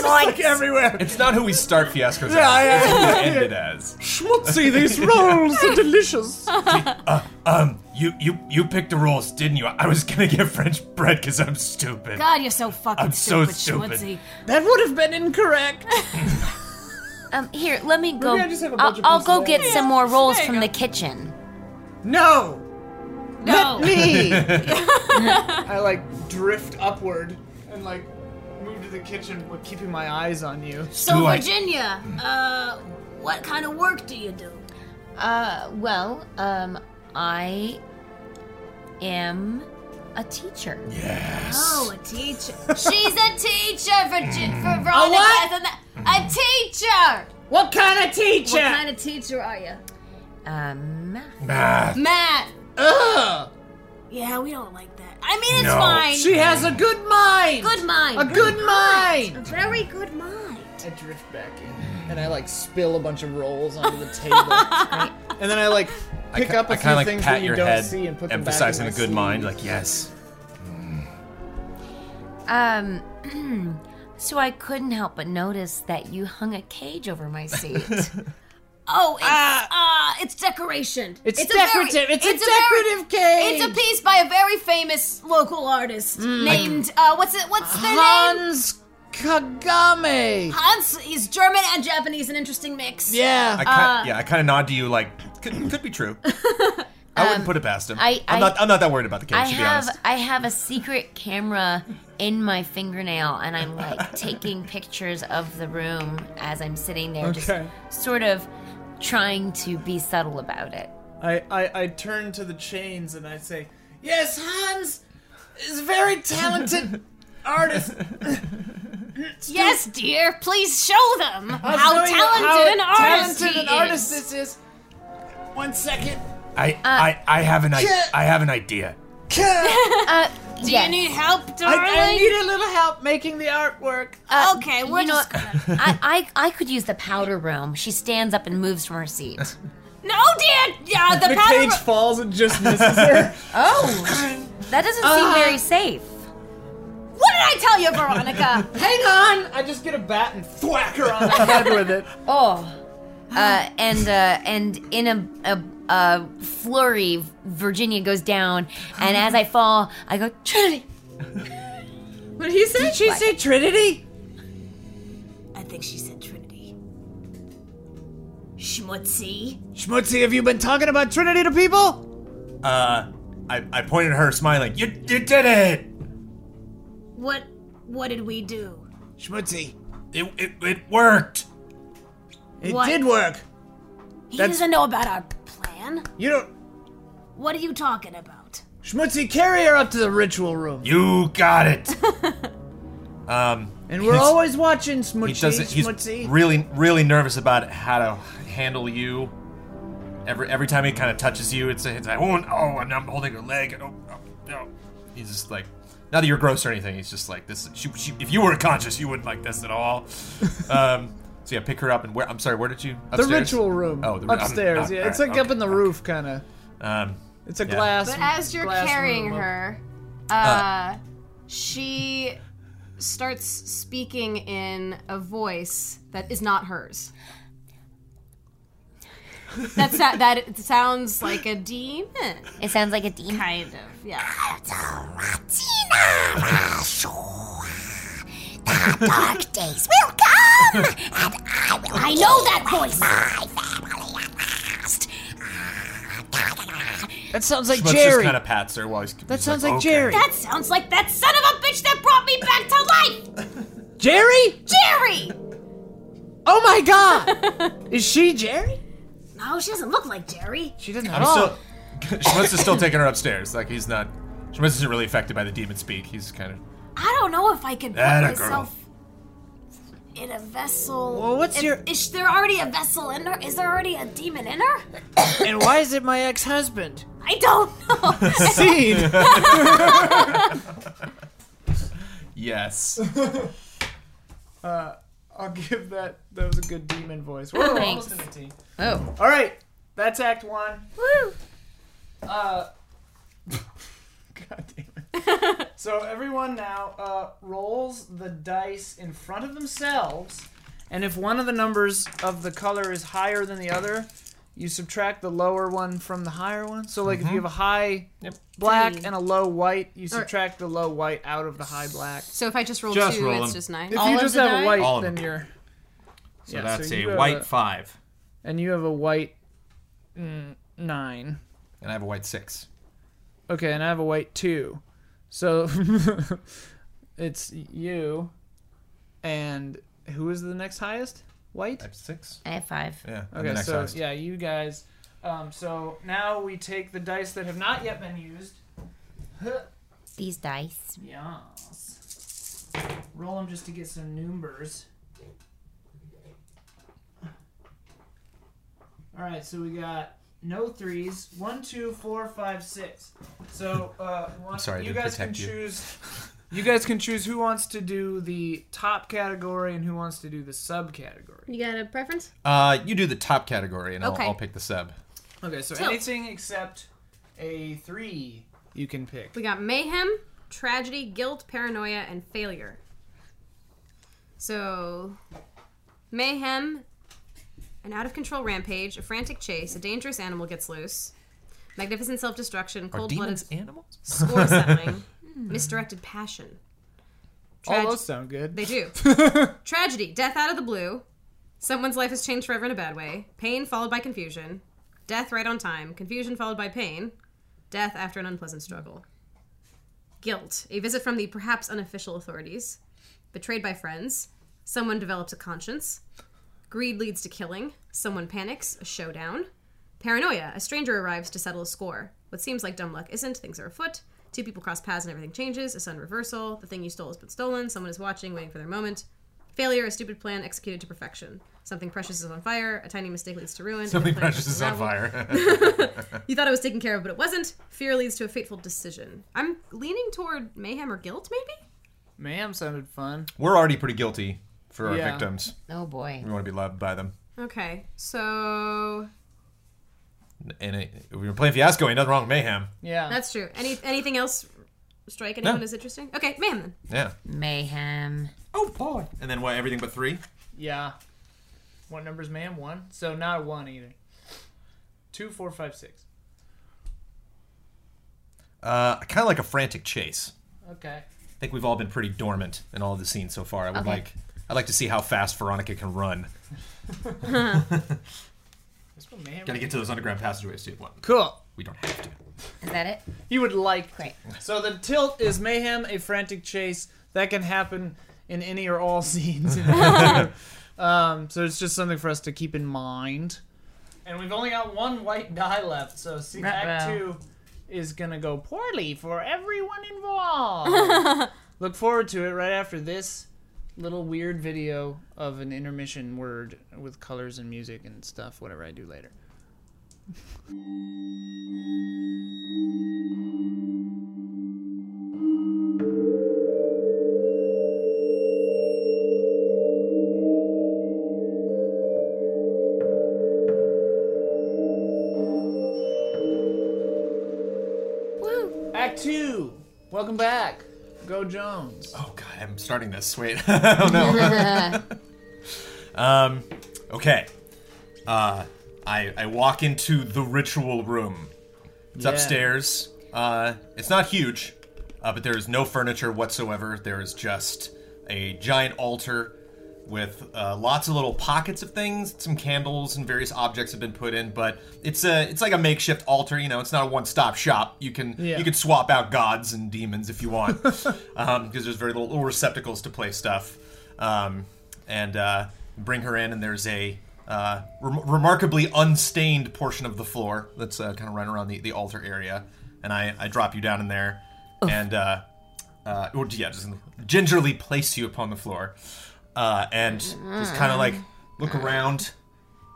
like everywhere. It's not who we start fiascos Yeah, as. yeah, It's yeah. who we end it as. Schmutzy, these rolls are delicious. You you you picked the rules, didn't you? I was gonna get French bread because I'm stupid. Ah, God, you're so fucking I'm so stupid, stupid. Schmutzy. That would have been incorrect. Um, here, let me go. Maybe I just have a bunch I'll, of I'll pieces go of get ice. some more rolls There you from go. the kitchen. No! No. me. I like drift upward and like move to the kitchen, but keeping my eyes on you. So, Do I- Virginia, uh, what kind of work do you do? Uh, well, um, I am a teacher. Oh, a teacher. She's a teacher, Virginia. For Veronica. A what? A teacher. What kind of teacher? What kind of teacher are you? Um, Math. Matt. Ugh! Yeah, we don't like that. I mean, it's No. fine. She has a good mind. good mind. A good A mind. very good mind. I drift back in and I like spill a bunch of rolls onto the table, Right? and then I like pick up a I few kind of like things pat that you your don't head, see and put them back in emphasizing my the good sleeve. mind. Like yes, um, so I couldn't help but notice that you hung a cage over my seat. Oh, it's, uh, it's decoration. Ah. It's, a very- decorative. it's, a very- decorative cage. It's a piece by a very famous local artist Hmm. named uh, what's it? What's their name? Hans Kagame. Hans. He's German and Japanese, an interesting mix. Yeah. I Uh, kind yeah I kind of nod to you like could, could be true. I wouldn't put it past him. Um, I- am I- not I'm not that worried about the cage I to be have honest. I have a secret camera in my fingernail, and I'm like taking pictures of the room as I'm sitting there, Okay. just sort of trying to be subtle about it. I, I, I turn to the chains and I say, Yes, Hans is a very talented artist. Yes, dear. Please show them I'll how show talented you an artist talented he an is. artist this is. One second. I, I I have an I, I have an idea. I, Uh, Do yes. you need help, darling? I need a little help making the artwork. Uh, okay, you we're know just what? I, I I could use the powder room. She stands up and moves from her seat. No, dear. Yeah, the, powder. falls and just misses her. Oh, that doesn't seem very safe. Uh-huh. What did I tell you, Veronica? Hang on! I just get a bat and thwack her on the head with it. Oh, Uh, and uh, and in a, a, a flurry, Virginia goes down, and as I fall, I go Trinity. What did he say? Did she say Trinity? I think she said Trinity. Schmutzy. Schmutzy, have you been talking about Trinity to people? Uh, I, I pointed at her, smiling. You, you did it! What? What did we do? Schmutzy, It, it, it worked! it What? did work. He That's- doesn't know about our plan. You don't. What are you talking about? Schmutzy, carry her up to the ritual room. You got it! um, and we're he's- always watching he Schmutzy. doesn't. He's Schmutzy. really, really nervous about how to handle you. Every every time he kind of touches you, it's, it's like, oh, no, and I'm holding her leg. and, Oh, oh, no. He's just like, not that you're gross or anything. He's just like, this. She, she, if you were conscious, you wouldn't like this at all. um, so yeah, pick her up and where? I'm sorry, where did you? the Upstairs? ritual room. Oh, the- upstairs. I'm- yeah, I'm- it's like okay, up in the okay. roof, kind of. Um, It's a Yeah. glass. But as you're glass carrying room up- her, uh, she starts speaking in a voice that is not hers. That sa- that it sounds like a demon, It sounds like a demon. kind of. Yeah. dark days will come, and I will. I know that voice. My family at last. That sounds like Schmutz just Jerry. kind of pats her while he's. that sounds like, Jerry. That sounds like that son of a bitch that brought me back to life, Jerry? Jerry. Oh my God! is she Jerry? No, she doesn't look like Jerry. She doesn't I'm at all. still. Oh. Schmutz is still taking her upstairs. Like he's not. Schmutz isn't really affected by the demon speak. He's kind of. I don't know if I can put Atta myself in a vessel. Well, what's If- your- Is there already a vessel in her? Is there already a demon in her? and why is it my ex-husband? I don't know. Seed. Yes. I'll give that. That was a good demon voice. We're almost in a team. Oh, All right, that's Act One. Woo. Uh, God damn it. so everyone now uh, rolls the dice in front of themselves, and if one of the numbers of the color is higher than the other, you subtract the lower one from the higher one. So like if you have a high black and a low white, you subtract the low white out of the high black. So if I just roll Just two, roll it's them. just nine. If All you of just the have die? a white, All of then them. you're So Yeah, that's so you uh, a have white a- five, and you have a white mm, nine. and I have a white six. Okay, and I have a white two. So it's you and who is the next highest? White? I have six. I have five. Yeah. I'm the Okay, next so highest. yeah, you guys. Um, so now we take the dice that have not yet been used. These dice. Yes. Roll them just to get some numbers. All right, so we got no threes. One, two, four, five, six. So uh, one, sorry, I you didn't guys can protect you. choose. You guys can choose who wants to do the top category and who wants to do the subcategory. You got a preference? Uh, you do the top category, and Okay. I'll, I'll pick the sub. Okay, so So- anything except a three you can pick. We got mayhem, tragedy, guilt, paranoia, and failure. So, mayhem, an out of control rampage, a frantic chase, a dangerous animal gets loose, magnificent self destruction, cold blooded animals? score settling, misdirected passion. All Trage- those sound good. they do. Tragedy, death out of the blue. Someone's life has changed forever in a bad way. Pain followed by confusion. Death right on time. Confusion followed by pain. Death after an unpleasant struggle. Guilt, a visit from the perhaps unofficial authorities. Betrayed by friends. Someone develops a conscience. Greed leads to killing. Someone panics. A showdown. Paranoia, a stranger arrives to settle a score. What seems like dumb luck isn't, things are afoot. Two people cross paths and everything changes. A sudden reversal. The thing you stole has been stolen. Someone is watching, waiting for their moment. Failure, a stupid plan executed to perfection. Something precious is on fire. A tiny mistake leads to ruin. and the Something plan precious is on unravel. fire. You thought it was taken care of, but it wasn't. Fear leads to a fateful decision. I'm leaning toward mayhem or guilt, maybe? Ma'am sounded fun. We're already pretty guilty for our Yeah. victims. Oh boy. We want to be loved by them. Okay, so And it, if we were playing Fiasco, ain't nothing wrong with Mayhem. Oh. Yeah. that's true. Any anything else strike anyone No. as interesting? Okay, mayhem then. Yeah. Mayhem. Oh boy. And then what? Everything but three. yeah. What numbers, ma'am? One. So not a one either. Two, four, five, six. Uh, kind of like a frantic chase. Okay. I think we've all been pretty dormant in all of the scenes so far. I would Okay. like, I'd like to see how fast Veronica can run. This one may have. Gotta get to those underground passageways too. What? Cool. We don't have to. Is that it? You would like. Great. So the tilt is mayhem, a frantic chase that can happen in any or all scenes. um, so it's just something for us to keep in mind. And we've only got one white die left, so see, Act Ruh-roh. Two is gonna go poorly for everyone involved. Look forward to it right after this little weird video of an intermission word with colors and music and stuff. Whatever I do later. Act Two. Welcome back. Go Jones. Oh god, I'm starting this. Wait, oh no. um, okay. Uh, I I walk into the ritual room. It's Yeah. upstairs. Uh, it's not huge, uh, but there is no furniture whatsoever. There is just a giant altar with uh, lots of little pockets of things. Some candles and various objects have been put in, but it's a it's like a makeshift altar. You know, it's not a one stop shop. You can Yeah. you can swap out gods and demons if you want, because there's very little, little receptacles to place stuff. Um, and uh, bring her in, and there's a uh, rem- remarkably unstained portion of the floor that's uh, kind of right around the, the altar area. And I, I drop you down in there, and uh, uh, or yeah, just gingerly place you upon the floor, uh, and just kind of like look around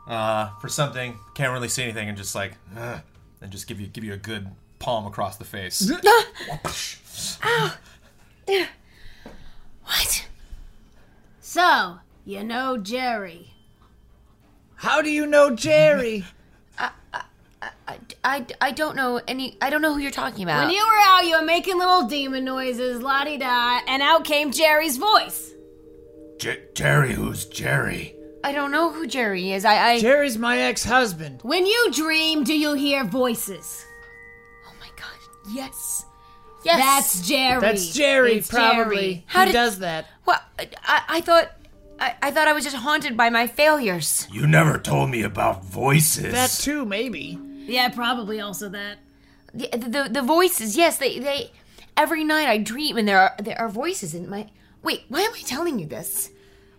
uh, for something. Can't really see anything, and just like, "Ugh," and just give you give you a good palm across the face. What? So, you know Jerry. How do you know Jerry? I, I, I don't know any. I don't know who you're talking about. When you were out, you were making little demon noises, la di da, and out came Jerry's voice. J- Jerry, who's Jerry? I don't know who Jerry is. I. I Jerry's my ex-husband. When you dream, do you hear voices? oh my god. Yes. Yes. That's Jerry. That's Jerry, It's probably. Jerry. How he did- does that. What? I, I thought. I, I thought I was just haunted by my failures. You never told me about voices. That too, maybe. Yeah, probably also that. The, the, the voices. Yes. They they. Every night I dream and there are there are voices in my. Wait. Why am I telling you this?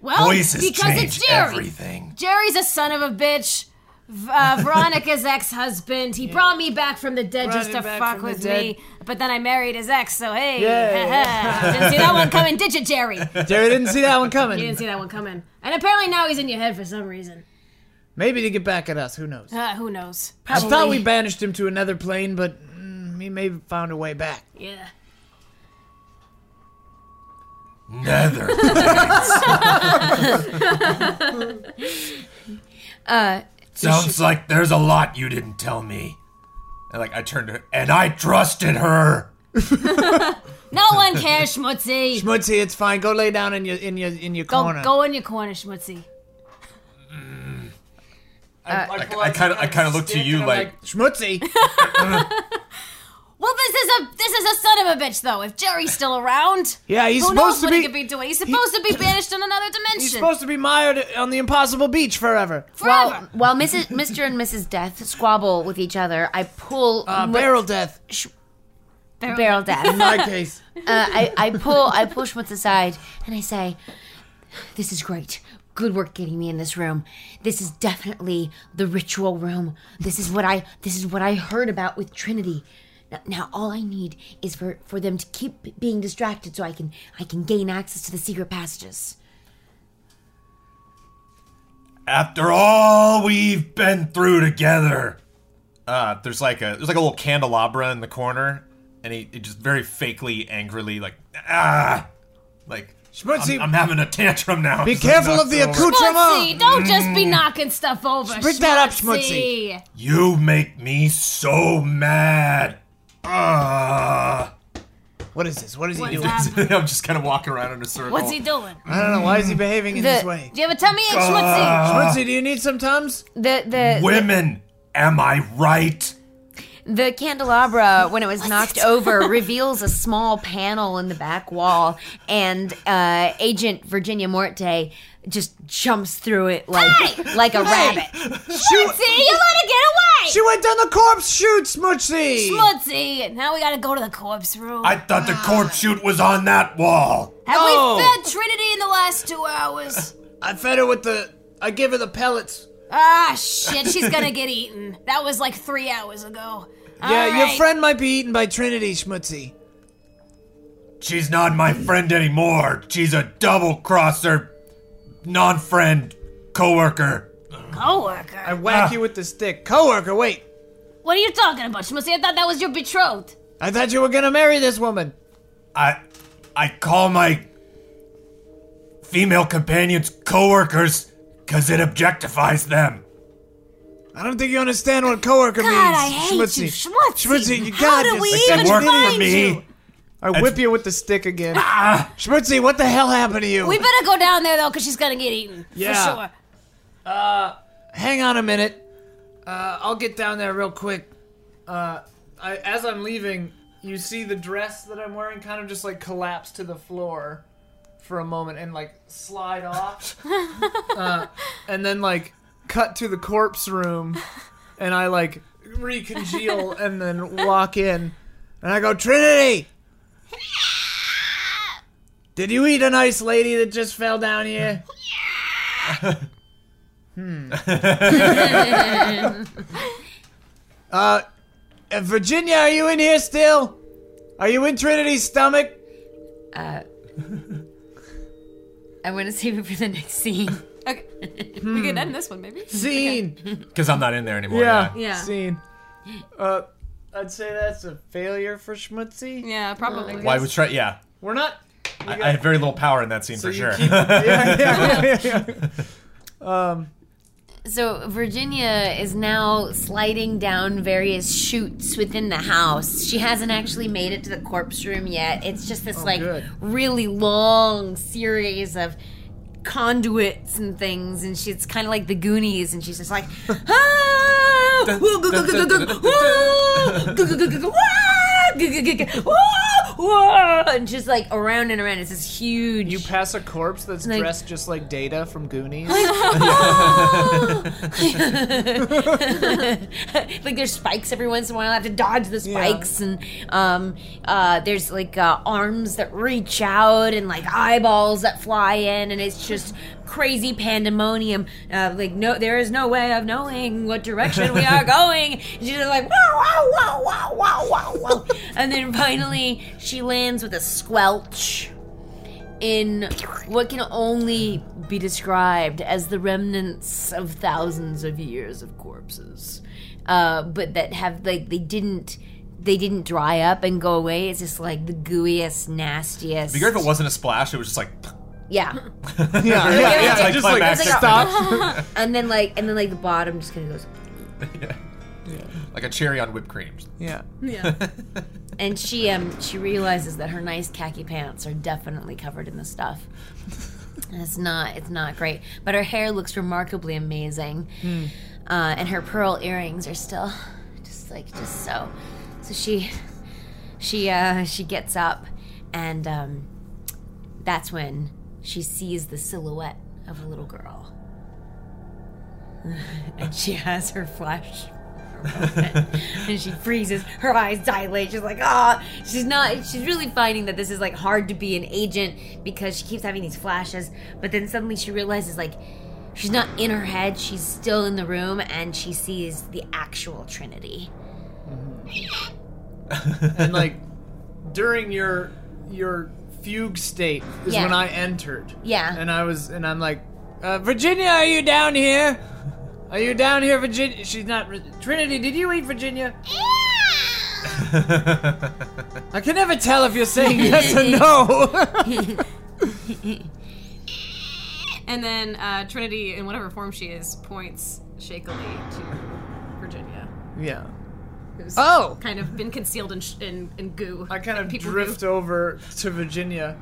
Well, because it's Jerry. Jerry's a son of a bitch. V- Uh, Veronica's ex-husband. He brought me back from the dead Brought just me to back fuck from the with me. But then I married his ex, so hey, Yay. didn't see that one coming, did you, Jerry? You Jerry didn't see that one coming. didn't see that one coming. And apparently now he's in your head for some reason. Maybe to get back at us. Who knows? Uh, who knows? I thought we banished him to another plane, but mm, he may have found a way back. Yeah. Nether. Uh. Sounds like there's a lot you didn't tell me. And like I turned to her, and I trusted her. No one cares, Schmutzy. Schmutzy, it's fine. Go lay down in your in your in your Go, corner. go in your corner, Schmutzy. I, I kind of, I kind of looked to you like, Schmutzy. Well, this is a this is a son of a bitch though. If Jerry's still around, Yeah, he's who supposed knows to what be. he could be doing? He's supposed to be banished in another dimension. He's supposed to be mired on the impossible beach forever. While while Mrs. Mr. and Mrs. Death squabble with each other, I pull Uh, barrel death. barrel death. In my case. uh, I, I pull I pull Schmutz aside and I say, "This is great. Good work getting me in this room. This is definitely the ritual room. This is what I this is what I heard about with Trinity. Now, now all I need is for for them to keep being distracted so I can I can gain access to the secret passages. after all we've been through together. Uh, there's like a, there's like a little candelabra in the corner, and he, he just very fakely, angrily, like, ah, like, Schmutzy. I'm, I'm having a tantrum now. Be careful of the Schmutzy, accoutrement. don't just be knocking stuff over. Pick that up, Schmutzy. Schmutzy. You make me so mad. Ah. What is this? What is he What's doing? happening? I'm just kind of walking around in a circle. What's he doing? I don't know. Why is he behaving in this The- way? Do you have a tummy ache, Ah. Schmutzy? Schmutzy, do you need some tums? The the Women, am I right? The candelabra, when it was knocked over, reveals a small panel in the back wall, and uh, Agent Virginia Morte just jumps through it like like a rabbit. Schmutzy, you let it She went down the corpse chute, Schmutzy! get away! Schmutzy, now we gotta go to the corpse room. I thought Ah. the corpse chute was on that wall. have No. we fed Trinity in the last two hours? I fed her with the. I give her the pellets. ah, shit, she's gonna get eaten. That was like three hours ago. Yeah, All your right. friend might be eaten by Trinity, Schmutzy. She's not my friend anymore. She's a double crosser, non friend, coworker. Coworker. I whack you with the stick. Coworker, wait. What are you talking about, Schmutzy? I thought that was your betrothed. I thought you were gonna marry this woman. I I call my female companions coworkers because it objectifies them. I don't think you understand what coworker means. God, I hate Schmutzy. you, Schmutzy. Schmutzy, you got How do this. we Like, They even work find for me. Ah. you? I whip you with the stick again. Schmutzy, what the hell happened to you? Ah. We better go down there though, cause she's gonna get eaten Yeah. for sure. Hang on a minute. Uh, I'll get down there real quick. Uh, I, as I'm leaving, you see the dress that I'm wearing kind of just like collapse to the floor for a moment and like slide off. uh, and then like cut to the corpse room and I like recongeal and then walk in and I go, Trinity! Did you eat a nice lady that just fell down here? Uh, Virginia, are you in here still? Are you in Trinity's stomach? I want to save it for the next scene. Okay. We could end this one, maybe. Scene. Because I'm not in there anymore. Yeah. Scene. Uh, I'd say that's a failure for Schmutzy. Yeah, probably. Why would try? Yeah, We're not. I, I had very little power in that scene for you sure. keep- Yeah, yeah, yeah, yeah. So Virginia is now sliding down various chutes within the house. She hasn't actually made it to the corpse room yet. It's just this like good. really long series of conduits and things, and she's kind of like the Goonies, and she's just like, ah, woo, goo, goo, goo, goo, goo, woo, goo, goo, goo, goo, goo, wah, goo, goo, goo, goo, wah, wah," and just like around and around. It's this huge. You pass a corpse that's Like- dressed just like Data from Goonies. like there's spikes every once in a while. I have to dodge the spikes, and um, uh, there's like uh, arms that reach out and like eyeballs that fly in, and it's just crazy pandemonium. Uh, like no, there is no way of knowing what direction we are going. And she's just like wow, wow, wow, wow, wow, wow, wow, and then finally she lands with a squelch in what can only be described as the remnants of thousands of years of corpses, uh, but that have like they didn't they didn't dry up and go away. It's just like the gooiest, nastiest. Be great if it wasn't a splash. It was just like yeah, yeah, yeah, yeah. yeah, Just like, climactic. stop. and then like and then like the bottom just kind of goes, like a cherry on whipped cream. yeah. and she um she realizes that her nice khaki pants are definitely covered in the stuff. And It's not. It's not great, but her hair looks remarkably amazing, uh, and her pearl earrings are still just like just so. So she, she, uh, she gets up, and um, that's when she sees the silhouette of a little girl, and she has her flash and she freezes. Her eyes dilate. She's like, ah. She's not. She's really finding that this is like hard to be an agent because she keeps having these flashes. But then suddenly she realizes like she's not in her head. She's still in the room, and she sees the actual Trinity. and like during your your fugue state is Yeah. when I entered. Yeah. And I was and I'm like, uh, Virginia, are you down here? Are you down here, Virginia? She's not. Trinity, did you eat Virginia? I can never tell if you're saying yes or no. And then uh, Trinity, in whatever form she is, points shakily to Virginia. yeah. who's Oh! kind of been concealed in, sh- in, in goo. I kind and of people drift goo. over to Virginia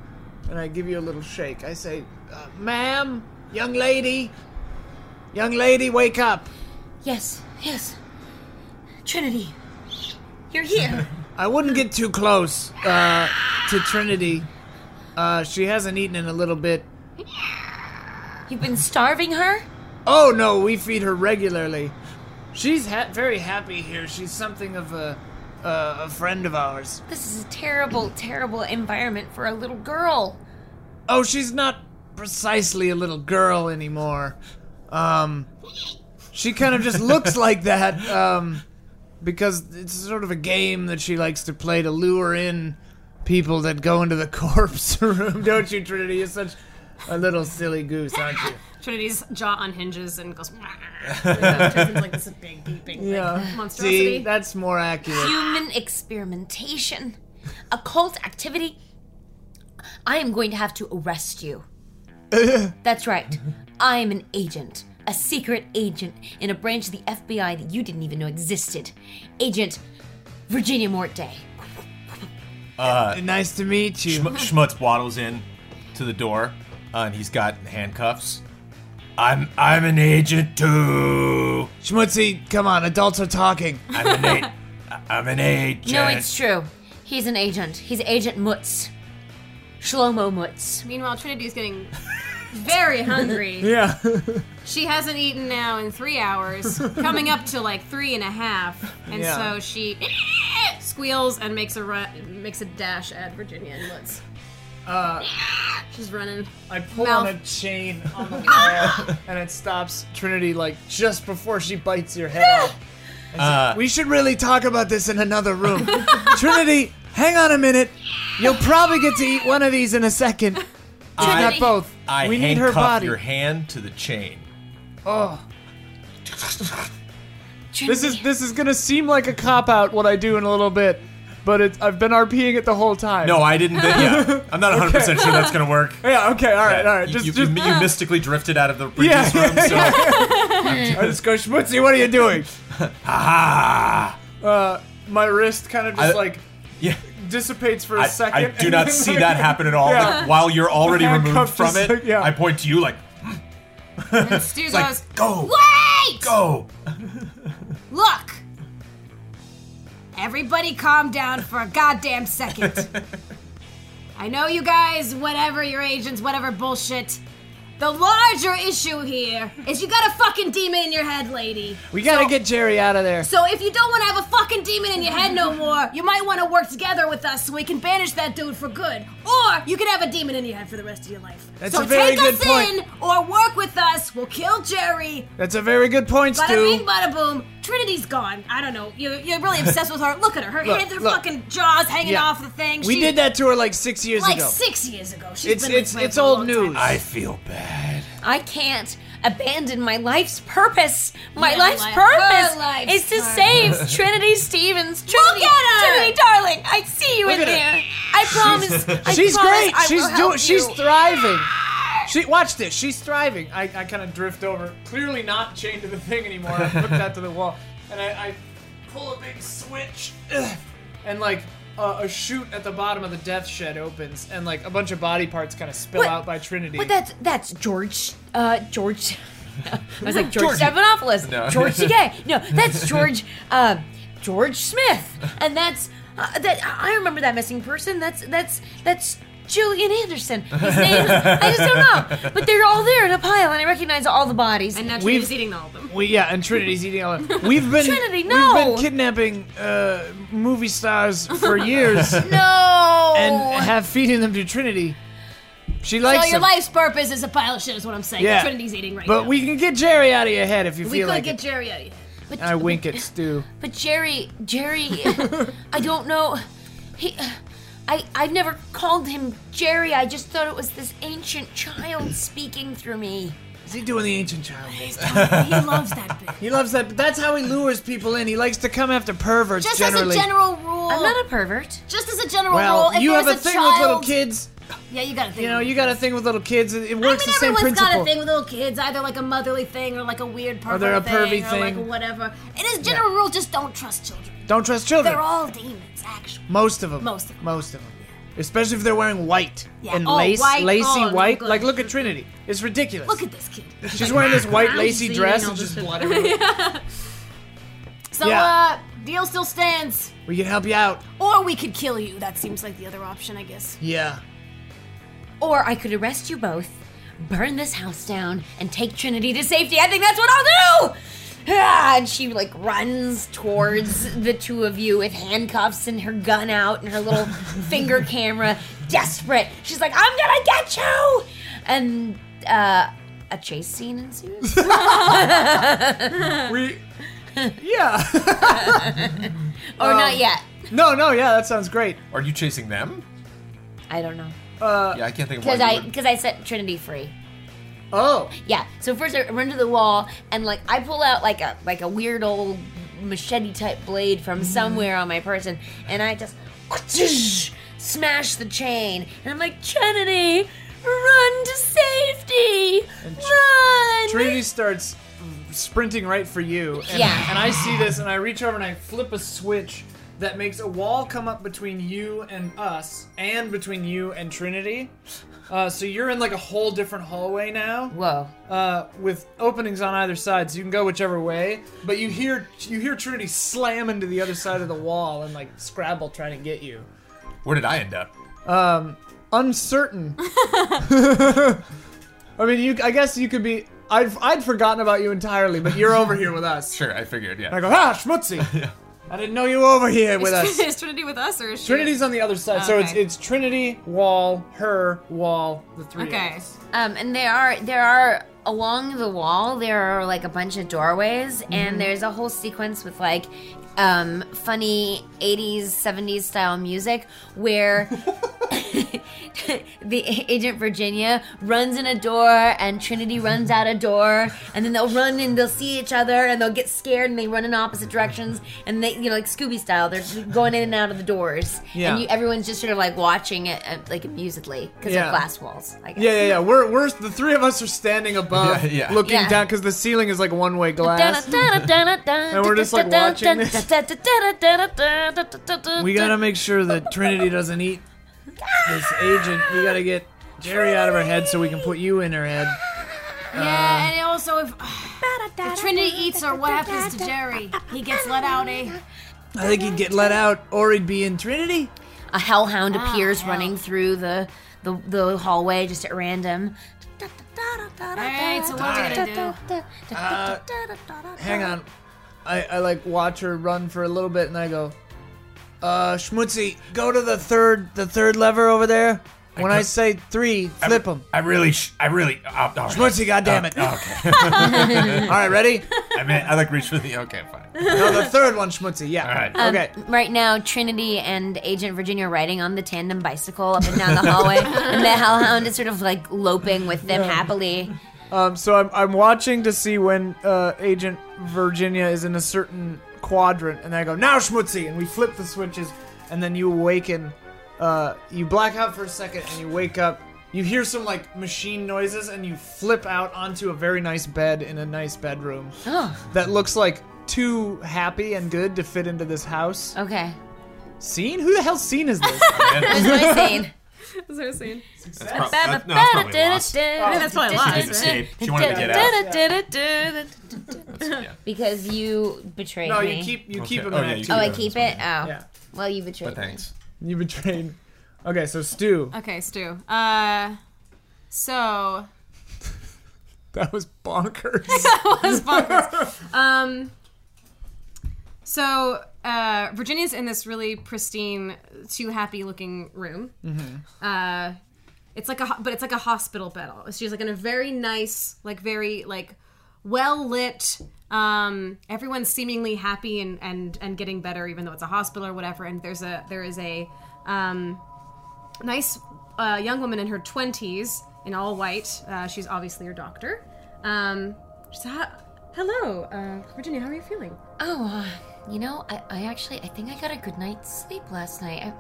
and I give you a little shake. I say, uh, ma'am, young lady, young lady, wake up. Yes, yes. Trinity, you're here. I wouldn't get too close uh, to Trinity. Uh, she hasn't eaten in a little bit. You've been starving her? Oh no, we feed her regularly. She's ha- very happy here. She's something of a uh, a friend of ours. This is a terrible, terrible environment for a little girl. Oh, she's not precisely a little girl anymore. Um, she kind of just looks like that. Um, because it's sort of a game that she likes to play to lure in people that go into the corpse room. Don't you, Trinity? You're such a little silly goose, aren't you? Trinity's jaw unhinges and goes. and turns into, like this big beeping Yeah. monstrosity. See, that's more accurate. Human experimentation, occult activity. I am going to have to arrest you. That's right. I am an agent, a secret agent in a branch of the FBI that you didn't even know existed. Agent Virginia Morte. Nice to meet you. Schmutz- Schmutz waddles in to the door, uh, and he's got handcuffs. I'm I'm an agent too. Schmutzy, come on, adults are talking. I'm an, a- I'm an agent. No, it's true. He's an agent. He's Agent Mutz. Shlomo Mutz. Meanwhile, Trinity's getting very hungry. Yeah. She hasn't eaten now in three hours, coming up to like three and a half, and Yeah. so she squeals and makes a run, makes a dash at Virginia and Woods. Uh, She's running. I pull Mouth. on a chain on the wall, and it stops Trinity like just before she bites your head off. Uh, We should really talk about this in another room. Trinity, hang on a minute. You'll probably get to eat one of these in a second. If not both. I we need handcuff her body. your hand to the chain. Oh. This is this is gonna seem like a cop out what I do in a little bit, but it's, I've been RPing it the whole time. No, I didn't. Think, yeah, I'm not 100 percent sure that's gonna work. Yeah. Okay. All right. All right. You- Just you, just you, you mystically drifted out of the previous Yeah, room. So, I just go, Schmutzy, what are you doing? ah, Uh, my wrist kind of just I- like yeah. dissipates for a I, second. I do and not then, see like- that happen at all. Yeah. Like, while you're already removed Handcuff from just it, like- yeah. I point to you like, Stu goes, like go, Wait! go. Look! Everybody calm down for a goddamn second. I know you guys, whatever your agents, whatever bullshit. The larger issue here is you got a fucking demon in your head, lady. We gotta get Jerry out of there. So if you don't want to have a fucking demon in your head no more, you might want to work together with us so we can banish that dude for good. Or you can have a demon in your head for the rest of your life. That's so a very take good us point. in or work with us. We'll kill Jerry, That's a very good point, Bada bing, Stu. bada boom. Trinity's gone. I don't know. You're, you're really obsessed with her. Look at her. Her Look, hands, her look. fucking jaws hanging Yeah. off the thing. We She- did that to her like six years like ago. six years ago. She's it's been it's with Ray it's for a old long news. time. I feel bad. I can't abandon my life's purpose. My Yeah, life's li- purpose her life's is to save Trinity Stevens. Trinity, at her! Trinity, darling, I see you in at her. there. I promise. I She's promise great. I she's will doing. help She's you. thriving. She watch this. She's thriving. I, I kind of drift over, clearly not chained to the thing anymore. I hook that to the wall, and I, I pull a big switch, ugh, and like a a chute at the bottom of the death shed opens, and like a bunch of body parts kind of spill What- out by Trinity. But that's that's George. Uh, George. I was like George Stephanopoulos. No. George Takei. No, that's George. Uh, George Smith. And that's uh, that. I remember that missing person. That's that's that's Julian Anderson. His name. I just don't know. But they're all there in a pile, and I recognize all the bodies. and now We've- Trinity's eating all of them. We yeah, and Trinity's eating all. That. We've been Trinity, We've no! been kidnapping uh, movie stars for years and no. have feeding them to Trinity. She likes So your them. life's purpose is a pile of shit, is what I'm saying. Yeah. Trinity's eating right but now. we can get Jerry out of your head if you we feel could like get it. Jerry out of here. but, And I wink at Stu. But Jerry, Jerry, I don't know. He, uh, I, I've never called him Jerry. I just thought it was this ancient child speaking through me. Is he doing the ancient child? thing? He loves that bit. He loves that. That's how he lures people in. He likes to come after perverts Just generally. as a general rule. I'm not a pervert. just as a general well, rule, if you have there's a thing with child, little kids. Yeah, you got to think. You know, you got a thing with little kids. It, it works I mean, the same everyone's got principle. a thing with little kids, either like a motherly thing or like a weird pervy they're a thing, pervy or thing. like whatever. It is general rule, just don't trust children. Don't trust children. They're all demons, actually. most of them. Most of 'em. Most of them. Especially if they're wearing white Yeah. and Oh, lace, white. lacy Oh, no white. good. Like, look at Trinity. It's ridiculous. Look at this kid. She's wearing this white lacy seeing dress all and this just stuff. blood everywhere. So, Yeah. uh, deal still stands. We can help you out. Or we could kill you. That seems like the other option, I guess. Yeah. Or I could arrest you both, burn this house down, and take Trinity to safety. I think that's what I'll do! Ah, and she like runs towards the two of you with handcuffs and her gun out and her little finger camera, desperate. She's like, I'm gonna get you! And uh, a chase scene ensues. We. Yeah. or not yet. no, no, yeah, that sounds great. Are you chasing them? I don't know. Yeah, I can't think of Because why you I, would- cause I set Trinity free. Oh. Yeah. So first I run to the wall and like I pull out like a like a weird old machete type blade from somewhere on my person and I just smash the chain and I'm like Trinity, run to safety, run. Trinity starts sprinting right for you. And, Yeah. And I see this, and I reach over and I flip a switch that makes a wall come up between you and us, and between you and Trinity. Uh, so you're in like a whole different hallway now, Whoa. uh, with openings on either side, so you can go whichever way. But you hear you hear Trinity slam into the other side of the wall and like scrabble trying to get you. Where did I end up? uncertain. I mean, you. I guess you could be. I'd, I'd forgotten about you entirely, but you're over here with us. Sure, I figured. Yeah. I go, ah, schmutzy. I didn't know you were over here with us. is Trinity with us or is she? Trinity's on the other side, so it's Okay. it's Trinity, Wall, her, Wall, the three. Okay. Of us. Um, and there are there are along the wall there are like a bunch of doorways, Mm-hmm. and there's a whole sequence with like um, funny '80s, '70s style music where the agent Virginia runs in a door, and Trinity runs out a door, and then they'll run and they'll see each other, and they'll get scared and they run in opposite directions, and they you know like Scooby style they're going in and out of the doors, Yeah. and you, everyone's just sort of like watching it uh, like amusedly because Yeah. they're glass walls. I guess. Yeah, yeah, yeah. We're we're the three of us are standing above, Yeah, yeah. looking Yeah. down because the ceiling is like one way glass. and we're just, like, watching this. We gotta make sure that Trinity doesn't eat this agent. We gotta get Jerry out of her head so we can put you in her head. Yeah, and also if, if Trinity eats her, what happens to Jerry? He gets let out, eh? I think he'd get let out, or he'd be in Trinity. A hellhound appears running through the, the the hallway just at random. Alright, so what are we gonna do? Hang on, I, I like watch her run for a little bit, and I go, "Uh, Schmutzy, go to the third, the third lever over there. When I, got- say three, flip them. I really, sh- I really. Oh, all right. Schmutzy, goddamn it! Okay. All right, ready? I mean, I like reach for the. Okay, fine. No, the third one, Schmutzy. Yeah. All right. Um, Okay. Right now, Trinity and Agent Virginia are riding on the tandem bicycle up and down the hallway, and the hellhound is sort of like loping with them happily. Um, so I'm, I'm watching to see when uh, Agent Virginia is in a certain quadrant, and I go now Schmutzy, and we flip the switches, and then you awaken. Uh, you black out for a second, and you wake up. You hear some like machine noises, and you flip out onto a very nice bed in a nice bedroom that looks like too happy and good to fit into this house. Okay, Scene? Who the hell scene is this? that's what I'm saying. That's what I was saying. That's prob- that- no, that's probably lost. That's probably lies. Didn't escape. She wanted to get out. Because you betrayed no, me. you keep you keep Okay. him. Oh, in yeah, it. you oh, I Yeah, keep it. Oh, Yeah. well, you betrayed But me. thanks. you betrayed. Okay, so Stu, Okay, Stu. Uh, so that was bonkers. was bonkers. um, so uh, Virginia's in this really pristine, too happy looking room. Uh, it's like a ho- but it's like a hospital bed. all- She's like in a very nice, like very like well lit. Um, everyone's seemingly happy and and and getting better, even though it's a hospital or whatever. And there's a there is a um, nice uh, young woman in her 20s in all white. Uh, she's obviously your doctor. Um, she's, "Ha- Hello, uh, Virginia, how are you feeling? Oh, uh, you know, I, I actually I think I got a good night's sleep last night. I'm,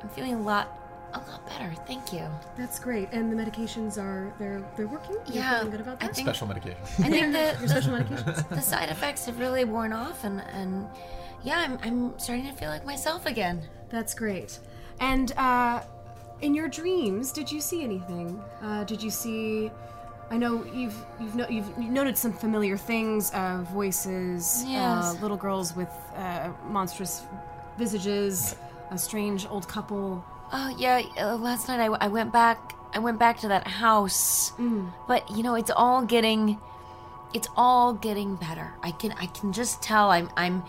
I'm feeling a lot a lot better. Thank you. That's great. And the medications are they're they're working. You're Yeah, feeling good about I that. think Special medication. I think the, Your special medications. the side effects have really worn off, and and yeah, I'm I'm starting to feel like myself again. That's great. And uh, in your dreams, did you see anything? Uh, did you see? I know you've you've, no, you've you noted some familiar things, uh, voices, uh, Yes. little girls with uh, monstrous visages, a strange old couple. Oh yeah, uh, last night I, I went back. I went back to that house, but you know it's all getting, it's all getting better. I can I can just tell I'm I'm,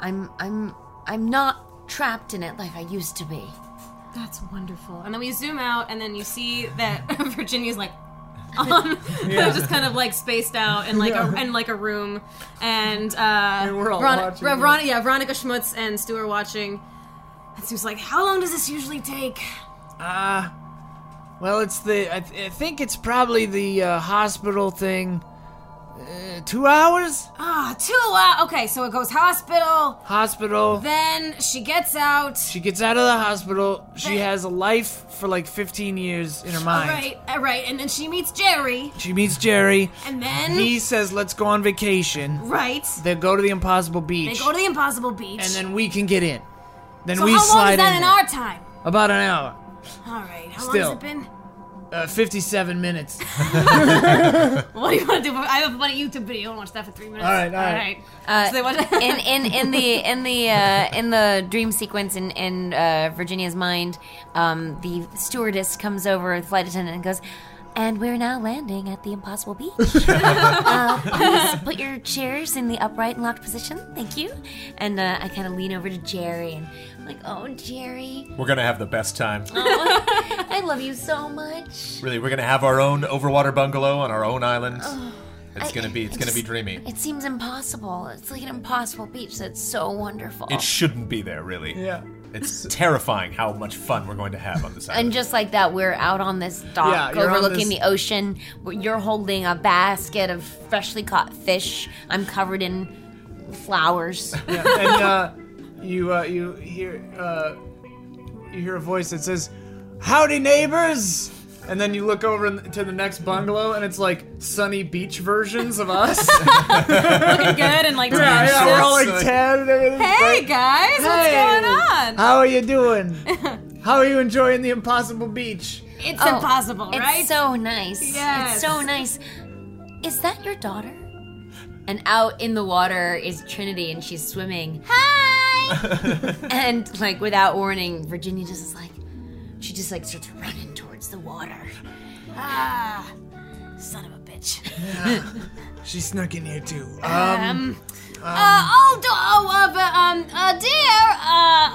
I'm I'm I'm not trapped in it like I used to be. That's wonderful. And then we zoom out, and then you see that Virginia's like, um, just kind of like spaced out in like a, in like a room, and uh, and we're all watching you. yeah, Veronica Schmutz and Stu are watching. And Stu's like, "How long does this usually take?" Well, it's the. I, th- I think it's probably the uh, hospital thing. Uh, two hours? Ah, two hours. Okay, so it goes hospital. Hospital. Then she gets out. she gets out of the hospital. She has a life for like 15 years in her mind. Right, uh, right, and then she meets Jerry, She meets Jerry. and then He says, let's go on vacation. right, They go to the impossible beach. they go to the Impossible Beach. and then we can get in. Then so we how long slide is that in, in. there. our time? About an hour. All right, how Still. long has it been? Uh, 57 minutes. What do you want to do? I have a funny YouTube video. I want to watch that for three minutes. All right, all right. Uh, So they watch- in in in the in the uh, in the dream sequence in in uh, Virginia's mind, um, the stewardess comes over, the flight attendant, and goes. And we're now landing at the Impossible Beach. uh, please put your chairs in the upright and locked position. Thank you. And uh, I kind of lean over to Jerry and I'm like, oh, Jerry, We're gonna have the best time. I love you so much. Really, we're gonna have our own overwater bungalow on our own island. It's I- gonna be it's I gonna be just- dreamy. It seems impossible. It's like an impossible beach that's so wonderful. It shouldn't be there, really. Yeah. It's terrifying how much fun we're going to have on this island. And just like that, we're out on this dock Yeah, you're on overlooking this- the ocean. where You're holding a basket of freshly caught fish. I'm covered in flowers. and uh, you uh, you hear uh, you hear a voice that says, "Howdy, neighbors!" And then you look over in- to the next bungalow, and it's like sunny beach versions of us. Looking good and like. yeah, yeah, we're all like Shorts. tan and everything. Hey guys, what's Hey. going on? How are you doing? How are you enjoying the impossible beach? It's Oh, impossible, It's right? so nice. Yes. It's so nice. Is that your daughter? And out in the water is Trinity, and she's swimming. Hi! and like without warning, Virginia just is like, she just like starts running towards the water. Ah, Son of a bitch. She snuck in here too. Um, Uh, oh, do- oh, uh, but, um, uh, dear, uh,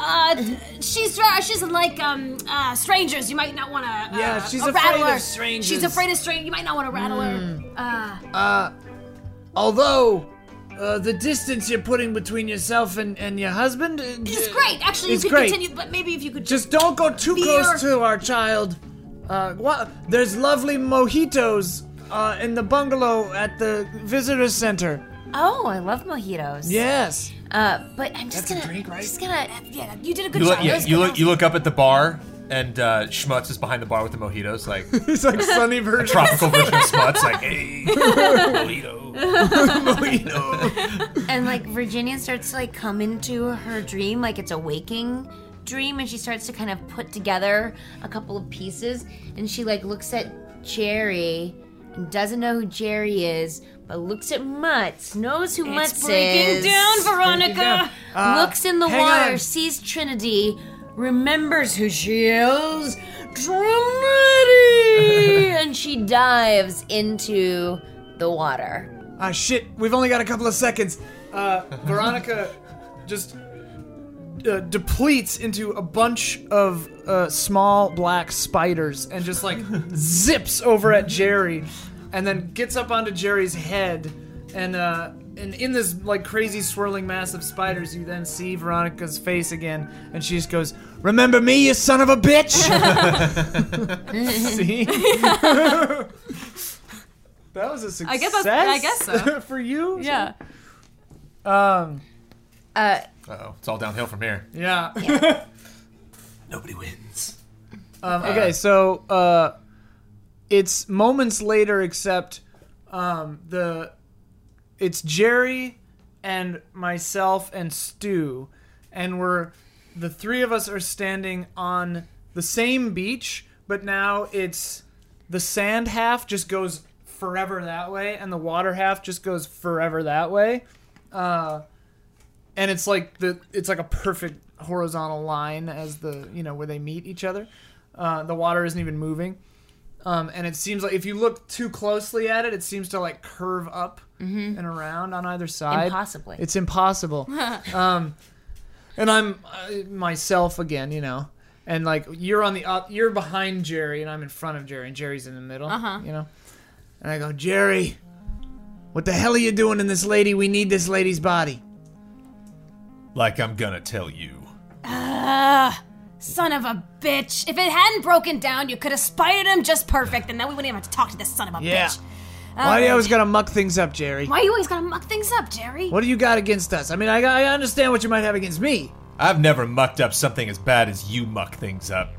uh, she's, uh, she's like, um, uh, strangers. You might not want to, uh, Yeah, she's uh, afraid rattle of her. strangers. Hmm. She's afraid of strangers. You might not want to rattle her. Uh, although. Uh, the distance you're putting between yourself and, and your husband uh, it's great. Actually, you it's could great. continue, but maybe if you could Just don't go too Beer. close to our child. Uh, wha- there's lovely mojitos uh, in the bungalow at the visitor center. Oh, I love mojitos. Yes. Uh, but I'm just That's a gonna, drink, right? just gonna. Yeah, you did a good you look, job. yeah, That was you good. look you look up at the bar, and uh, Schmutz is behind the bar with the mojitos, like He's like sunny version. tropical version of Schmutz, like hey, mojito, mojito. And like Virginia starts to like come into her dream, like it's a waking dream, and she starts to kind of put together a couple of pieces. And she like looks at Jerry and doesn't know who Jerry is, but looks at Mutz, knows who Mutz is. down, Veronica. Uh, looks in the hang water, on. sees Trinity, remembers who she is, Trinity, and she dives into the water. Ah, shit. We've only got a couple of seconds. Uh, Veronica just uh, depletes into a bunch of uh, small black spiders and just like zips over at Jerry and then gets up onto Jerry's head. And, uh, and in this like crazy swirling mass of spiders, you then see Veronica's face again, and she just goes, "Remember me, you son of a bitch." see, that was a success. guess that's- I guess so. for you. Yeah. Um. Oh, it's all downhill from here. Yeah. Nobody wins. Um, okay, so uh, it's moments later, except um, the it's Jerry and myself and Stu, and we're the three of us are standing on the same beach, but now it's the sand half just goes forever that way, and the water half just goes forever that way. Uh, and it's like the it's like a perfect horizontal line as the you know where they meet each other. Uh, the water isn't even moving, um, and it seems like if you look too closely at it, it seems to like curve up and around on either side. Impossibly. it's impossible. um, and I'm uh, myself again, you know, and like you're on the up, you're behind Jerry, and I'm in front of Jerry, and Jerry's in the middle, uh-huh. you know, and I go, Jerry. What the hell are you doing in this lady? We need this lady's body. Like I'm gonna tell you. Son of a bitch. If it hadn't broken down, you could have spited him just perfect, and then we wouldn't even have to talk to this son of a Yeah. bitch. Um, Why do you always gotta muck things up, Jerry? Why you always gotta muck things up, Jerry? What do you got against us? I mean, I, I understand what you might have against me. I've never mucked up something as bad as you muck things up.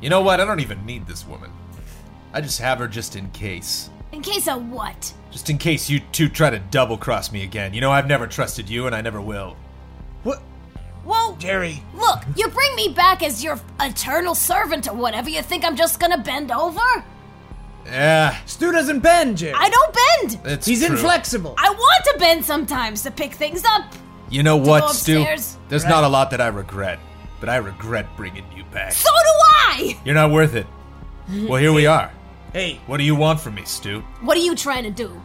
You know what? I don't even need this woman. I just have her just in case. In case of what? Just in case you two try to double cross me again. You know, I've never trusted you and I never will. What, Well, Jerry? look, you bring me back as your eternal servant or whatever. You think I'm just gonna bend over? Yeah, Stu doesn't bend, Jerry. I don't bend! it's He's true. inflexible. I want to bend sometimes to pick things up. You know what, Stu? upstairs. There's not a lot that I regret, but I regret bringing you back. So do I! You're not worth it. Well, here we are. hey, What do you want from me, Stu? What are you trying to do?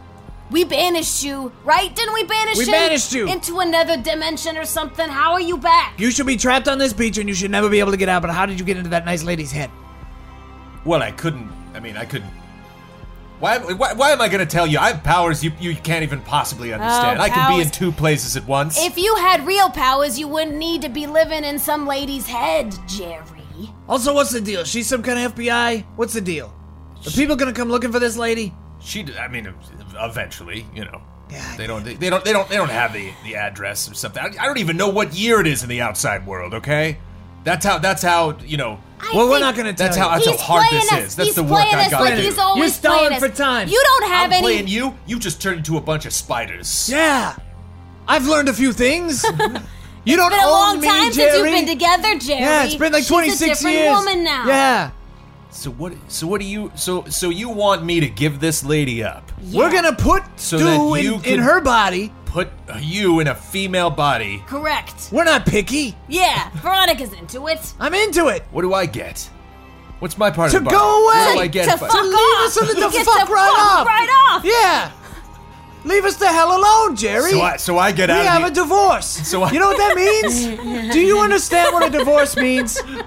We banished you, right? Didn't we banish We you? banished you. Into another dimension or something. How are you back? you should be trapped on this beach and you should never be able to get out. But how did you get into that nice lady's head? Well, I couldn't. I mean, I couldn't. Why, why, why am I going to tell you? I have powers you, you can't even possibly understand. I can be in Oh, powers. two places at once. If you had real powers, you wouldn't need to be living in some lady's head, Jerry. Also, what's the deal? She's some kind of FBI. What's the deal? Are people gonna come looking for this lady? She, d- I mean, ev- eventually, you know. Yeah, I They don't. They, they don't. They don't. They don't have the, the address or something. I, I don't even know what year it is in the outside world. Okay, that's how. That's how. You know. well, we're think not gonna tell That's you. how. That's how He's hard playing this us. is. That's he's the work playing I us like got to he's do. always You're stalling playing for us. time. You don't I'm have any. playing you. You just turned into a bunch of spiders. yeah, I've learned a few things. you don't It's been a own long me, Jerry. time since you've been together, Jerry. yeah, it's been like She's 26 a different years. woman now. Yeah. So what? So what do you? So so you want me to give this lady up? We're gonna put So Stu that in, you in could- her body. Put you in a female body. Correct. We're not picky. Yeah, Veronica's into it. I'm into it. What do I get? What's my part To of the go bargain? What do away! I get? to if I- fuck off. us the- He the gets fuck to right fuck off. Right off. Yeah. Leave us the hell alone, Jerry. so I so I get we out. have of a the- divorce. So I- you know what that means? Do you understand what a divorce means? It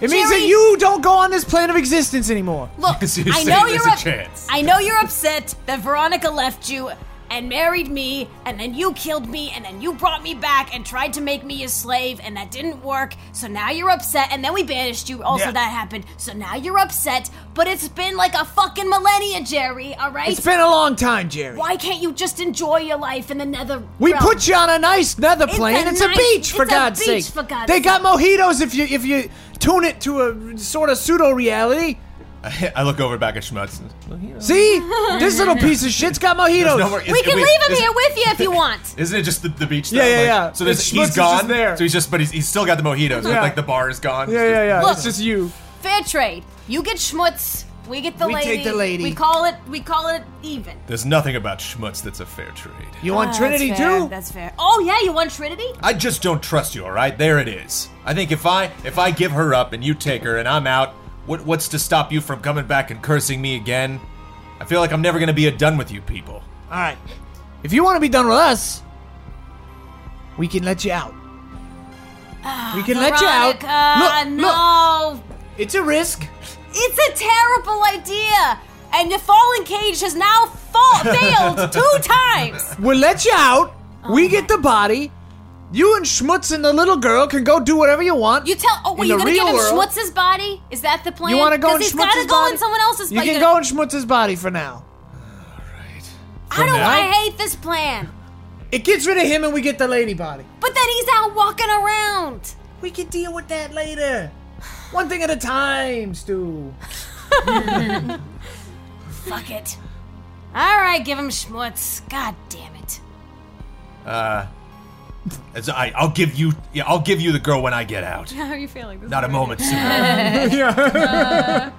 means that Jerry- you don't go on this plane of existence anymore. Look, So you're I saying know there's you're a up- chance. I know you're upset that Veronica left you and married me, and then you killed me, and then you brought me back and tried to make me a slave, and that didn't work. So now you're upset, and then we banished you. Also, Yeah. that happened. So now you're upset, but it's been like a fucking millennia, Jerry. All right. It's been a long time, Jerry. Why can't you just enjoy your life in the nether? We realm? put you on a nice nether plane. It's, a a nice- beach, for it's a God's sake. beach, for God's they got mojitos if you if you tune it to a sort of pseudo reality. I look over back at Schmutz. and- See, this little piece of shit's got mojitos. No more- is- We can wait, leave him is- here with you if you want. Isn't it just the, the beach? Yeah, though? yeah, Like, yeah. So there's, It's- he's Schmutz is just gone. there. So he's just, but he's, he's still got the mojitos. Yeah. But, like the bar is gone. Yeah, yeah, yeah. Look. It's just you. Fair trade. You get schmutz. We get the We lady. take the lady. We call it. We call it even. There's nothing about Schmutz that's a fair trade. You want Trinity Oh, that's fair, too? That's fair. Oh yeah, you want Trinity? I just don't trust you. All right, there it is. I think if I if I give her up and you take her and I'm out, what what's to stop you from coming back and cursing me again? I feel like I'm never gonna be done with you people. All right. If you want to be done with us, we can let you out. we can let you out. Ah, Veronica, Look, no. It's a risk. It's a terrible idea. And your fallen cage has now fa- failed two times. We'll let you out. Oh we get the body. You and Schmutz and the little girl can go do whatever you want. You tell. Oh, wait, In you're the gonna real give him world- Schmutz's body? Is that the plan? You want to go in Because Schmutz's body? he's gotta go in someone else's You body. can go in Schmutz's body for now. I don't. now. I hate this plan. It gets rid of him and we get the lady body. But then he's out walking around. We can deal with that later. One thing at a time, Stu. Fuck it. All right, give him schmutz. God damn it. uh, As I, I'll give you, yeah, I'll give you the girl when I get out. How are you feeling? This Not a moment sooner.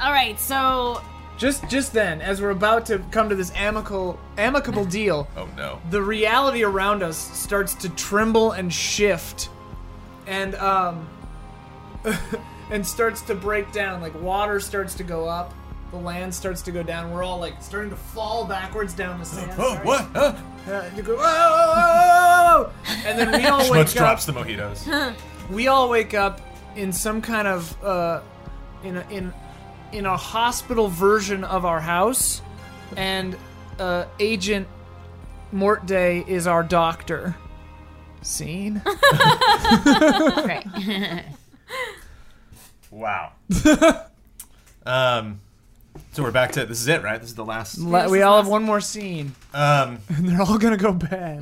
All right, so Just just then, as we're about to come to this amicable amicable deal, oh no. the reality around us starts to tremble and shift and um and starts to break down like water starts to go up the land starts to go down we're all like starting to fall backwards down the sand Oh Sorry. what? Huh? Uh, you go, "Whoa, whoa, whoa, whoa, whoa." and then we all Schmutz wake up drops the mojitos. we all wake up in some kind of uh, in a, in in a hospital version of our house, and uh, Agent Mort Day is our doctor. Scene. Right. wow. um, so we're back to this is it, right? This is the last. Le- we all have one more scene, Um, and they're all gonna go bad.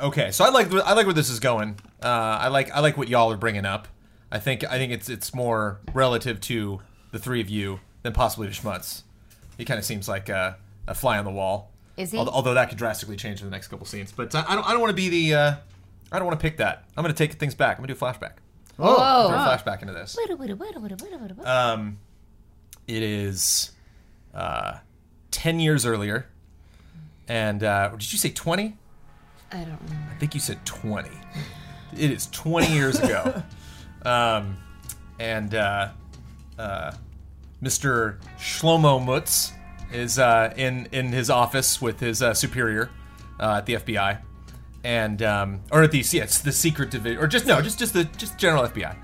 Okay, so I like I like where this is going. Uh, I like I like what y'all are bringing up. I think I think it's it's more relative to the three of you than possibly to Schmutz. He kind of seems like a, a fly on the wall. Is he? Al- Although that could drastically change in the next couple scenes. But I, I don't I don't want to be the uh, I don't want to pick that. I'm gonna take things back. I'm gonna do a flashback. Whoa. Throw a flashback into this. Um, it is uh, ten years earlier, and uh, did you say twenty? I don't know. I think you said 20. It is 20 years ago. Um, and uh, uh, Mr. Shlomo Mutz is uh, in, in his office with his uh, superior uh, at the FBI. And um, or at the yeah, it's the secret division or just no just just the just general FBI,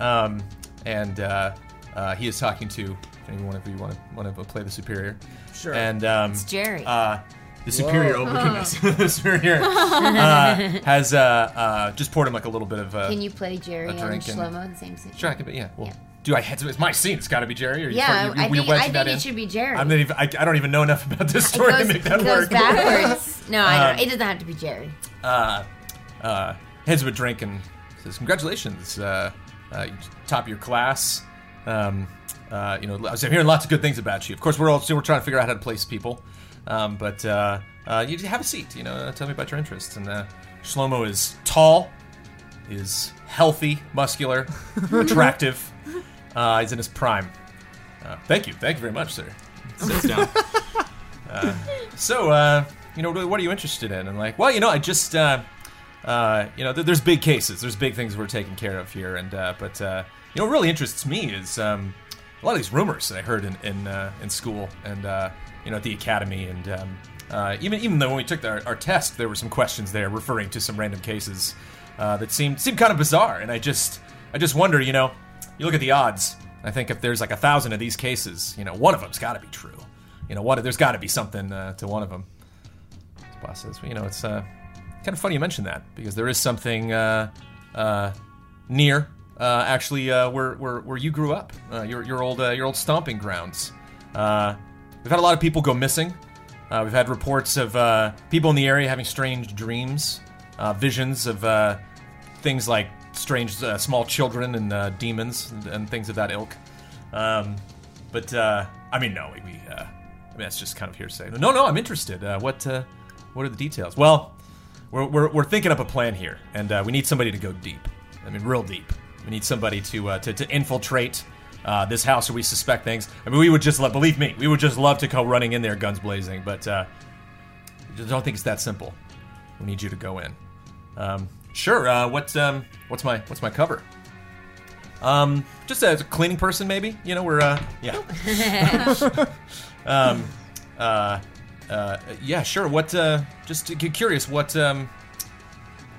um, and uh, uh, he is talking to if any one of you want to want to play the superior, Sure. And um, it's Jerry. uh, the superior, oh my goodness, the superior uh, has uh, uh, just poured him like a little bit of. Uh, Can you play Jerry a and drink and- Shlomo in the same scene? Sure, I can, but yeah. Well, Yeah. do I? It's my scene. It's got to be Jerry. Or Yeah, you, I you, you think, wedged I think that it in? should be Jerry. I'm not even. I, I don't even know enough about this it story goes, to make that it goes work. backwards. no, I don't. It doesn't have to be Jerry. uh, uh, heads him a drink and says, "Congratulations, uh, uh, you top of your class. Um, uh, you know, I was hearing lots of good things about you. Of course, we're all still we're trying to figure out how to place people, um, but uh, uh, you have a seat. You know, uh, tell me about your interests." And uh, Shlomo is tall, is healthy, muscular, attractive. Uh, he's in his prime. Uh, thank you, thank you very much, sir. Sits down. So, uh, you know, what are you interested in? And like, well, you know, I just, uh, uh, you know, th- there's big cases, there's big things we're taking care of here, and uh, but uh, you know, what really interests me is um, a lot of these rumors that I heard in in, uh, in school and uh, you know at the academy, and um, uh, even even though when we took our, our test, there were some questions there referring to some random cases uh, that seemed seemed kind of bizarre, and I just I just wonder, you know, you look at the odds. I think if there's like a thousand of these cases, you know, one of them's got to be true. You know, what there's got to be something uh, to one of them. His boss says, well, you know, it's uh, kind of funny you mentioned that because there is something uh, uh, near, uh, actually, uh, where, where where you grew up, uh, your your old uh, your old stomping grounds. Uh, we've had a lot of people go missing. Uh, we've had reports of uh, people in the area having strange dreams, uh, visions of uh, things like strange uh, small children and uh, demons and, and things of that ilk. Um, but uh, I mean, no, we. we uh, I mean, that's just kind of hearsay. No, no, I'm interested. Uh, what uh, What are the details? Well, we're, we're, we're thinking up a plan here, and uh, we need somebody to go deep. I mean, real deep. We need somebody to uh, to, to infiltrate uh, this house where we suspect things. I mean, we would just love, believe me, we would just love to go running in there, guns blazing. But uh, I just don't think it's that simple. We need you to go in. Um, sure. Uh, what's um, what's my what's my cover? Um, just as a cleaning person, maybe. You know, we're uh, yeah. um, uh, uh, yeah, sure. What? Uh, just c- curious. What? Um,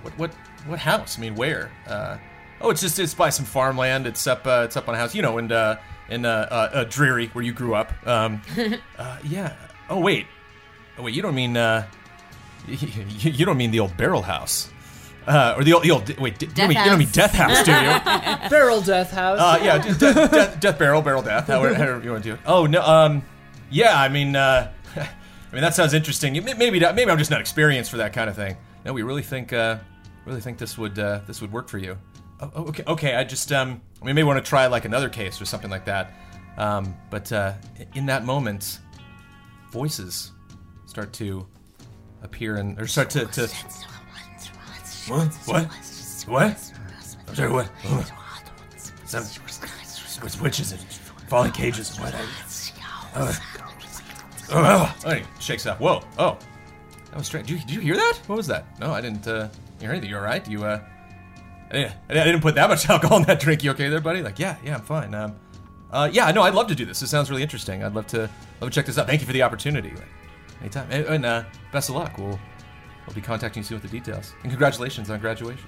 what? What? What house? I mean, where? Uh, oh, it's just it's by some farmland. It's up. Uh, it's up on a house. You know, and uh, in uh, uh, uh, Dreary, where you grew up. Um, uh, yeah. Oh wait. Oh wait. You don't mean. Uh, you, you don't mean the old barrel house. Uh, or the old, the old wait, d- you, don't mean, you don't mean death house, do you? Feral Death House. Uh, yeah, just death, death, death barrel, barrel death, however, however you want to do it. Oh no, um, yeah, I mean, uh, I mean that sounds interesting. May- Maybe not- maybe I'm just not experienced for that kind of thing. No, we really think uh, really think this would uh, this would work for you. Oh, oh, okay, okay. I just um, we may want to try like another case or something like that. Um, but uh, in that moment, voices start to appear and or start to, to what? What? What? I'm sorry. What? Some which is it? Falling cages. What? Uh, oh, oh, he shakes it up. Whoa. Oh, that was strange. Did you, did you hear that? What was that? No, I didn't uh, hear anything. You all right? You uh. I didn't, I didn't put that much alcohol in that drink. You okay there, buddy? Like, yeah, yeah, I'm fine. Um, uh, yeah, no, I'd love to do this. This sounds really interesting. I'd love to, love to check this out. Thank you for the opportunity. Like, anytime. And, and, uh, best of luck. We'll, we'll be contacting you soon with the details. And congratulations on graduation.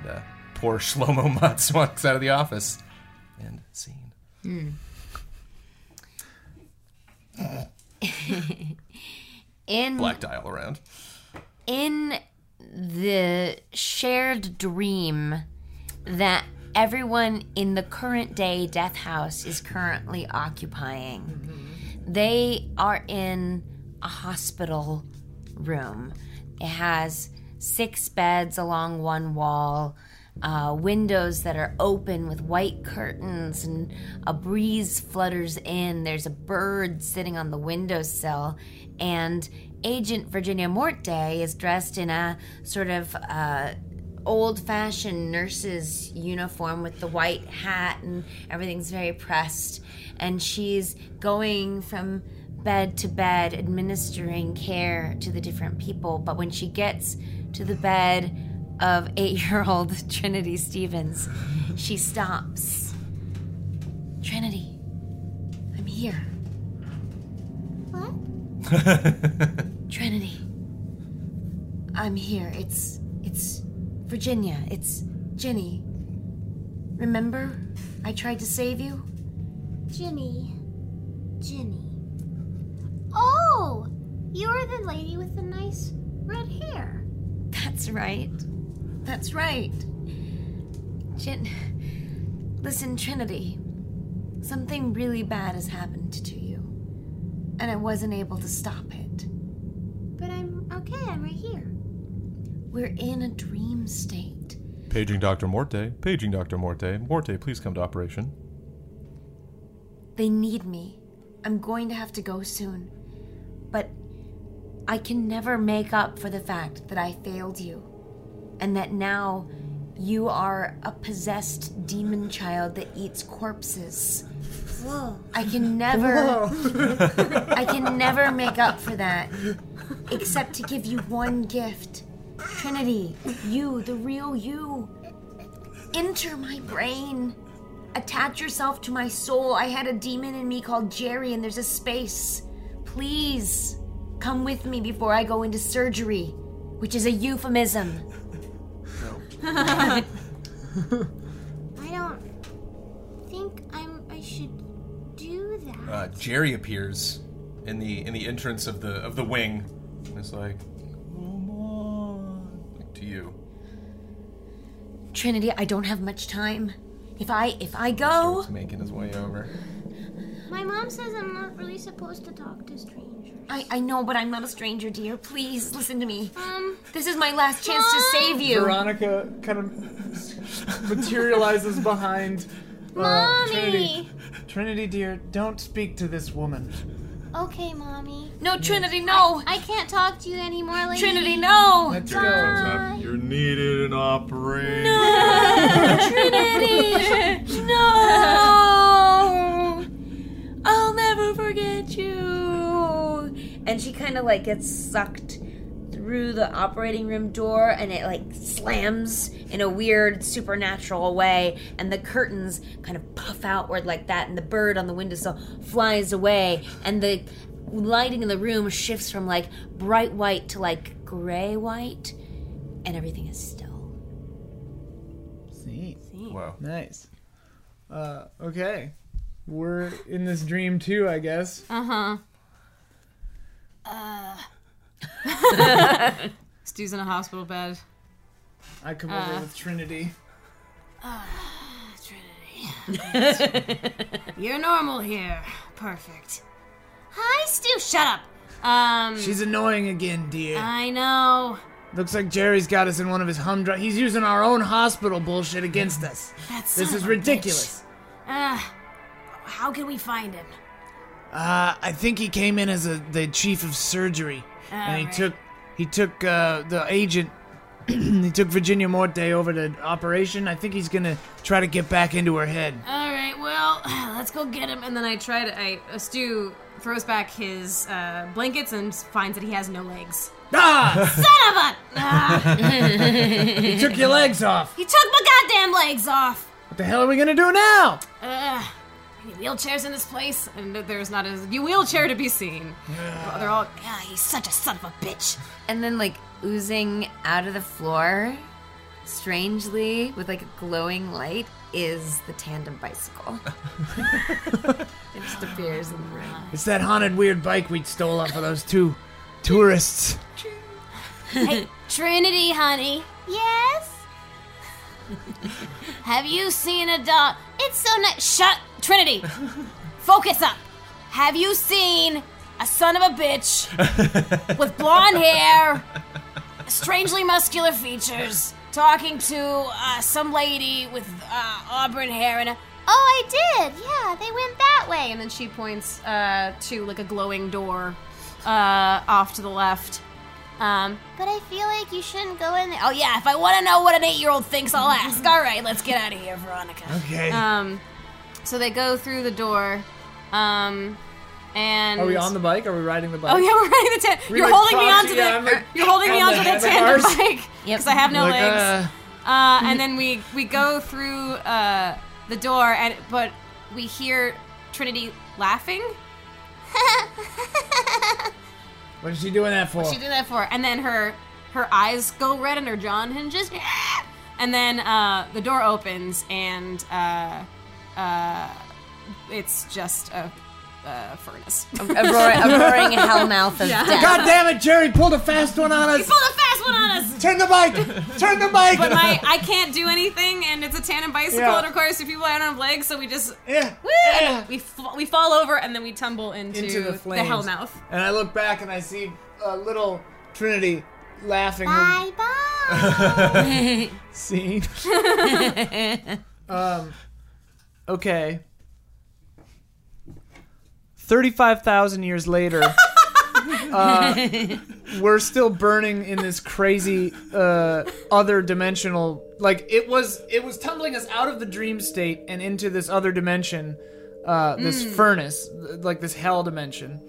And, uh, poor Shlomo Motz walks out of the office. And scene. In Black dial around. in the shared dream that everyone in the current day death house is currently occupying. Mm-hmm. They are in a hospital room. It has six beds along one wall, uh, windows that are open with white curtains, and a breeze flutters in. There's a bird sitting on the windowsill, and Agent Virginia Morte is dressed in a sort of uh, old fashioned nurse's uniform with the white hat and everything's very pressed. And she's going from bed to bed administering care to the different people. But when she gets to the bed of eight year old Trinity Stevens, she stops. Trinity, I'm here. Trinity. I'm here. It's it's Virginia. It's Ginny. Remember I tried to save you? Ginny. Ginny. Oh! You're the lady with the nice red hair. That's right. That's right. Gin Listen, Trinity. Something really bad has happened to you. And I wasn't able to stop it. But I'm okay, I'm right here. We're in a dream state. Paging Dr. Morte. Paging Dr. Morte. Morte, please come to operation. They need me. I'm going to have to go soon. But I can never make up for the fact that I failed you. And that now you are a possessed demon child that eats corpses. Whoa. I can never I can never make up for that. Except to give you one gift. Trinity, you, the real you. Enter my brain attach yourself to my soul. I had a demon in me called Jerry, and there's a space. Please come with me before I go into surgery, which is a euphemism. I don't think I'm I should do that. Uh, Jerry appears in the in the entrance of the of the wing. And it's like, come on, like to you. Trinity, I don't have much time. If I if I go, Starts making his way over. My mom says I'm not really supposed to talk to strangers. I I know, but I'm not a stranger, dear. Please listen to me. Um, This is my last chance to save you. Veronica kind of materializes behind. uh, Mommy! Trinity. Trinity, dear, don't speak to this woman. okay, mommy. No, Trinity, no. I can't talk to you anymore, lady. Trinity, no. Let's go. Bye. You're needed in operation. Trinity, no. I'll never forget you. And she kind of like gets sucked through the operating room door and it like slams in a weird supernatural way and the curtains kind of puff outward like that and the bird on the windowsill flies away and the lighting in the room shifts from like bright white to like gray white and everything is still. Sweet. Whoa. Nice. Uh, okay. We're in this dream too, I guess. Stu's in a hospital bed. I come over with Trinity. You're normal here. Perfect. Oh, Hi, Stu. Shut up. Um, She's annoying again, dear. I know. Looks like Jerry's got us in one of his humdrum. He's using our own hospital bullshit against us. this is ridiculous. Uh, How can we find him? Uh, I think he came in as a, the chief of surgery, and he took he took uh, the agent. he took Virginia Morte over to operation. I think he's gonna try to get back into her head. Uh, All right, well, let's go get him. And then I try to. I uh, Stu throws back his uh, blankets and finds that he has no legs. ah! Son of a! Ah, He took your legs off. he took my goddamn legs off. What the hell are we gonna do now? Ugh. Any wheelchairs in this place? And there's not a wheelchair to be seen. They're all. Ah, he's such a son of a bitch. And then, like, oozing out of the floor, strangely, with like a glowing light, is the tandem bicycle. it just appears in the room. It's that haunted weird bike we stole off of those two tourists. Trinity, honey. Yes? Have you seen a dog? It's so nice. Shut, Trinity. Focus up. Have you seen a son of a bitch with blonde hair, strangely muscular features, talking to uh, some lady with uh, auburn hair and a. Oh, I did. Yeah, they went that way. And then she points uh, to like a glowing door uh, off to the left. Um, but I feel like you shouldn't go in there. Oh, yeah, if I want to know what an eight year old thinks, I'll ask. All right, let's get out of here, Veronica. Okay. Um, so they go through the door. Um, and are we on the bike? Are we riding the bike? Oh yeah, we're riding the tent. We, you're like, holding me onto proxy- the. yeah, I'm, like, you're holding me on onto the the hand of tandem ours. bike because I have no Like, legs. uh, Uh, and then we we go through uh, the door, and but we hear Trinity laughing. what is she doing that for? She did that for, and then her her eyes go red and her jaw hinges, and then uh, the door opens, and uh, uh, it's just a, a furnace. A, roar- a roaring hellmouth of death. God damn it, Jerry pulled a fast one on us. Pull the fast one on us. Turn the bike. Turn the bike. But my I can't do anything, and it's a tandem bicycle, Yeah. and of course, if people I don't have legs, so we just Yeah. woo, and we f- we fall over, and then we tumble into, Into the the, flames. hellmouth. And I look back and I see uh, little Trinity laughing Bye bye. scene. um, okay. 35,000 years later, uh, we're still burning in this crazy uh, other dimensional like it was it was tumbling us out of the dream state and into this other dimension uh, this furnace th- like this hell dimension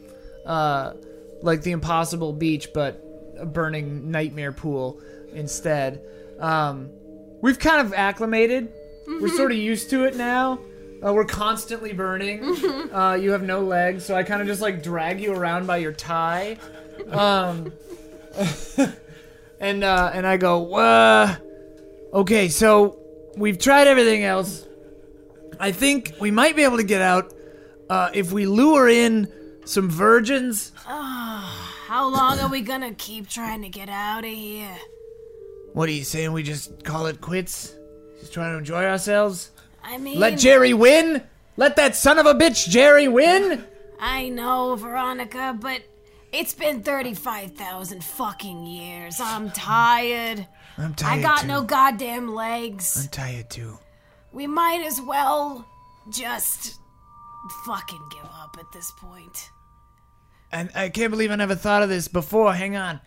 uh, like the impossible beach but a burning nightmare pool instead um, we've kind of acclimated. We're sort of used to it now. Uh, we're constantly burning. Uh, you have no legs, so I kind of just like drag you around by your tie. Um, and uh, and I go, uh, okay, so we've tried everything else. I think we might be able to get out uh, if we lure in some virgins. How long are we gonna keep trying to get out of here? What are you saying? We just call it quits? Just trying to enjoy ourselves? I mean, Let Jerry win? Let that son of a bitch Jerry win? I know, Veronica, but it's been 35,000 fucking years. I'm tired. I'm tired. I got too. no goddamn legs. I'm tired too. We might as well just fucking give up at this point. And I can't believe I never thought of this before. Hang on.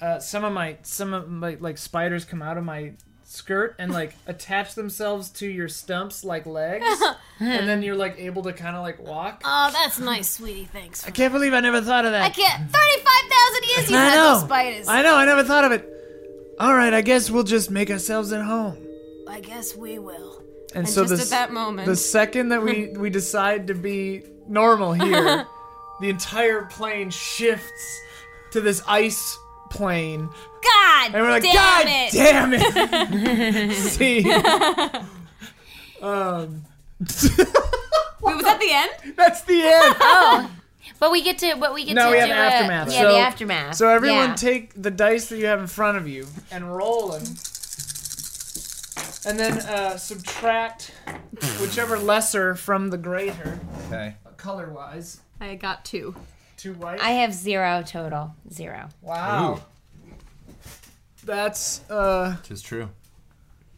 Uh, some of my some of my like spiders come out of my skirt and like attach themselves to your stumps like legs, and then you're like able to kind of like walk. Oh, that's nice, sweetie. Thanks. I can't believe I never thought of that. I can't. 35,000 years you I had know. those spiders. I know. I never thought of it. All right. I guess we'll just make ourselves at home. I guess we will. And, And so just this, at that moment, The second that we we decide to be normal here, the entire plane shifts to this ice plane, and God! we're like, Damn God it." damn it! See, Um, wait, was that the end? that's the end. But we get to what we get No, to we have do aftermath. A, yeah, So- the aftermath. So everyone, yeah. take the dice that you have in front of you and roll them, and then uh, subtract whichever lesser from the greater, Okay. color wise. I got two. Two white. Oh. I have zero total. Zero. wow. That's uh. Which is true.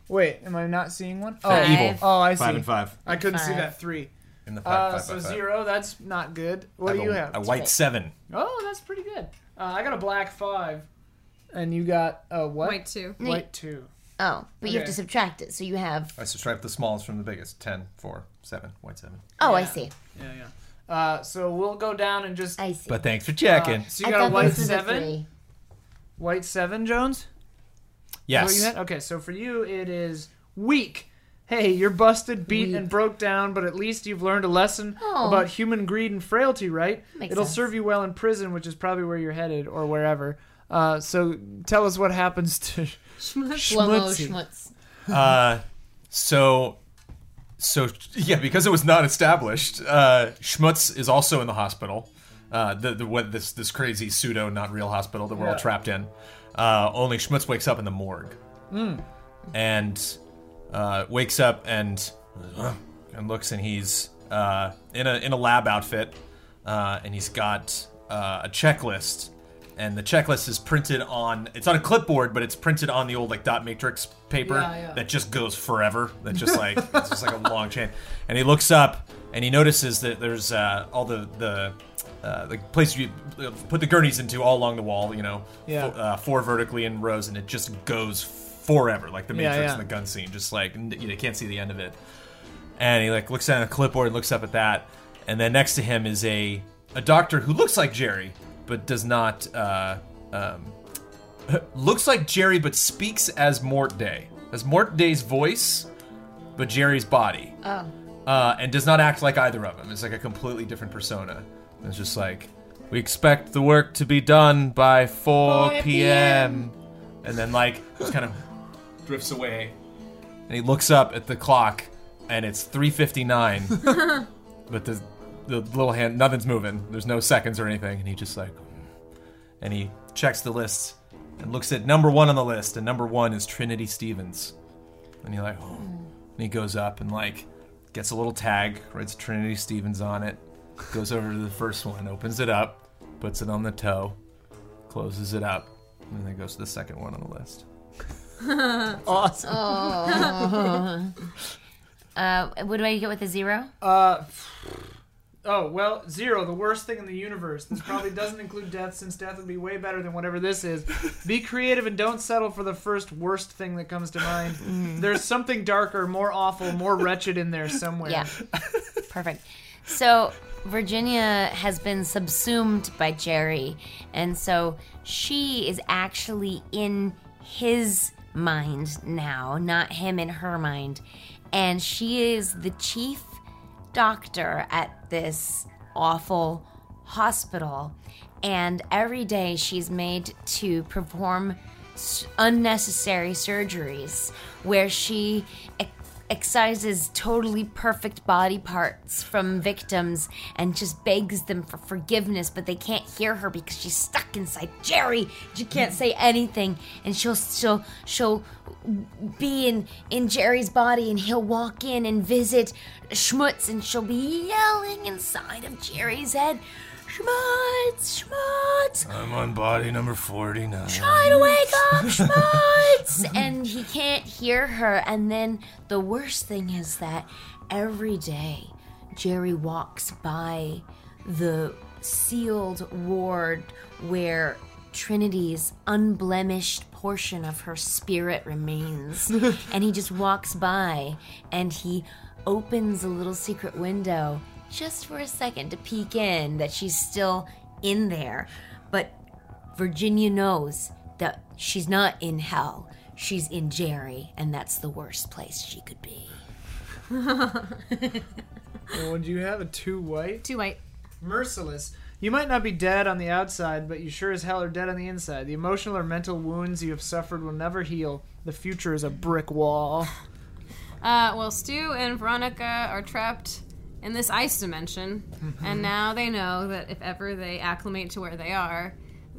Wait, am I not seeing one? Oh, Five. Evil. oh, I see. Five and five. I couldn't see Five. that three. In the Uh, five, five, so five, five. zero. That's not good. What do a- you have? A white seven. Oh, that's pretty good. Uh, I got a black five, and you got a what? White two. White two. Oh, but you have to Okay. subtract it. So you have. I subtract the smallest from the biggest. Ten, four, seven, white seven. Oh, I see. Yeah, yeah. Uh, so we'll go down and just. I see. But thanks for checking. Uh, So you got I thought a white this was a seven. three. White seven, Jones. Is that what you yes. had? Okay, so for you it is weak. Hey, you're busted, beat, and broke down, but at least you've learned a lesson Oh. about human greed and frailty, right? Makes It'll sense. serve you well in prison, which is probably where you're headed or wherever. Uh, so tell us what happens to Shlomo Schmutzy. Schmutz. Uh, So, so yeah, because it was not established, uh, Schmutz is also in the hospital. Uh, the, the what this this crazy pseudo not real hospital that we're all trapped in. Uh, only Schmutz wakes up in the morgue, and uh, wakes up and uh, and looks and he's uh, in a in a lab outfit, uh, and he's got uh, a checklist, and the checklist is printed on it's on a clipboard, but it's printed on the old like dot matrix paper that just goes forever. That just like it's just like a long chain. And he looks up and he notices that there's uh, all the the uh, the place you uh, put the gurneys into all along the wall, you know, Yeah. fo- uh, four vertically in rows, and it just goes forever, like the Yeah, Matrix yeah. and the gun scene, just like n- you can't see the end of it. And he like looks down at the clipboard, looks up at that, and then next to him is a a doctor who looks like Jerry, but does not uh, um, looks like Jerry, but speaks as Mort Day, as Mort Day's voice, but Jerry's body uh, and does not act like either of them. It's like a completely different persona. And It's just like, we expect the work to be done by 4 p.m. And then, like, just kind of drifts away. And he looks up at the clock, and it's 3.59. but the, the little hand, nothing's moving. There's no seconds or anything. And he just like, and he checks the list and looks at number one on the list. And number one is Trinity Stevens. And he like, oh. And he goes up and like gets a little tag, writes Trinity Stevens on it, goes over to the first one, opens it up, puts it on the toe, closes it up, and then goes to the second one on the list. awesome. Uh, what do I get with a zero? Uh, oh, well, zero, the worst thing in the universe. This probably doesn't include death, since death would be way better than whatever this is. Be creative and don't settle for the first worst thing that comes to mind. Mm. There's something darker, more awful, more wretched in there somewhere. Yeah. Perfect. So Virginia has been subsumed by Jerry, and so she is actually in his mind now, not him in her mind. And she is the chief doctor at this awful hospital. And every day she's made to perform s- unnecessary surgeries where she ex- excises totally perfect body parts from victims and just begs them for forgiveness, but they can't hear her because she's stuck inside Jerry. She can't say anything, and she'll she'll she'll be in in Jerry's body, and he'll walk in and visit Schmutz, and she'll be yelling inside of Jerry's head. Schmutz, Schmutz, I'm on body number 49. try to wake up, Schmutz! and he can't hear her. And then the worst thing is that every day Jerry walks by the sealed ward where Trinity's unblemished portion of her spirit remains. and he just walks by and he opens a little secret window just for a second to peek in that she's still in there. But Virginia knows that she's not in hell. She's in Jerry, and that's the worst place she could be. Well, would you have a two white? Two white. Merciless. You might not be dead on the outside, but you sure as hell are dead on the inside. The emotional or mental wounds you have suffered will never heal. The future is a brick wall. Uh, well, Stu and Veronica are trapped in this ice dimension, and now they know that if ever they acclimate to where they are,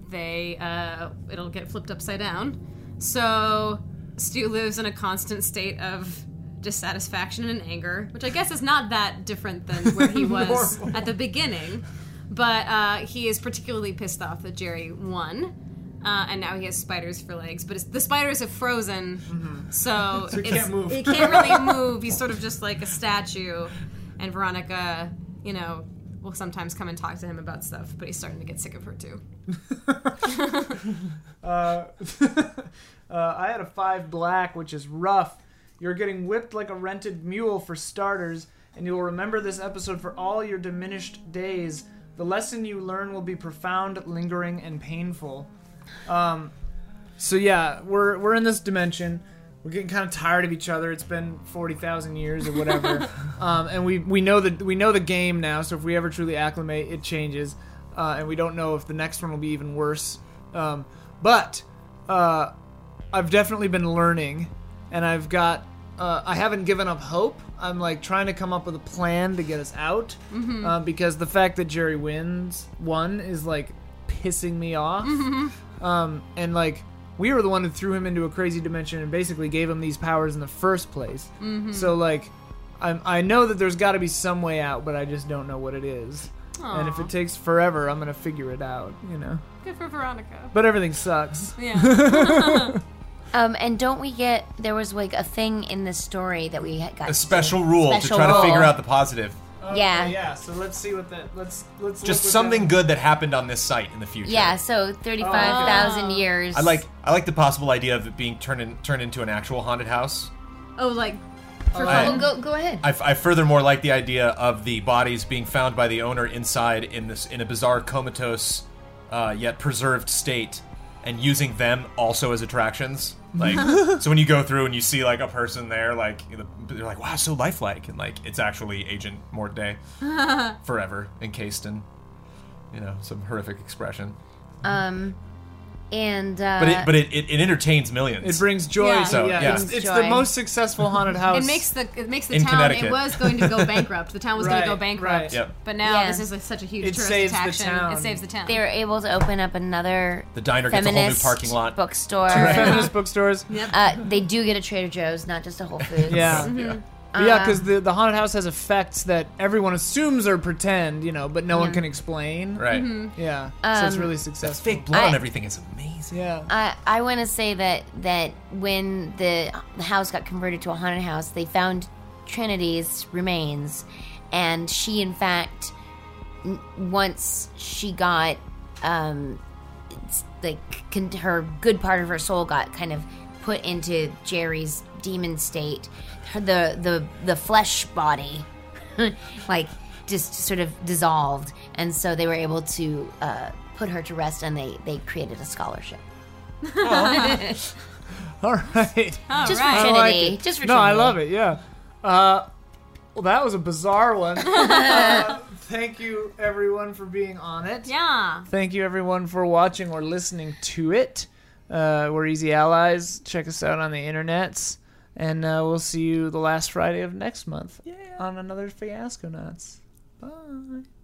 they uh, it'll get flipped upside down. So Stu lives in a constant state of dissatisfaction and anger, which I guess is not that different than where he was at the beginning. But uh, he is particularly pissed off that Jerry won. uh, and now he has spiders for legs. But it's, the spiders have frozen, so, Mm-hmm. he it's- can't move. He can't really move. He's sort of just like a statue. And Veronica, you know, will sometimes come and talk to him about stuff, but he's starting to get sick of her too. Uh, uh, I had a five black, which is rough. You're getting whipped like a rented mule for starters, and you'll remember this episode for all your diminished days. The lesson you learn will be profound, lingering, and painful. Um, so yeah, we're we're in this dimension. We're getting kind of tired of each other. It's been forty thousand years or whatever, um, and we we know that we know the game now. So if we ever truly acclimate, it changes, uh, and we don't know if the next one will be even worse. Um, but uh, I've definitely been learning, and I've got. Uh, I haven't given up hope. I'm like trying to come up with a plan to get us out, uh, because the fact that Jerry wins one is like pissing me off. Um, and like we were the one who threw him into a crazy dimension and basically gave him these powers in the first place. So like, I'm, I know that there's got to be some way out, but I just don't know what it is. And if it takes forever, I'm gonna figure it out, you know. Good for Veronica. But everything sucks. Yeah. Um, and don't we get there was like a thing in the story that we had got A Oh, special rule Special to try rule. to figure out the positive. yeah. yeah. Yeah. So let's see what that. Let's let's Just look what something that- good that happened on this site in the future. so thirty-five thousand years. I like I like the possible idea of it being turned in, turned into an actual haunted house. oh, like Well, go go ahead. I, I furthermore like the idea of the bodies being found by the owner inside in this in a bizarre comatose uh, yet preserved state, and using them also as attractions. Like so, when you go through and you see like a person there, like you know, they're like, "Wow, so lifelike," and like it's actually Agent Morday, forever encased in you know some horrific expression. Um, and uh, But it but it, it, it entertains millions. It brings joy. Yeah. to- So, yeah. yeah. It's, it's Joy. the most successful haunted house. it makes the it makes the In town. It Connecticut. was going to go bankrupt. The town was going Right, to go bankrupt. right. Yep. But now Yeah. this is a, such a huge It tourist saves the attraction. town. It saves the town. they were able to open up another the diner gets a whole new feminist parking lot. bookstore. feminist bookstores. Yeah. Uh, they do get a Trader Joe's, not just a Whole Foods. Yeah. Mm-hmm. Uh, But yeah, because the, the haunted house has effects that everyone assumes are pretend, you know, but no one can explain. Right. Yeah. so Um, it's really successful. Fake blood Mm-hmm. I- on everything is amazing. Yeah. Uh, I, I want to say that that when the the house got converted to a haunted house, they found Trinity's remains, and she, in fact, n- once she got um, it's like con- her good part of her soul got kind of put into Jerry's demon state, her, the the the flesh body, like just sort of dissolved, and so they were able to uh, put her to rest, and they they created a scholarship. All right. just right. for I like Trinity. it. Just for no, I Trinity. love it. Yeah. Uh, well, that was a bizarre one. Uh, thank you, everyone, for being on it. 啊 yeah. Thank you, everyone, for watching or listening to it. Uh, we're Easy Allies. Check us out on the internets. And uh, we'll see you the last Friday of next month on another Fiasco Nuts. Bye.